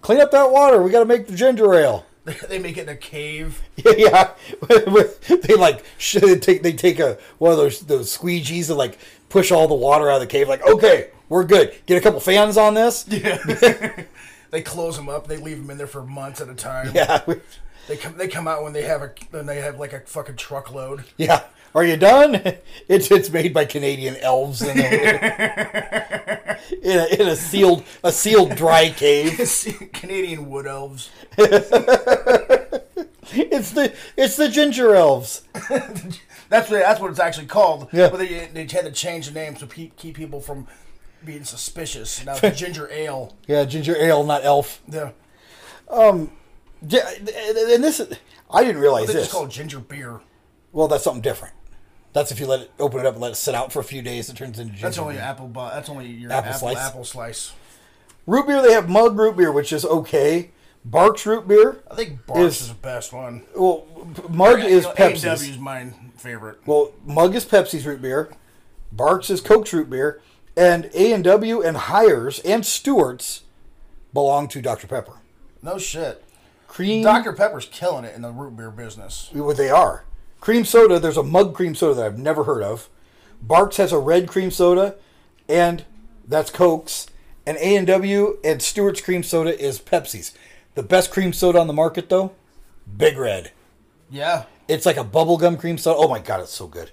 S3: Clean up that water. We got to make the ginger ale.
S4: They make it in a cave.
S3: yeah, they like sh- they take they take a one of those those squeegees and like push all the water out of the cave. Like, okay, we're good. Get a couple fans on this.
S4: Yeah, they close them up. They leave them in there for months at a time.
S3: Yeah.
S4: They come. They come out when they have a. When they have like a fucking truckload.
S3: yeah. Are you done? It's it's made by Canadian elves in a, in a, in a sealed a sealed dry cave.
S4: Canadian wood elves.
S3: It's the it's the ginger elves.
S4: That's what that's what it's actually called.
S3: Yeah.
S4: But they, they had to change the name to pe- keep people from being suspicious. Now it's ginger ale.
S3: Yeah, ginger ale, not elf.
S4: Yeah.
S3: Um, yeah, and and this is- I didn't
S4: They
S3: realize
S4: just
S3: this.
S4: call it ginger beer.
S3: well, that's something different. That's if you let it open it up and let it sit out for a few days, it turns into ginger.
S4: That's only
S3: beer.
S4: apple. Bu- that's only your
S3: Apple
S4: apple apple
S3: slice.
S4: slice.
S3: root beer. They have mug root beer, which is okay. Barks root beer. I
S4: think Barks is the best one.
S3: Well, mug is Pepsi's.
S4: AW is mine favorite.
S3: Well, Mug is Pepsi's root beer, Barks is Coke's root beer, and A and W and Hires and Stewart's belong to Dr Pepper.
S4: No shit.
S3: Cream.
S4: Dr Pepper's killing it in the root beer business.
S3: What they are. Cream soda. There's a mug cream soda that I've never heard of. Barks has a red cream soda, and that's Coke's. And A and W and Stewart's cream soda is Pepsi's. The best cream soda on the market, though, Big Red.
S4: Yeah.
S3: It's like a bubblegum cream soda. Oh my god, it's so good.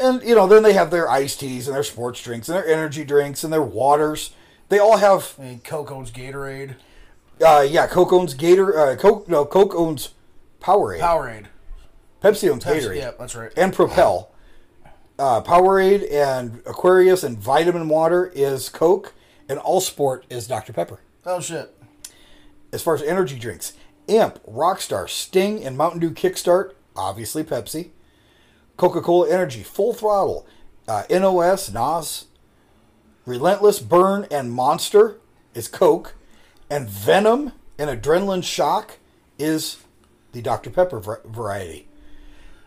S3: And you know, then they have their iced teas and their sports drinks and their energy drinks and their waters. They all have
S4: And Coke owns Gatorade.
S3: uh yeah, Coke owns Gator uh Coke no, Coke owns Powerade.
S4: Powerade.
S3: Pepsi owns
S4: Pepsi,
S3: Gatorade.
S4: yeah, that's right.
S3: And Propel. Uh, Powerade and Aquarius and Vitamin Water is Coke, and All Sport is Dr. Pepper.
S4: Oh shit.
S3: As far as energy drinks, Amp, Rockstar, Sting, and Mountain Dew Kickstart, obviously Pepsi. Coca Cola Energy, Full Throttle, uh, NOS, NOS, Relentless, Burn, and Monster is Coke. And Venom and Adrenaline Shock is the Dr. Pepper var- variety.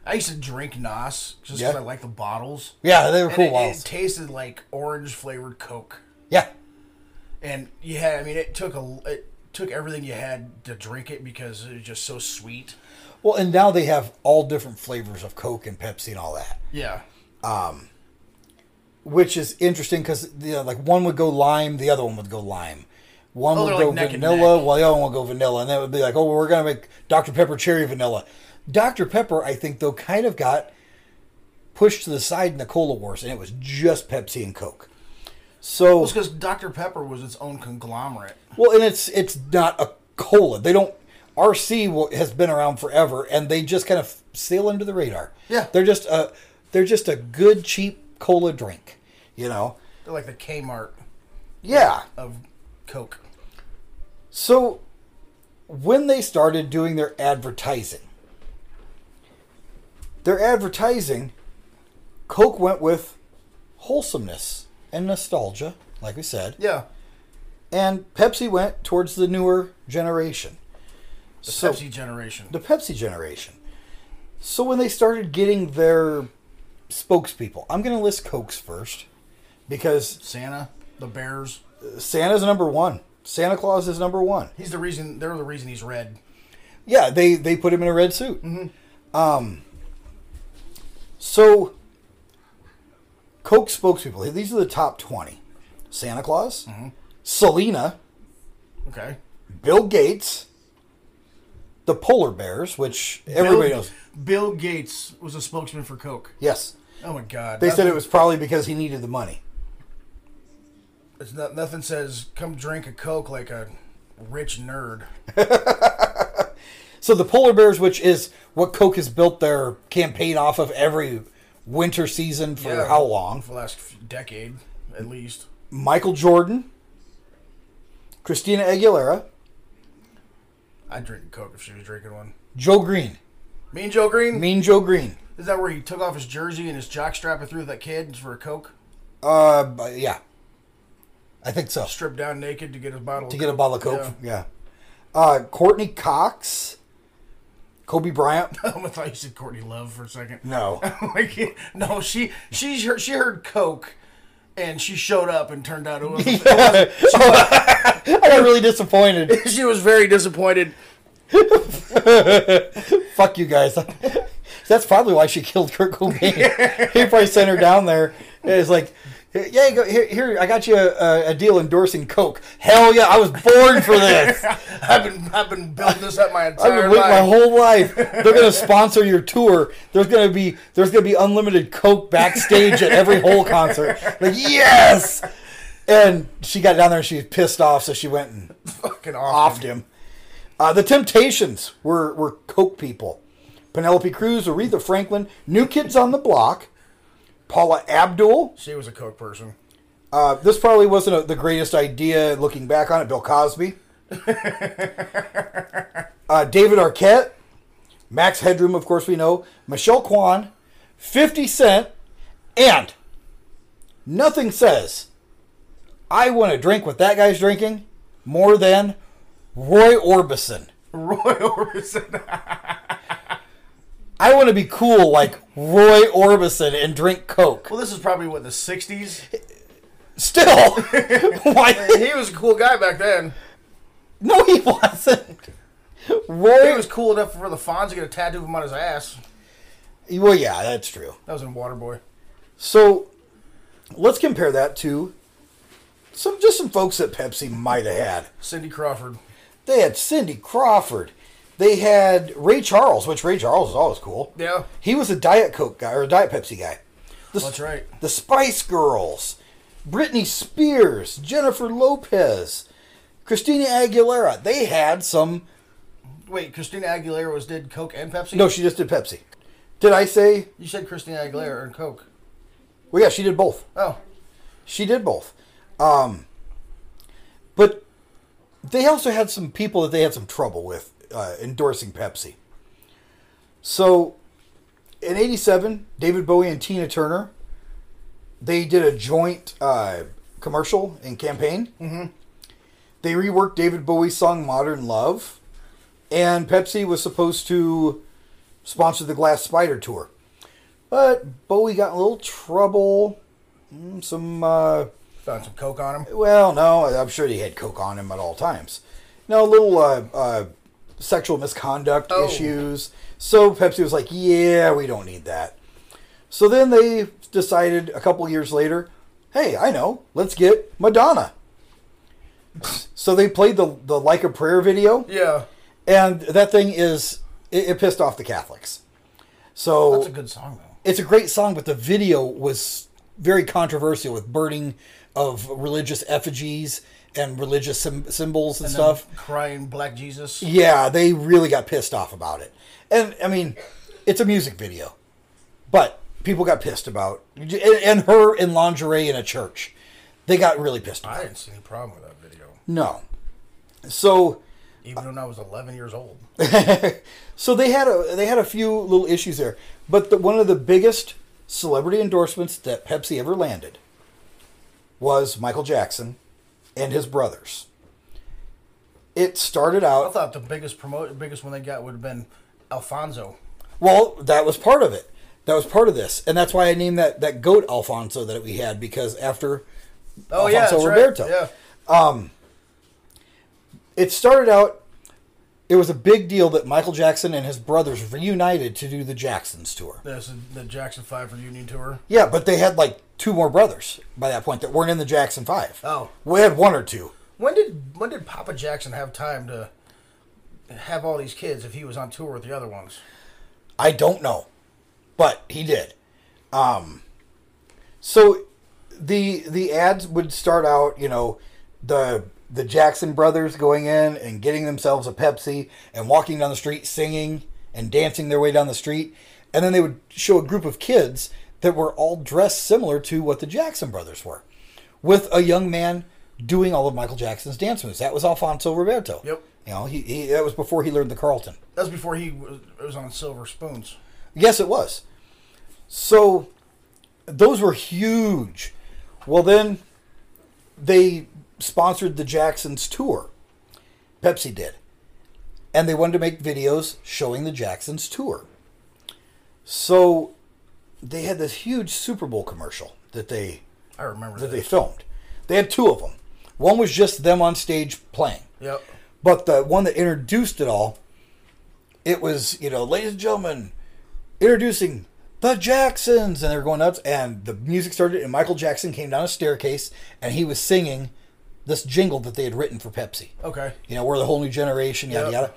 S4: I used to drink Nos just because
S3: Yeah.
S4: I like the bottles.
S3: Yeah, they were
S4: And
S3: cool
S4: it-
S3: bottles.
S4: It tasted like orange flavored Coke.
S3: Yeah.
S4: And you had, I mean, it took a, it took everything you had to drink it because it was just so sweet.
S3: Well, and now they have all different flavors of Coke and Pepsi and all that,
S4: Yeah.
S3: um, which is interesting because you know, like one would go lime, the other one would go lime. One
S4: Oh,
S3: would
S4: they're
S3: go
S4: like neck and
S3: vanilla, while the other one would go vanilla, and then it would be like, oh, we're gonna make Dr Pepper cherry vanilla. Dr Pepper, I think though, kind of got pushed to the side in the cola wars, and it was just Pepsi and Coke. So
S4: Well, because Dr. Pepper was its own conglomerate.
S3: Well, and it's it's not a cola. They don't RC will, has been around forever, and they just kind of sail under the radar.
S4: Yeah.
S3: they're just a they're just a good cheap cola drink, you know.
S4: They're like the Kmart
S3: Yeah.
S4: of Coke.
S3: So when they started doing their advertising, their advertising, Coke went with wholesomeness and nostalgia, like we said.
S4: Yeah.
S3: And Pepsi went towards the newer generation.
S4: The
S3: So-
S4: Pepsi generation.
S3: the Pepsi generation. So when they started getting their spokespeople, I'm going to list Cokes first because
S4: Santa, the Bears.
S3: Santa's number one. Santa Claus is number one.
S4: He's the reason, they're the reason he's red.
S3: Yeah, they they put him in a red suit. Um, so Coke spokespeople. These are the top twenty: Santa Claus, Selena,
S4: Okay.
S3: Bill Gates, the polar bears, which everybody
S4: Bill,
S3: knows.
S4: Bill Gates was a spokesman for Coke.
S3: Yes,
S4: Oh my God.
S3: they said
S4: Nothing-
S3: it was probably because he needed the money.
S4: It's not, nothing says come drink a Coke like a rich nerd.
S3: So the polar bears, which is what Coke has built their campaign off of every winter season for
S4: Yeah.
S3: how long?
S4: For the last f- decade, at least.
S3: Michael Jordan, Christina Aguilera,
S4: I'd drink a Coke if she was drinking one.
S3: Joe Green,
S4: Mean Joe Green?
S3: Mean Joe Green.
S4: Is that where he took off his jersey and his jockstrap and threw that kid for a Coke?
S3: Uh, but yeah, I think so.
S4: Stripped down naked to get a bottle
S3: To
S4: of
S3: get a bottle of Coke,
S4: Yeah.
S3: yeah. Uh, Courtney Cox, Kobe Bryant.
S4: I thought you said Courtney Love for a second.
S3: No.
S4: like, no, she she heard, she heard Coke, and she showed up and turned out. It wasn't-
S3: I got really disappointed.
S4: she was very disappointed.
S3: Fuck you guys. That's probably why she killed Kurt Cobain. he probably sent her down there. And it's like, yeah, go, here, here, I got you a, a deal endorsing Coke. Hell yeah, I was born for this.
S4: I've been I've been building this up my
S3: I've
S4: entire
S3: been waiting
S4: life.
S3: my whole life. They're gonna sponsor your tour. There's gonna be there's gonna be unlimited Coke backstage at every whole concert. Like yes. And she got down there and she was pissed off, so she went and
S4: fucking
S3: offed him. Uh, the Temptations were were Coke people. Penelope Cruz, Aretha Franklin, New Kids on the Block, Paula Abdul.
S4: She was a Coke person.
S3: Uh, this probably wasn't a, the greatest idea looking back on it. Bill Cosby, uh, David Arquette, Max Headroom, of course we know, Michelle Kwan, Fifty Cent, and nothing says I want to drink what that guy's drinking more than Roy Orbison.
S4: Roy Orbison.
S3: I want to be cool like Roy Orbison and drink Coke.
S4: Well, this is probably what the '60s.
S3: Still, why
S4: he was a cool guy back then.
S3: No, he wasn't.
S4: he was cool enough for the Fonz to get a tattoo of him on his ass.
S3: Well, yeah, that's true.
S4: That was in Waterboy.
S3: So let's compare that to some just some folks that Pepsi might have had.
S4: Cindy Crawford.
S3: They had Cindy Crawford. They had Ray Charles, which Ray Charles is always cool.
S4: Yeah.
S3: He was a Diet Coke guy or a Diet Pepsi guy. The,
S4: That's right.
S3: The Spice Girls, Britney Spears, Jennifer Lopez, Christina Aguilera. They had some.
S4: Wait, Christina Aguilera was did Coke and Pepsi?
S3: No, she just did Pepsi. Did I say?
S4: You said Christina Aguilera and Coke.
S3: Well, yeah, she did both.
S4: Oh.
S3: She did both. Um, but they also had some people that they had some trouble with uh, endorsing Pepsi. So in 87, David Bowie and Tina Turner, they did a joint uh, commercial and campaign.
S4: Mm-hmm.
S3: They reworked David Bowie's song Modern Love, and Pepsi was supposed to sponsor the Glass Spider Tour. But Bowie got in a little trouble. Mm, Some uh,
S4: Found some Coke on him.
S3: well, no, I'm sure he had coke on him at all times. No, a little uh, uh, sexual misconduct
S4: Oh.
S3: issues. So Pepsi was like, "Yeah, we don't need that." So then they decided a couple years later, "Hey, I know, let's get Madonna." So they played the the Like a Prayer video,
S4: Yeah.
S3: and that thing is it, it pissed off the Catholics. So
S4: That's a good song though.
S3: it's a great song, but the video was very controversial with burning of religious effigies and religious sym- symbols and,
S4: And then
S3: stuff.
S4: Crying Black Jesus.
S3: Yeah, they really got pissed off about it. And I mean, it's a music video, but people got pissed about and, and her in lingerie in a church. They got really pissed off.
S4: I didn't see any problem with that video.
S3: No. So
S4: Even when I was 11 years old.
S3: so they had a they had a few little issues there, but the, one of the biggest celebrity endorsements that Pepsi ever landed was Michael Jackson and his brothers. It started
S4: I
S3: out
S4: thought the biggest promote, biggest one they got would have been Alfonso.
S3: well. That was part of it. That was part of this, and that's why I named that that goat Alfonso that we had because after
S4: Oh yeah,
S3: Alfonso
S4: that's
S3: Roberto.
S4: right. Yeah.
S3: Um, it started out. It was a big deal that Michael Jackson and his brothers reunited to do the Jacksons tour.
S4: This is the Jackson Five reunion tour.
S3: Yeah, but they had like two more brothers by that point that weren't in the Jackson Five.
S4: Oh.
S3: we had one or two.
S4: When did when did Papa Jackson have time to have all these kids if he was on tour with the other ones?
S3: I don't know, but he did. Um, so the the ads would start out, you know, the the Jackson brothers going in and getting themselves a Pepsi and walking down the street singing and dancing their way down the street, and then they would show a group of kids that were all dressed similar to what the Jackson brothers were, with a young man doing all of Michael Jackson's dance moves. That was Alfonso Roberto.
S4: Yep.
S3: You know, he, he that was before he learned the Carlton.
S4: That was before he was, was on Silver Spoons.
S3: Yes, it was. So those were huge. Well, then they sponsored the Jacksons tour. Pepsi did. and they wanted to make videos showing the Jacksons tour. So they had this huge Super Bowl commercial that they
S4: I remember
S3: that they filmed. They had two of them. One was just them on stage playing.
S4: Yep.
S3: But the one that introduced it all, it was, you know, ladies and gentlemen, introducing the Jacksons. And they were going nuts. And the music started, and Michael Jackson came down a staircase, and he was singing this jingle that they had written for Pepsi.
S4: Okay.
S3: You know, we're the whole new generation, yada,
S4: Yep.
S3: yada.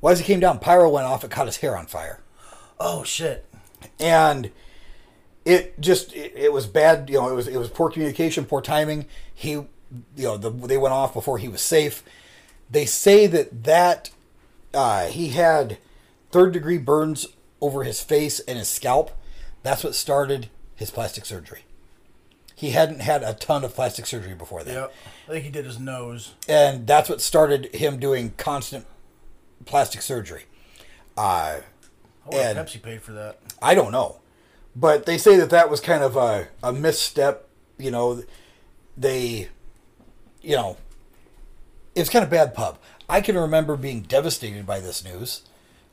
S3: Well, as he came down, pyro went off. It caught his hair on fire
S4: Oh shit.
S3: and it just it, it was bad you know it was it was poor communication poor timing he you know the, they went off before he was safe they say that that uh, he had third degree burns over his face and his scalp that's what started his plastic surgery he hadn't had a ton of plastic surgery before that
S4: Yep. I think he did his nose.
S3: and that's what started him doing constant plastic surgery uh,
S4: I wonder
S3: and-
S4: if Pepsi paid for that.
S3: I don't know. But they say that that was kind of a, a misstep. You know, they, you know, it's kind of bad pub. I can remember being devastated by this news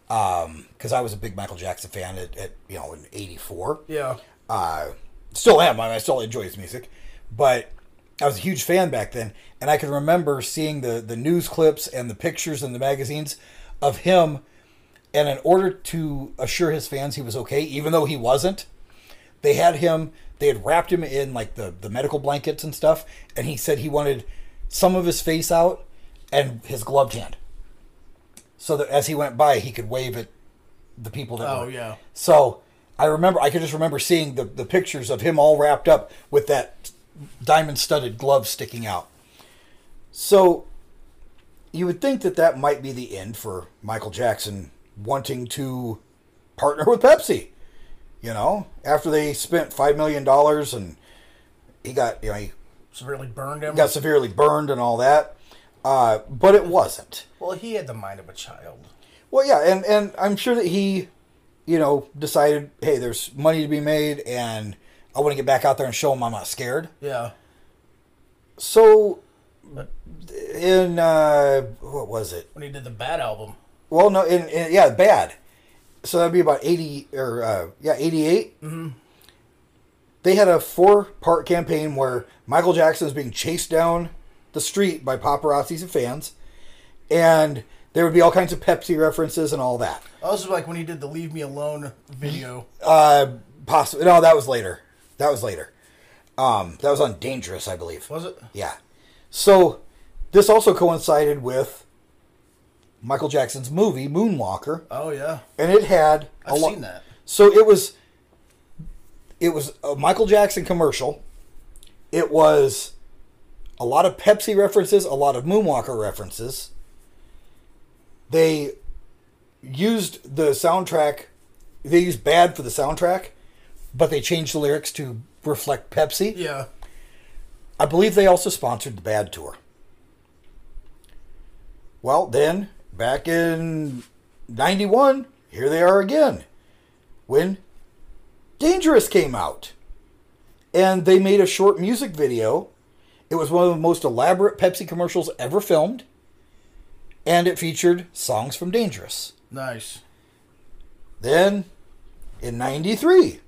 S3: because I was a big Michael Jackson fan at, at you know, in 84.
S4: Yeah.
S3: Uh, still am. I, mean, I still enjoy his music. But I was a huge fan back then. And I can remember seeing the, the news clips and the pictures in the magazines of him and in order to assure his fans he was okay, even though he wasn't, they had him. They had wrapped him in like the the medical blankets and stuff, and he said he wanted some of his face out and his gloved hand, so that as he went by, he could wave at the people. That
S4: Oh,
S3: were-
S4: yeah.
S3: So I remember, I could just remember seeing the the pictures of him all wrapped up with that diamond studded glove sticking out. So you would think that that might be the end for Michael Jackson wanting to partner with Pepsi. You know, after they spent five million dollars and he got you know he
S4: Severely burned him.
S3: got severely burned and all that, uh, but it wasn't.
S4: Well, he had the mind of a child.
S3: Well, yeah, and and I'm sure that he, you know, decided, hey, there's money to be made, and I want to get back out there and show him I'm not scared.
S4: Yeah.
S3: So, in uh, what was it?
S4: When he did the Bad album.
S3: Well, no, in, in yeah, bad. So that'd be about eighty or uh, yeah, eighty-eight.
S4: Mm-hmm.
S3: They had a four-part campaign where Michael Jackson was being chased down the street by paparazzis and fans, and there would be all kinds of Pepsi references and all that.
S4: Also, like when he did the "Leave Me Alone" video.
S3: Uh, possibly no, that was later. That was later. Um, that was on Dangerous, I believe.
S4: Was it?
S3: Yeah. So this also coincided with Michael Jackson's movie Moonwalker,
S4: Oh yeah.
S3: and it had
S4: I've
S3: lo-
S4: seen that.
S3: So it was it was a Michael Jackson commercial. It was a lot of Pepsi references, a lot of Moonwalker references. They used the soundtrack. They used "Bad" for the soundtrack, but they changed the lyrics to reflect Pepsi.
S4: Yeah.
S3: I believe they also sponsored the Bad tour. Well, then back in '91, here they are again. When Dangerous came out, and they made a short music video. It was one of the most elaborate Pepsi commercials ever filmed, and it featured songs from Dangerous.
S4: Nice.
S3: Then, in 93,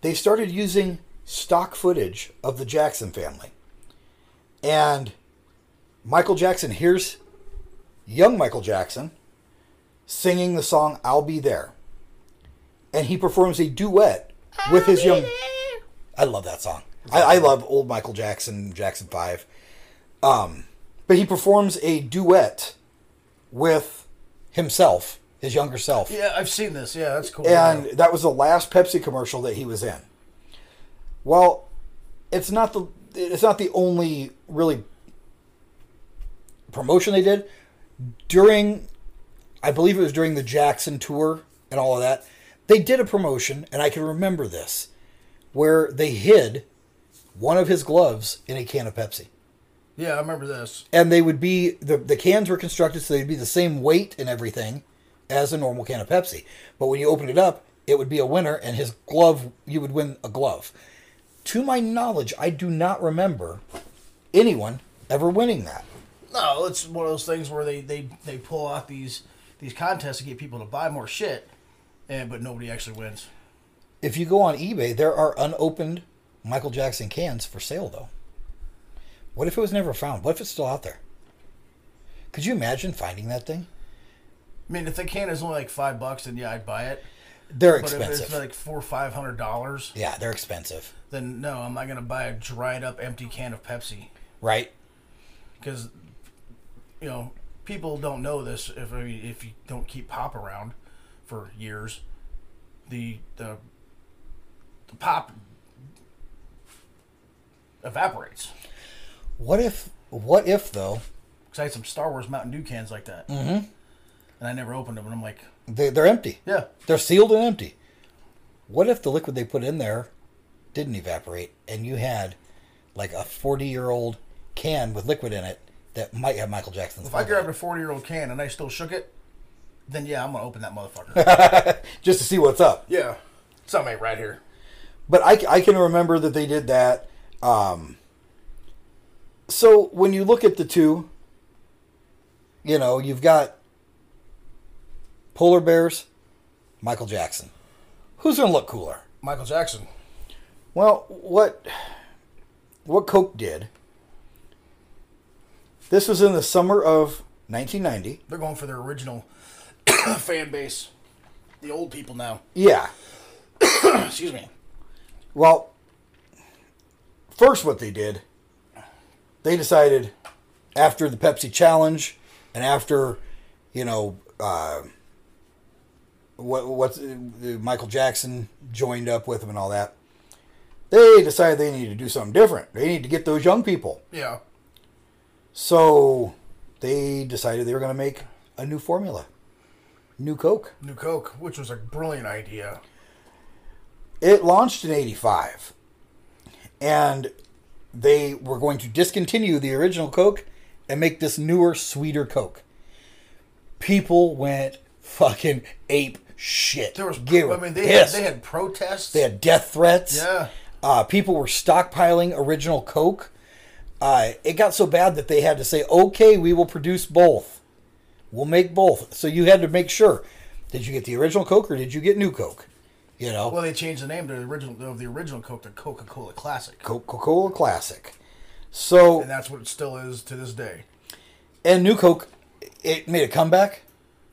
S3: they started using stock footage of the Jackson family. And Michael Jackson hears young Michael Jackson singing the song I'll Be There. And he performs a duet with his young. I love that song. I, I love old Michael Jackson, Jackson 5. Um, but he performs a duet with himself, his younger self.
S4: Yeah, I've seen this. Yeah, that's cool.
S3: And that was the last Pepsi commercial that he was in. Well, it's not the it's not the only really promotion they did during I believe it was during the Jackson tour and all of that. They did a promotion and I can remember this where they hid one of his gloves in a can of Pepsi.
S4: yeah, I remember this.
S3: And they would be the the cans were constructed so they'd be the same weight and everything as a normal can of Pepsi. But when you opened it up, it would be a winner and his glove you would win a glove. To my knowledge, I do not remember anyone ever winning that.
S4: No, it's one of those things where they, they, they pull out these these contests to get people to buy more shit, and but nobody actually wins.
S3: If you go on eBay, there are unopened Michael Jackson cans for sale, though. What if it was never found? What if it's still out there? Could you imagine finding that thing?
S4: I mean, if the can is only like five bucks, then yeah, I'd buy it.
S3: They're
S4: But if
S3: expensive.
S4: it's like four or five hundred dollars,
S3: Yeah, they're expensive,
S4: then no, I'm not gonna buy a dried up empty can of Pepsi
S3: right?
S4: because you know people don't know this. If I mean, if you don't keep pop around for years, the the, the pop evaporates.
S3: What if? What if though?
S4: Because I had some Star Wars Mountain Dew cans like that,
S3: Mhm.
S4: and I never opened them, and I'm like,
S3: They, they're empty.
S4: Yeah.
S3: They're sealed and empty. What if the liquid they put in there didn't evaporate and you had like a 40 year old can with liquid in it that might have Michael Jackson's
S4: if I
S3: logo?
S4: grabbed a 40 year old can and I still shook it, then yeah, I'm gonna open that motherfucker.
S3: just to see what's up?
S4: yeah, something ain't right here.
S3: But I, I can remember that they did that. Um, so when you look at the two, you know, you've got polar bears, Michael Jackson. Who's going to look cooler?
S4: Michael Jackson.
S3: Well, what what Coke did. This was in the summer of 1990.
S4: They're going for their original fan base, the old people now.
S3: Yeah.
S4: Excuse me.
S3: Well, first, what they did, they decided after the Pepsi challenge and after, you know, uh, what what's uh, Michael Jackson joined up with them and all that, they decided they needed to do something different. They need to get those young people.
S4: Yeah.
S3: So they decided they were going to make a new formula, new Coke.
S4: New Coke, which was a brilliant idea.
S3: It launched in 85. And they were going to discontinue the original Coke and make this newer, sweeter Coke. People went fucking ape shit. There was, they
S4: I
S3: were
S4: mean, they had,
S3: pissed.
S4: they had protests.
S3: They had death threats.
S4: Yeah.
S3: Uh, people were stockpiling original Coke. Uh, it got so bad that they had to say, okay, we will produce both. We'll make both. So you had to make sure. Did you get the original Coke or did you get new Coke? You know?
S4: Well, they changed the name to the original of the original Coke to Coca Cola Classic,
S3: Coca Cola Classic. So,
S4: and that's what it still is to this day.
S3: and new Coke, it made a comeback,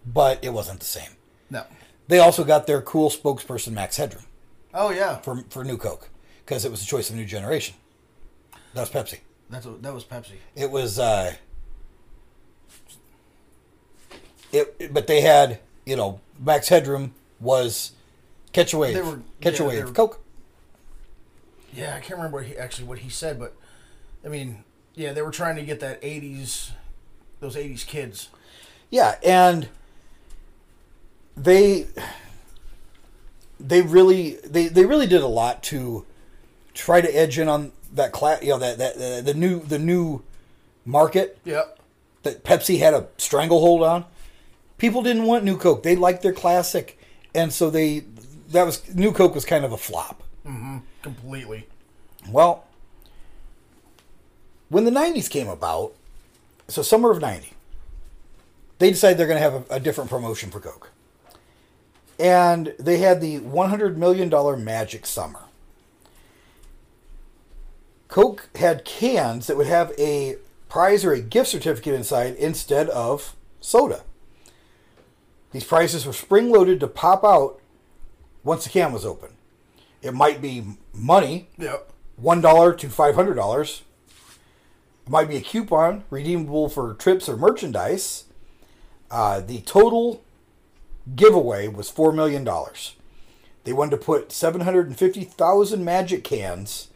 S3: but it wasn't the same.
S4: No.
S3: They also got their cool spokesperson, Max Headroom,
S4: Oh yeah,
S3: for, for new Coke because it was the choice of new generation. That was Pepsi.
S4: that's what, that was Pepsi.
S3: It was uh it but they had, you know, Max Headroom was catch a wave.
S4: They were-
S3: catch
S4: yeah,
S3: a
S4: they
S3: wave.
S4: were-
S3: Coke.
S4: Yeah, I can't remember what he, actually what he said, but I mean, yeah, they were trying to get that '80s, those '80s kids.
S3: Yeah, and they they really they, they really did a lot to try to edge in on that class, you know, that, that that the new the new market.
S4: Yep.
S3: That Pepsi had a stranglehold on. People didn't want new Coke. They liked their classic, and so they that was new Coke was kind of a flop.
S4: Mm-hmm. Completely.
S3: Well, when the 90s came about, so summer of 90, they decided they're going to have a, a different promotion for Coke. And they had the $100 million Magic Summer. Coke had cans that would have a prize or a gift certificate inside instead of soda. These prizes were spring loaded to pop out once the can was open. It might be money,
S4: Yep.
S3: one dollar to five hundred dollars. It might be a coupon redeemable for trips or merchandise. Uh, the total giveaway was four million dollars. They wanted to put seven hundred and fifty thousand magic cans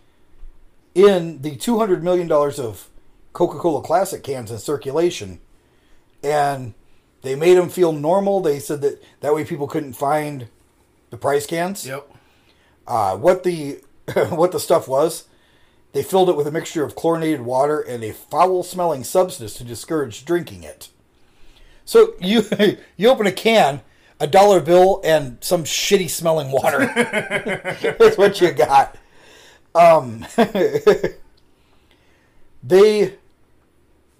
S3: in the two hundred million dollars of Coca-Cola Classic cans in circulation, and they made them feel normal. They said that that way people couldn't find the price cans.
S4: Yep.
S3: Uh, what the what the stuff was? They filled it with a mixture of chlorinated water and a foul-smelling substance to discourage drinking it. So you you open a can, a dollar bill, and some shitty smelling water. That's what you got. Um, they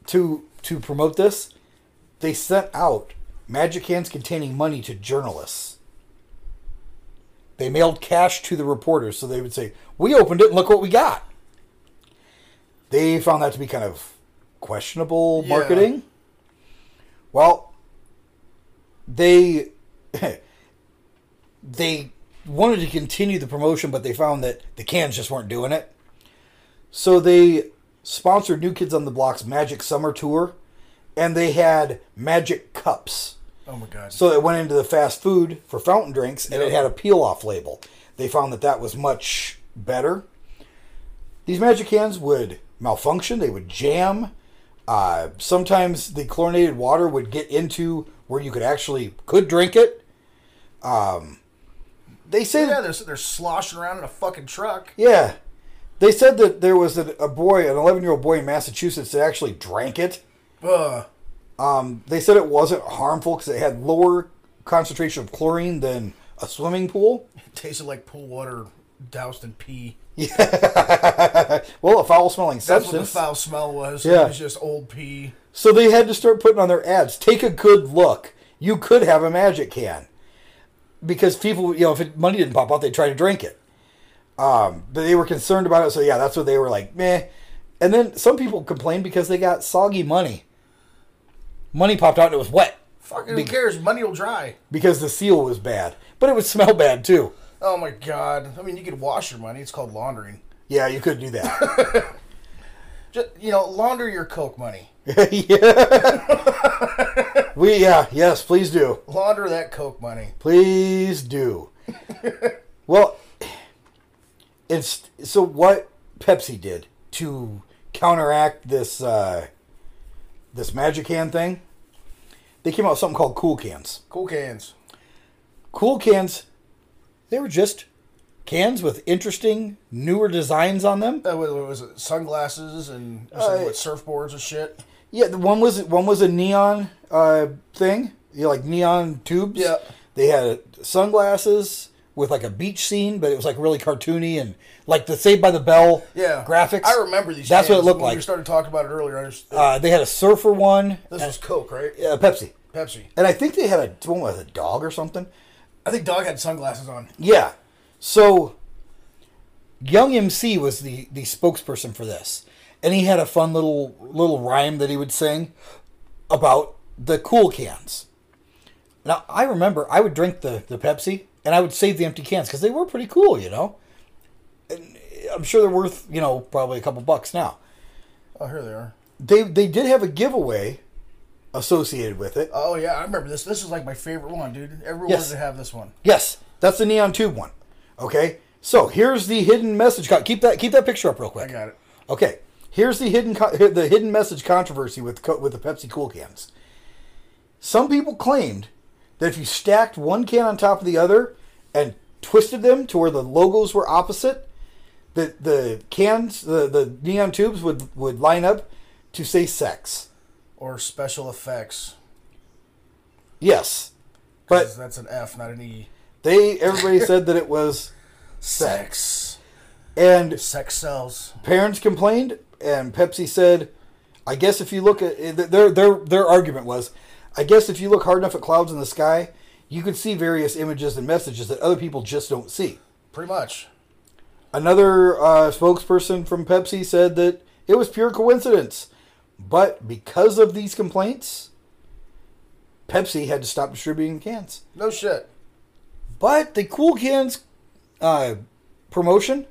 S3: to to promote this, they sent out magic hands containing money to journalists. They mailed cash to the reporters so they would say, We opened it and look what we got. They found that to be kind of questionable
S35: Yeah.
S3: marketing. Well, they they wanted to continue the promotion, but they found that the cans just weren't doing it. So they sponsored New Kids on the Block's Magic Summer Tour, and they had magic cups.
S4: Oh my god.
S3: So it went into the fast food for fountain drinks, and it
S4: Yeah.
S3: had a peel off label. They found that that was much better. These magic cans would malfunction, they would jam. Uh, sometimes the chlorinated water would get into where you could actually could drink it. Um, they say
S4: yeah, they're, they're sloshing around in a fucking truck.
S3: yeah. They said that there was a, a boy, an 11 year old boy in Massachusetts that actually drank it.
S4: Ugh.
S3: Um, they said it wasn't harmful because it had lower concentration of chlorine than a swimming pool.
S4: It tasted like pool water doused in pee.
S3: Well, a foul smelling
S4: That's what the
S3: substance.
S4: foul smell was.
S3: Yeah.
S4: It was just old pee.
S3: So they had to start putting on their ads. Take a good look. You could have a magic can, because people, you know, if it, money didn't pop out, they'd try to drink it. Um, but they were concerned about it, so yeah, that's what they were like, meh. And then some people complained because they got soggy money. Money popped out and it was wet
S4: Fucking
S3: Be-
S4: who cares? Money will dry.
S3: because the seal was bad, but it would smell bad too.
S4: Oh my god. I mean, you could wash your money. It's called laundering.
S3: Yeah, you could do that.
S4: Just, you know, launder your Coke money.
S3: yeah. we yeah yes please do
S4: Launder that Coke money.
S3: please do. well, it's so what Pepsi did to counteract this uh, this magic hand thing. They came out with something called Cool Cans.
S4: Cool cans.
S3: Cool Cans, they were just cans with interesting newer designs on them.
S4: That was, Uh, what was it? Sunglasses and or
S3: Uh,
S4: something, what, surfboards and shit.
S3: Yeah, the one was one was a neon uh, thing, you know, like neon tubes. Yeah, they had sunglasses with like a beach scene, but it was like really cartoony and like the Saved by the Bell
S4: Yeah.
S3: graphics.
S4: I remember these.
S3: That's what it
S4: cans.
S3: looked
S4: When
S3: like.
S4: We started talking about it earlier. I just,
S3: Uh, they had a surfer one.
S4: this was Coke, right?
S3: Yeah, Pepsi.
S4: Pepsi.
S3: And I think they had a one with a dog or something.
S4: I think Dog had sunglasses on.
S3: Yeah. So Young MC was the, the spokesperson for this. And he had a fun little little rhyme that he would sing about the cool cans. Now I remember I would drink the, the Pepsi and I would save the empty cans because they were pretty cool, you know. And eh, I'm sure they're worth, you know, probably a couple bucks now.
S4: Oh, here they are.
S3: They they did have a giveaway associated with it.
S4: Oh yeah, I remember this. This was like my favorite one, dude. Everyone
S3: Yes.
S4: wanted to have this one.
S3: Yes, that's the neon tube one. Okay, so here's the hidden message. con- Keep that keep that picture up real quick. I got
S4: it.
S3: Okay, here's the hidden co- hi- the hidden message controversy with co- with the Pepsi Cool cans. Some people claimed that if you stacked one can on top of the other and twisted them to where the logos were opposite, that the cans the, the neon tubes would would line up to say sex.
S4: Or special effects.
S3: Yes,
S4: 'Cause that's an F, not an E.
S3: They everybody said that it was sex. And
S4: sex sells.
S3: Parents complained and Pepsi said, I guess if you look at eh, their their their argument was, I guess if you look hard enough at clouds in the sky, you could see various images and messages that other people just don't see.
S4: Pretty much.
S3: Another uh, spokesperson from Pepsi said that it was pure coincidence, but because of these complaints, Pepsi had to stop distributing cans.
S4: No shit.
S3: But the Cool Cans uh, promotion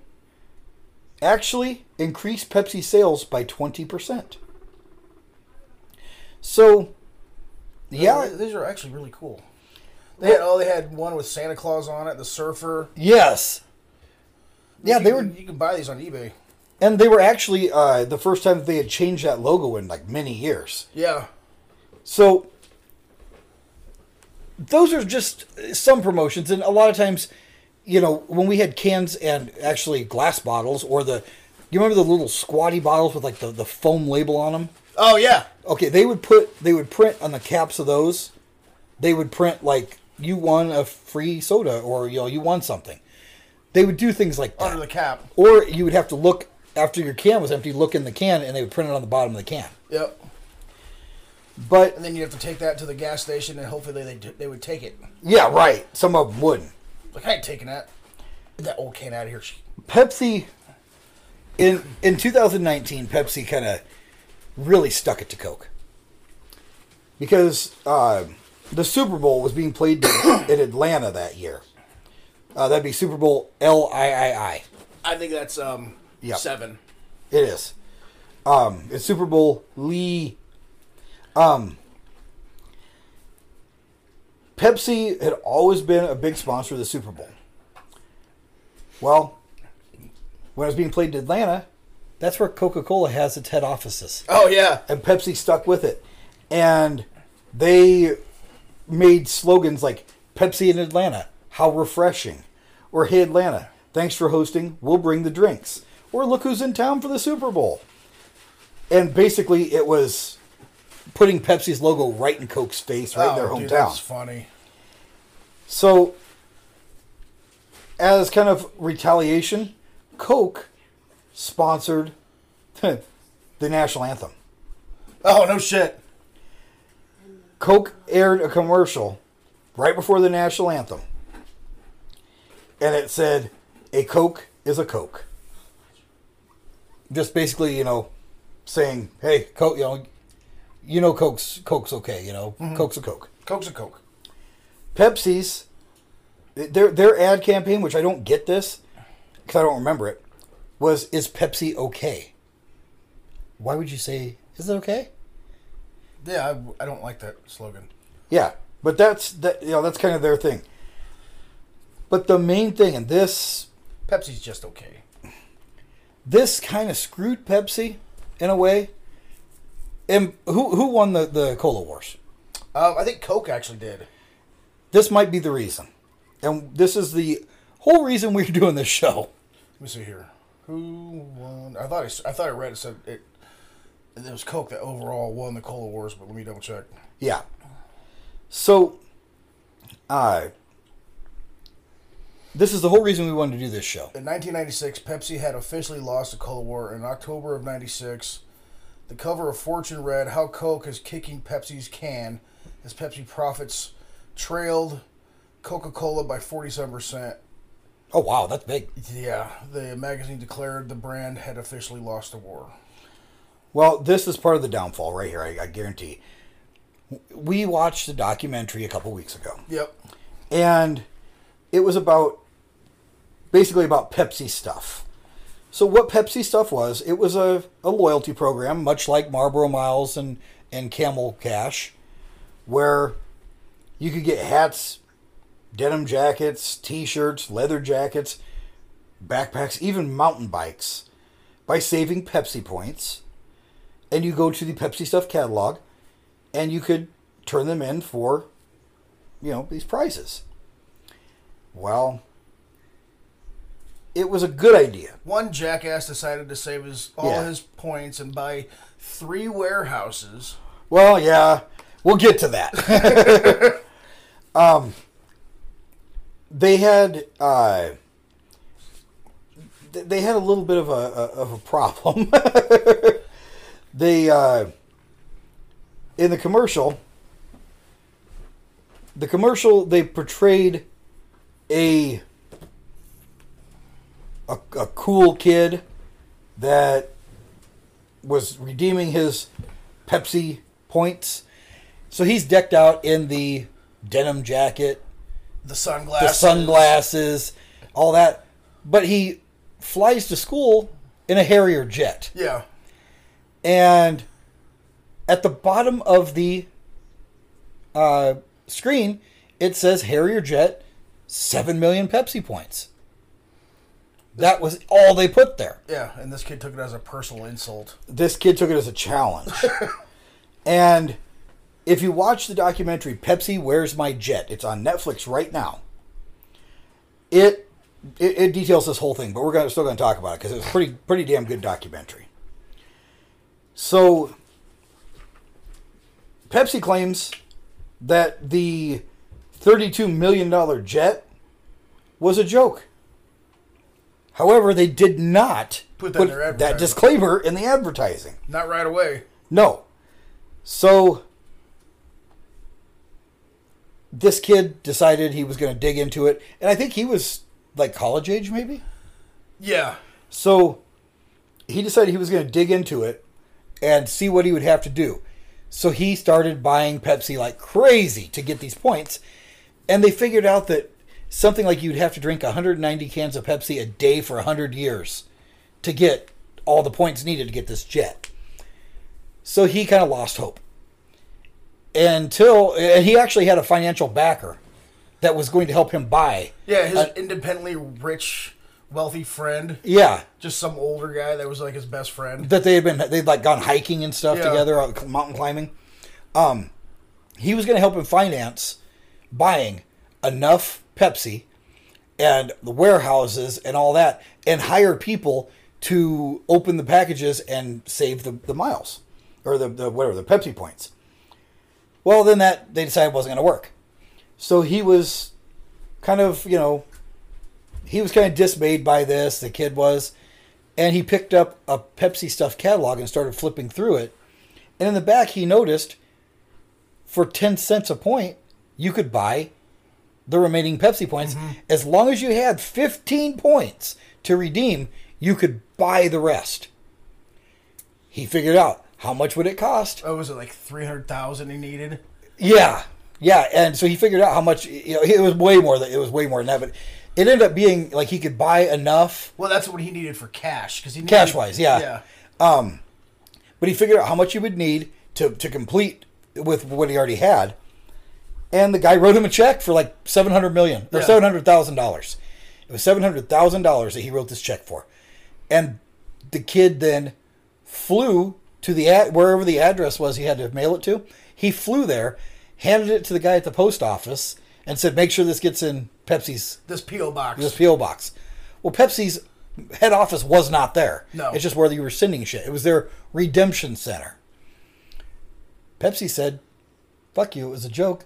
S3: actually increased Pepsi sales by 20%. So, yeah,
S4: These are actually really cool. They had, oh, they had one with Santa Claus on it, the surfer.
S3: yes. Yeah,
S4: You
S3: they
S4: can-
S3: were,
S4: You can buy these on eBay.
S3: and they were actually uh, the first time that they had changed that logo in like many years.
S4: Yeah.
S3: So, those are just some promotions, and a lot of times, you know, when we had cans and actually glass bottles, or the, you remember the little squatty bottles with like the, the foam label on them?
S4: Oh yeah.
S3: Okay, they would put they would print on the caps of those, they would print like you won a free soda or you know you won something. They would do things like that,
S4: Under the cap.
S3: or you would have to look after your can was empty, look in the can, and they would print it on the bottom of the can.
S4: Yep.
S3: But
S4: and then you have to take that to the gas station, and hopefully they they, they would take it.
S3: yeah, right. Some of them wouldn't.
S4: Like I ain't taking that. Get that old can out of here. She-
S3: Pepsi in in 2019, Pepsi kind of really stuck it to Coke because uh, the Super Bowl was being played in Atlanta that year. Uh, that'd be Super Bowl LIII.
S4: I think that's um
S3: Yep.
S4: seven.
S3: It is. Um, it's Super Bowl Lee. Um, Pepsi had always been a big sponsor of the Super Bowl. Well, when it was being played in Atlanta, that's where Coca Cola has its head offices.
S4: Oh yeah,
S3: and Pepsi stuck with it, and they made slogans like "Pepsi in Atlanta, how refreshing," or "Hey Atlanta, thanks for hosting. We'll bring the drinks," or "Look who's in town for the Super Bowl." And basically, it was putting Pepsi's logo right in Coke's face, right in their
S4: Oh, dude,
S3: hometown.
S4: That's funny.
S3: So, as kind of retaliation, Coke sponsored the national anthem.
S4: Oh, no shit.
S3: Coke aired a commercial right before the national anthem. And it said, A Coke is a Coke. Just basically, you know, saying, Hey, Coke, you know, you know Coke's Coke's okay, you know.
S4: Mhm.
S3: Coke's a Coke.
S4: Coke's a Coke.
S3: Pepsi's their their ad campaign, which I don't get this because I don't remember it, was is Pepsi okay? Why would you say is it okay?
S4: Yeah, I, I don't like that slogan.
S3: Yeah, but that's that you know that's kind of their thing. But the main thing, and this
S4: Pepsi's just okay.
S3: this kind of screwed Pepsi in a way. And who who won the the cola wars?
S4: Um, I think Coke actually did.
S3: This might be the reason, and this is the whole reason we're doing this show.
S4: Let me see here. Who won? I thought I, s- I thought I read it said it. It was Coke that overall won the Cola Wars, but let me double check.
S3: Yeah. So, uh, this is the whole reason we wanted to do this show.
S4: In 1996, Pepsi had officially lost the Cola War. In October of 96, the cover of Fortune read, How Coke is Kicking Pepsi's Can as Pepsi profits trailed Coca Cola by 47%.
S3: Oh, wow, that's big.
S4: Yeah, the magazine declared the brand had officially lost the war.
S3: Well, this is part of the downfall right here, I, I guarantee. We watched the documentary a couple weeks ago,
S4: Yep.
S3: and it was about basically about Pepsi stuff. So, what Pepsi stuff was, it was a, a loyalty program, much like Marlboro Miles and, and Camel Cash, where you could get hats, denim jackets, t shirts, leather jackets, backpacks, even mountain bikes by saving Pepsi points. And you go to the Pepsi Stuff catalog and you could turn them in for, you know, these prizes. Well, it was a good idea.
S4: One jackass decided to save his, all
S3: Yeah.
S4: his points and buy three warehouses.
S3: Well, yeah, we'll get to that. um, they had uh, th- they had a little bit of a, a of a problem. they uh, in the commercial, the commercial they portrayed a a, a cool kid that was redeeming his Pepsi points. So he's decked out in the denim jacket,
S4: The
S3: the
S4: sunglasses.
S3: sunglasses, all that. But he flies to school in a Harrier jet.
S4: Yeah.
S3: And at the bottom of the uh, screen, it says Harrier jet, 7 million Pepsi points. That was all they put there.
S4: Yeah, and this kid took it as a personal insult.
S3: this kid took it as a challenge. and if you watch the documentary Pepsi Where's My Jet, it's on Netflix right now. It it, it details this whole thing, but we're gonna, still going to talk about it because it's a pretty pretty damn good documentary. So Pepsi claims that the 32 million dollar jet was a joke. However, they did not
S4: Put that in their
S3: that
S4: advertisement.
S3: disclaimer in the advertising.
S4: Not right away.
S3: No. So this kid decided he was going to dig into it, and I think he was like college age, maybe.
S4: Yeah.
S3: So he decided he was going to dig into it and see what he would have to do. So he started buying Pepsi like crazy to get these points, and they figured out that something like you'd have to drink 190 cans of Pepsi a day for 100 years to get all the points needed to get this jet. So he kind of lost hope until and he actually had a financial backer that was going to help him buy.
S4: Yeah, his
S3: Uh,
S4: independently rich, wealthy friend.
S3: yeah,
S4: Just some older guy that was like his best friend.
S3: that they had been they'd like gone hiking and stuff
S4: Yeah.
S3: together, uh, mountain climbing. Um, he was going to help him finance buying enough Pepsi and the warehouses and all that, and hire people to open the packages and save the, the miles or the, the whatever the Pepsi points. Well, then that they decided wasn't going to work, so he was kind of you know he was kind of dismayed by this. The kid was, and he picked up a Pepsi stuff catalog and started flipping through it. And in the back, he noticed for 10 cents a point, you could buy the remaining Pepsi points. As long as you had 15 points to redeem, you could buy the rest. He figured out how much would it cost.
S4: Oh, was it like 300,000 he needed?
S3: Yeah, yeah, and so he figured out how much. You know, it was way more. than- It was way more than that, but it ended up being like he could buy enough
S4: Well, that's what he needed for cash because he needed,
S3: cash wise, yeah.
S4: yeah.
S3: Um, but he figured out how much he would need to, to complete with what he already had, and the guy wrote him a check for like seven hundred million or
S36: Yeah.
S3: seven hundred thousand dollars. It was seven hundred thousand dollars that he wrote this check for, and the kid then flew to the ad, wherever the address was he had to mail it to. He flew there, handed it to the guy at the post office, and said, "Make sure this gets in Pepsi's
S4: This P.O. box.
S3: this PO box. Well, Pepsi's head office was not there.
S4: No.
S3: it's just where you were sending shit. It was their redemption center. Pepsi said, "Fuck you." It was a joke.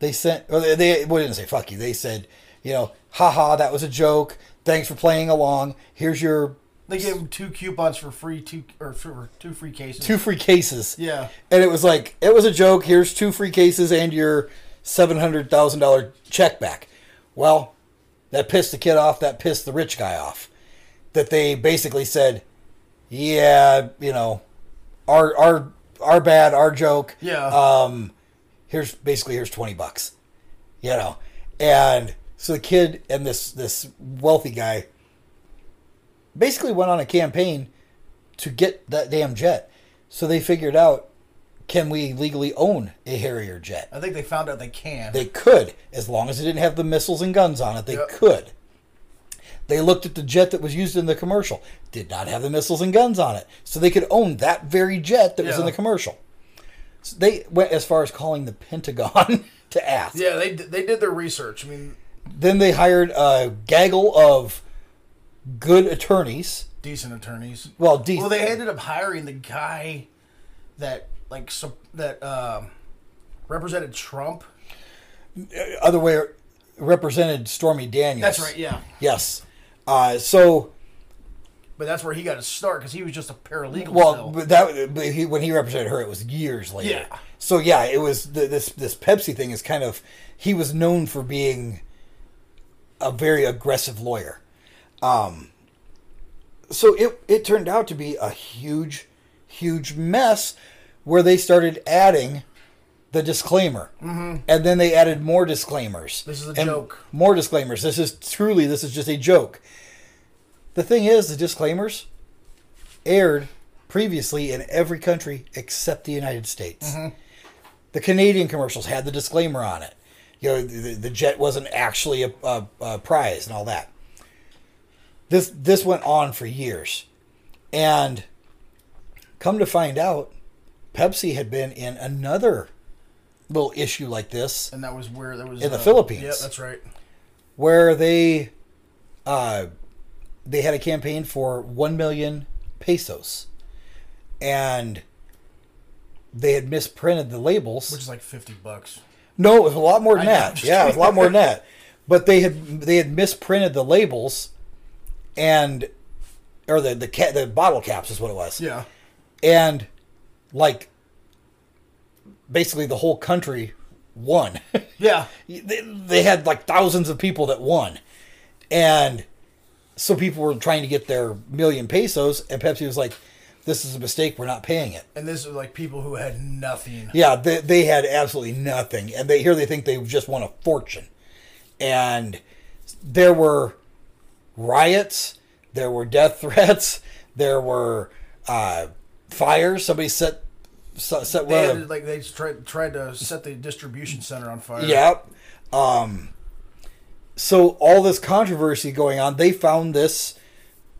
S3: They sent. Or they, they well, they didn't say "fuck you." They said, "You know, haha, that was a joke. Thanks for playing along. Here's your
S4: They gave him two coupons for free two or for two free cases.
S3: two free cases."
S4: Yeah.
S3: and it was like it was a joke. Here's two free cases and your seven hundred thousand dollar check back. Well, that pissed the kid off. That pissed the rich guy off. That they basically said, "Yeah, you know, our our our bad, our joke.
S4: Yeah.
S3: Um, here's basically here's twenty bucks, you know." And so the kid and this this wealthy guy basically went on a campaign to get that damn jet. So they figured out can we legally own a Harrier jet?
S4: I think they found out they can.
S3: They could, as long as it didn't have the missiles and guns on it, they could. They looked at the jet that was used in the commercial, did not have the missiles and guns on it. So they could own that very jet that was in
S4: Yeah.
S3: the commercial. So they went as far as calling the Pentagon to ask.
S4: yeah, they d- they did their research. I mean,
S3: Then they hired a gaggle of good attorneys.
S4: decent attorneys.
S3: Well, de-
S4: Well, they ended up hiring the guy that like sup- that um, represented Trump.
S3: other way represented Stormy Daniels.
S4: That's right. Yeah,
S3: Yes. Uh, so,
S4: but that's where he got his start because he was just a paralegal.
S3: well,
S4: still.
S3: but that but he, when he represented her, it was years later.
S4: Yeah.
S3: So yeah, it was the, this this Pepsi thing is kind of he was known for being a very aggressive lawyer. Um, so it it turned out to be a huge, huge mess where they started adding the disclaimer.
S4: Mhm.
S3: And then they added more disclaimers.
S4: This is a
S3: And
S4: joke.
S3: More disclaimers. This is truly, this is just a joke. The thing is, the disclaimers aired previously in every country except the United States.
S4: Mm-hmm.
S3: The Canadian commercials had the disclaimer on it. You know, the, the jet wasn't actually a, a, a prize and all that. This this went on for years, and come to find out, Pepsi had been in another little issue like this
S4: and that was where there was
S3: in the
S4: uh,
S3: Philippines.
S4: Yeah, that's right.
S3: where they uh, they had a campaign for one million pesos, and they had misprinted the labels,
S4: Which is like fifty bucks.
S3: no, it was a lot more than
S4: I know, I'm
S3: that.
S4: just
S3: Yeah, it was a lot
S4: kidding.
S3: more than that. But they had they had misprinted the labels, and or the the ca- the bottle caps is what it was.
S4: Yeah.
S3: and like basically the whole country won. Yeah. They, they had like thousands of people that won. And so people were trying to get their million pesos, and Pepsi was like, this is a mistake. We're not paying it.
S4: And this is like people who had nothing.
S3: Yeah, they, they had absolutely nothing. And they here they think they just won a fortune. And there were riots, there were death threats, there were uh, fires. Somebody set set, set
S4: They
S3: one
S4: had,
S3: of the-
S4: to- like they tried tried to set the distribution center on fire.
S3: Yep. Um, so all this controversy going on, they found this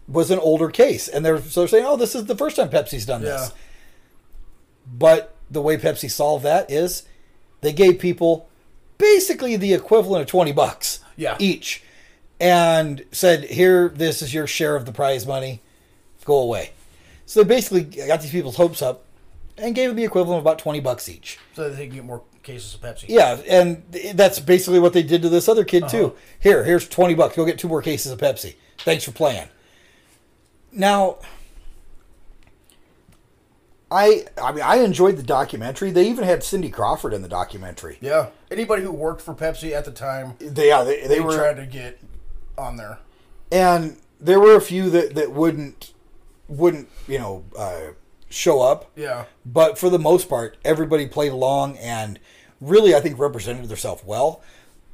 S3: was an older case, and they're so they're saying, "Oh, this is the first time Pepsi's done this." But the way Pepsi solved that is they gave people basically the equivalent of twenty bucks
S4: Yeah.
S3: each, and said, "Here, this is your share of the prize money. Go away." So they basically got these people's hopes up and gave them the equivalent of about twenty bucks each.
S4: So that they can get more cases of Pepsi.
S3: Yeah, and th- that's basically what they did to this other kid
S4: Uh-huh.
S3: too. Here, here's twenty bucks. Go get two more cases of Pepsi. Thanks for playing. Now, I I mean I enjoyed the documentary. They even had Cindy Crawford in the documentary.
S4: Yeah. Anybody who worked for Pepsi at the time,
S3: They- yeah, they- they were-
S4: tried to get on there.
S3: and there were a few that that wouldn't wouldn't you know uh, show up
S4: Yeah.
S3: but for the most part everybody played along and really i think represented themselves well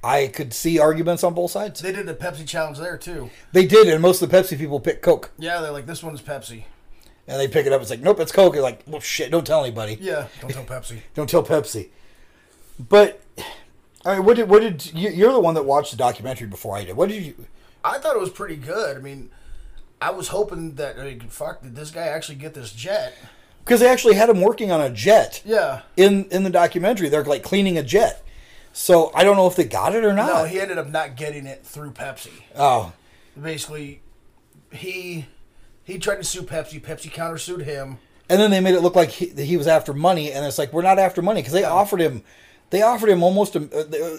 S3: i could see arguments on both sides
S4: They did a Pepsi challenge there too.
S3: they did and most of the pepsi people picked coke
S4: Yeah, they're like, this one's Pepsi.
S3: and they pick it up it's like nope it's coke You're like well shit don't tell anybody
S4: Yeah. Don't tell Pepsi.
S3: don't tell pepsi but i mean what did what did you, you're the one that watched the documentary before i did what did you
S4: I thought it was pretty good. I mean, I was hoping that I mean, fuck, did this guy actually get this jet?
S3: because they actually had him working on a jet
S4: Yeah.
S3: in in the documentary they're like cleaning a jet so i don't know if they got it or not
S4: No, he ended up not getting it through Pepsi.
S3: oh
S4: Basically, he he tried to sue Pepsi. Pepsi countersued him.
S3: and then they made it look like he, that he was after money and it's like we're not after money because they offered him they offered him almost a,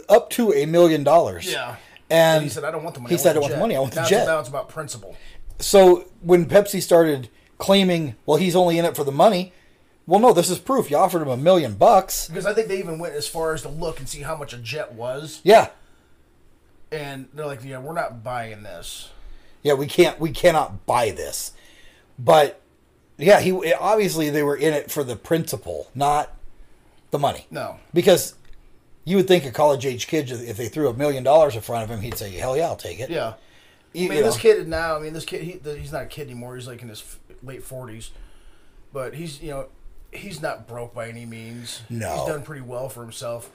S3: uh, up to a million dollars
S4: Yeah.
S3: and,
S4: he said, "I don't want the money."
S3: he said, "I want
S4: jet."
S3: the money, I want the
S4: Now-
S3: jet.
S4: Now it's about principle.
S3: so when pepsi started claiming well he's only in it for the money well no this is proof you offered him a million bucks
S4: Because I think they even went as far as to look and see how much a jet was,
S3: yeah
S4: and they're like, "Yeah, we're not buying this."
S3: yeah we can't we cannot buy this but yeah he obviously they were in it for the principle not the money
S4: No.
S3: Because you would think a college age kid, if they threw a million dollars in front of him, he'd say, "Hell yeah, I'll take it."
S4: Yeah.
S3: You-
S4: I mean,
S3: you
S4: this
S3: know.
S4: kid now. I mean, this kid. He, th- he's not a kid anymore. He's like in his f- late forties, but he's you know he's not broke by any means.
S3: No.
S4: he's done pretty well for himself.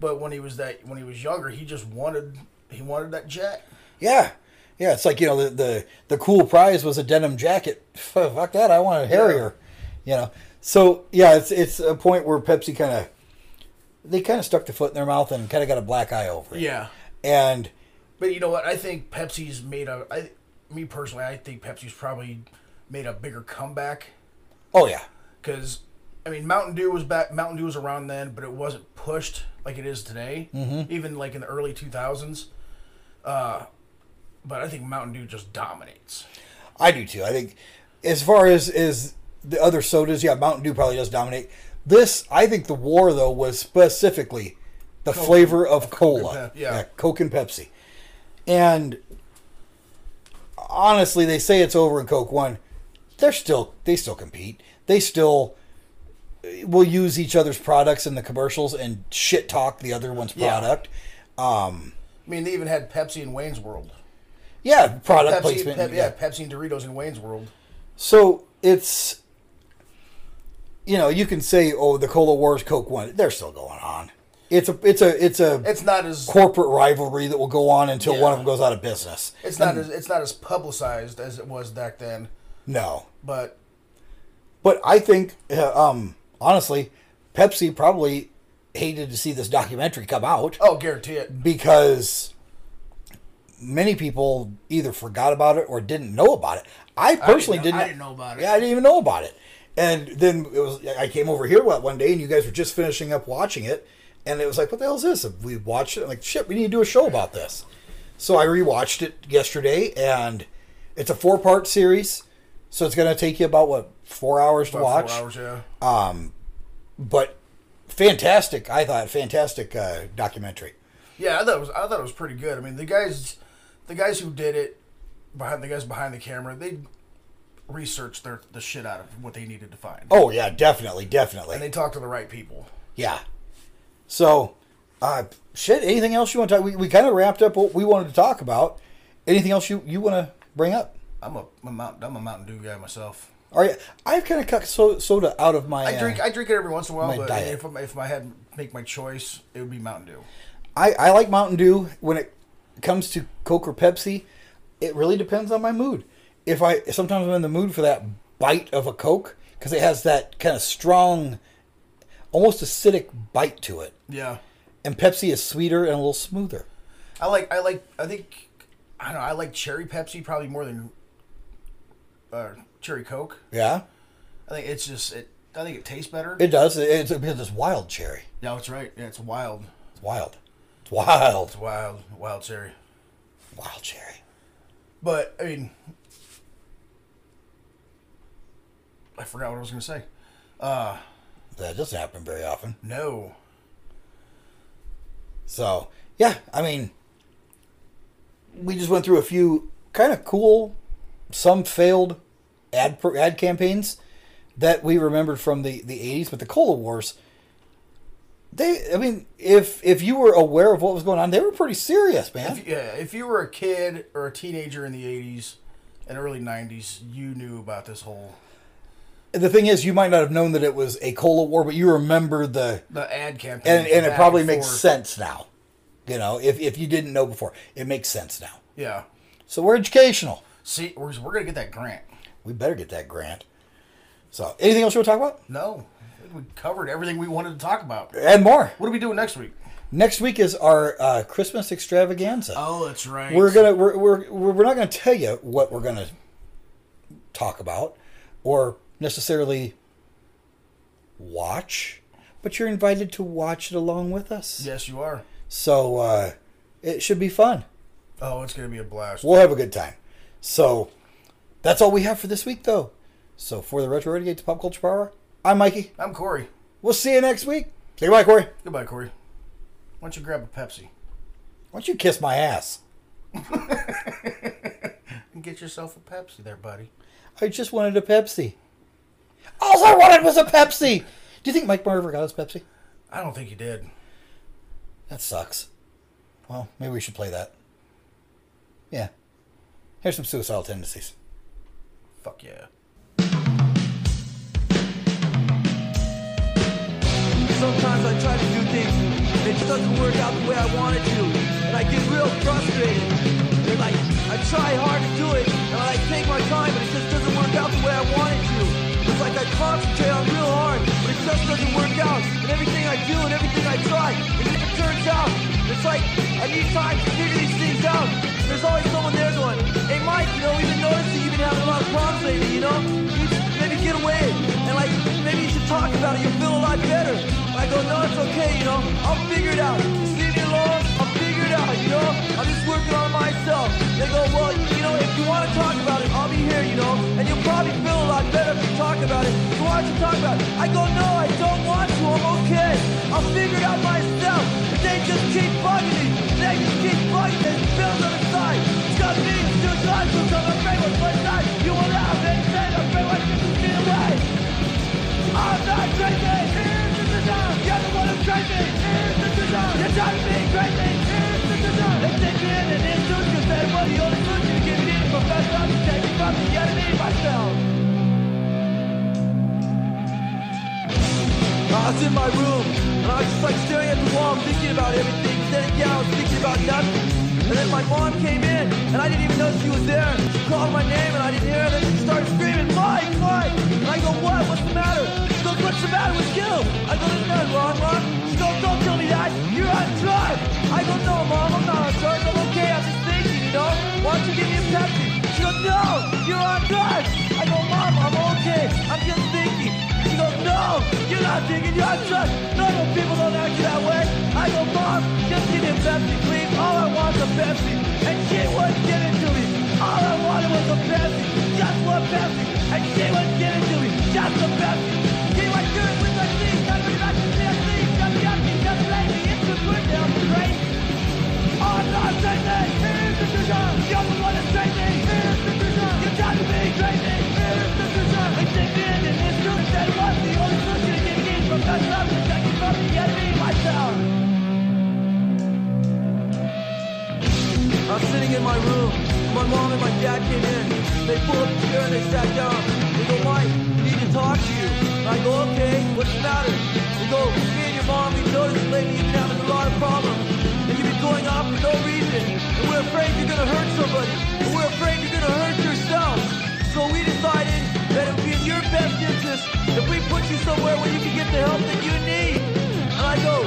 S4: But when he was that when he was younger, he just wanted he wanted that jet.
S3: Yeah, yeah. It's like you know the the, the cool prize was a denim jacket. Fuck fuck that, I want a Harrier. You know. So yeah, it's it's a point where Pepsi kind of they kind of stuck the foot in their mouth and kind of got a black eye over it.
S4: Yeah,
S3: And
S4: but you know what? I think Pepsi's made a. I me personally, I think Pepsi's probably made a bigger comeback
S3: oh yeah,
S4: because I mean Mountain Dew was back. Mountain Dew was around then, but it wasn't pushed like it is today.
S3: Mhm.
S4: Even like in the early two thousands. Uh, but I think Mountain Dew just dominates.
S3: I do too. I think as far as as the other sodas, yeah, Mountain Dew probably does dominate. This, I think, the war though was specifically the
S4: Coke.
S3: flavor of
S4: Coke and
S3: cola,
S4: Pep- yeah.
S3: Coke and Pepsi. And honestly, they say it's over in Coke One. They're still they still compete. They still uh, will use each other's products in the commercials and shit talk the other one's
S4: Yeah.
S3: product. Um,
S4: I mean, they even had Pepsi and Wayne's World.
S3: yeah, product
S4: Pepsi,
S3: placement.
S4: Pep- yeah, Pepsi and Doritos in Wayne's World.
S3: So it's, you know, you can say, oh, the Cola Wars, Coke One, they're still going on. It's a, it's a, it's a.
S4: It's not as
S3: corporate rivalry that will go on until one of them goes out of business.
S4: It's not
S3: And-
S4: as it's not as publicized as it was back then.
S3: no,
S4: But
S3: but I think, uh, um, honestly, Pepsi probably hated to see this documentary come out
S4: oh, guarantee it.
S3: because many people either forgot about it or didn't know about it. I
S4: didn't
S3: personally
S4: know-
S3: didn't.
S4: I didn't know about it.
S3: Yeah, I didn't even know about it. And then it was I came over here one one day, and you guys were just finishing up watching it, and it was like, "What the hell is this?" And we watched it. I'm like, "Shit, we need to do a show about this." So I rewatched it yesterday, and it's a four part series, so it's going to take you about what four hours to
S4: About
S3: watch.
S4: four hours, yeah.
S3: Um, but Fantastic, I thought. Fantastic uh, documentary.
S4: Yeah, I thought it was I thought it was pretty good. I mean, the guys, the guys who did it, behind the guys behind the camera, they researched their the shit out of what they needed to find.
S3: Oh yeah, definitely, definitely.
S4: and they talked to the right people.
S3: Yeah. So, uh, shit. Anything else you want to talk? We, we kind of wrapped up what we wanted to talk about. Anything else you, you want to bring up?
S4: I'm a, I'm a Mount, I'm a Mountain Dew guy myself.
S3: Are you? I've kind of cut so, soda out of my.
S4: I drink
S3: uh,
S4: I drink it every once in a while,
S3: my
S4: but
S3: diet.
S4: if, I'm- if I had to make my choice, it would be Mountain Dew.
S3: I, I like Mountain Dew when it comes to Coke or Pepsi. It really depends on my mood. If I sometimes I'm in the mood for that bite of a Coke because it has that kind of strong, almost acidic bite to it,
S4: Yeah,
S3: and Pepsi is sweeter and a little smoother.
S4: I like I like I think I don't know I like cherry Pepsi probably more than uh, cherry Coke.
S3: Yeah,
S4: I think it's just it. I think it tastes better.
S3: it does. It's because it's wild cherry.
S4: Yeah, that's right. Yeah, it's wild.
S3: It's wild. It's wild.
S4: It's wild. Wild cherry.
S3: Wild cherry.
S4: But I mean, I forgot what I was gonna say. Uh,
S3: That doesn't happen very often.
S4: no.
S3: So yeah, I mean, we just went through a few kind of cool, some failed ad pro- ad campaigns that we remembered from the the eighties, but the Cola Wars. They, I mean, if if you were aware of what was going on, they were pretty serious, man.
S4: If, yeah, if you were a kid or a teenager in the '80s and early '90s, you knew about this whole
S3: The thing is, you might not have known that it was a Cola War, but you remember the
S4: the ad campaign,
S3: and and it
S4: back
S3: probably makes
S4: forth.
S3: sense now. You know, if if you didn't know before, it makes sense now.
S4: Yeah.
S3: So we're educational.
S4: See, we're, we're gonna get that grant.
S3: We better get that grant. So, anything else you want to talk about?
S4: No, I think we covered everything we wanted to talk about.
S3: And more.
S4: What are we doing next week?
S3: Next week is our uh, Christmas extravaganza.
S4: Oh, that's right.
S3: We're gonna we're, we're we're not gonna tell you what we're gonna talk about or necessarily watch, but you're invited to watch it along with us.
S4: Yes, you are.
S3: So uh, it should be fun.
S4: Oh, it's gonna be a blast.
S3: We'll have a good time. So that's all we have for this week, though. So for the Retro Renegades Pop Culture Power, I'm Mikey.
S4: I'm Corey.
S3: We'll see you next week. Say goodbye, Corey.
S4: Goodbye, Corey. Why don't you grab a Pepsi
S3: Why don't you kiss my ass?
S4: and get yourself a Pepsi, there, buddy?
S3: I just wanted a Pepsi. All I wanted was a Pepsi. Do you think Mike Moore ever got his Pepsi?
S4: I don't think you did.
S3: That sucks. Well, maybe we should play that. Yeah. Here's some suicidal tendencies.
S4: Fuck yeah.
S9: Sometimes I try to do things and it just doesn't work out the way I want it to. And I get real frustrated. And like I try hard to do it and I like take my time but it just doesn't work out the way I want it to. It's like I concentrate on real hard, but it just doesn't work out. And everything I do and everything I try, it never turns out. It's like I need time to figure these things out. There's always someone there going, hey Mike, you know, we've been noticing you've been having a lot of problems lately, you know? You should maybe get away. And like, maybe you should talk about it, you'll feel a lot better. And I go, no, it's okay, you know, I'll figure it out. Just leave me alone, I'll figure it out, you know? I'm just working on myself. They go, well, you know, if you want to talk about it, I'll be here, you know? And you'll probably feel a lot better if you talk about it. So why don't you talk about it? I go, no, I don't want to, I'm okay. I'll figure it out myself. But they just keep bugging me. They just keep bugging me. It feels on the side. It's got me, it's your time, so come and pray with my side. You will not have any pain, I'm afraid I just be away. I'm not crazy. Here's the design. You're the one who's crazy. Here's the design. You're trying to be crazy. Here's the design. They take you in and in suits, cause they're what the only suits you give it in. Professor, I'm taking from the enemy myself. I was in my room, and I was just like staring at the wall, thinking about everything. Then yeah, I was thinking about nothing. And then my mom came in, and I didn't even know she was there. She called my name, and I didn't hear her. Then she started screaming, Mike, Mike! And I go, what? What's the matter? She goes, what's the matter with you? I go, there's nothing wrong, Mom. She goes, don't tell me that. You're on drugs. I go, no, Mom, I'm not on drugs. I'm okay. I'm just thinking, you know? Why don't you give me a Pepsi? She goes, no, you're on drugs. I go, Mom, I'm okay. I'm just thinking. She goes, no, you're not digging your trust. Normal people don't act that way. I go, mom, just give me a Pepsi, please. All I want is a Pepsi. And she wouldn't give it to me. All I wanted was a Pepsi. Just one Pepsi. And she wouldn't give it to me. Just a Pepsi. See what you're with my teeth. That's what you're not to see. I see. myself to second fuck the enemy myself. I was sitting in my room. My mom and my dad came in. They pulled up the chair and they sat down. They go, Mike, we need to talk to you. And I go, okay, what's the matter? They go, me and your mom, we've noticed lately you've been having a lot of problems. And you've been going off for no reason. And we're afraid you're gonna hurt somebody. And we're afraid you're gonna hurt yourself. So we decided that it would be in your best interest if we put you somewhere where you can get the help that you need. And I go,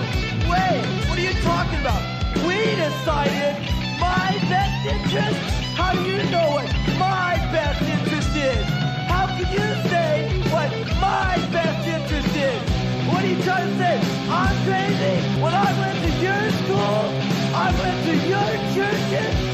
S9: wait, what are you talking about? We decided my best interest? How do you know what my best interest is? How can you say what my best interest is? What are you trying to say? I'm crazy? When I went to your school, I went to your churches,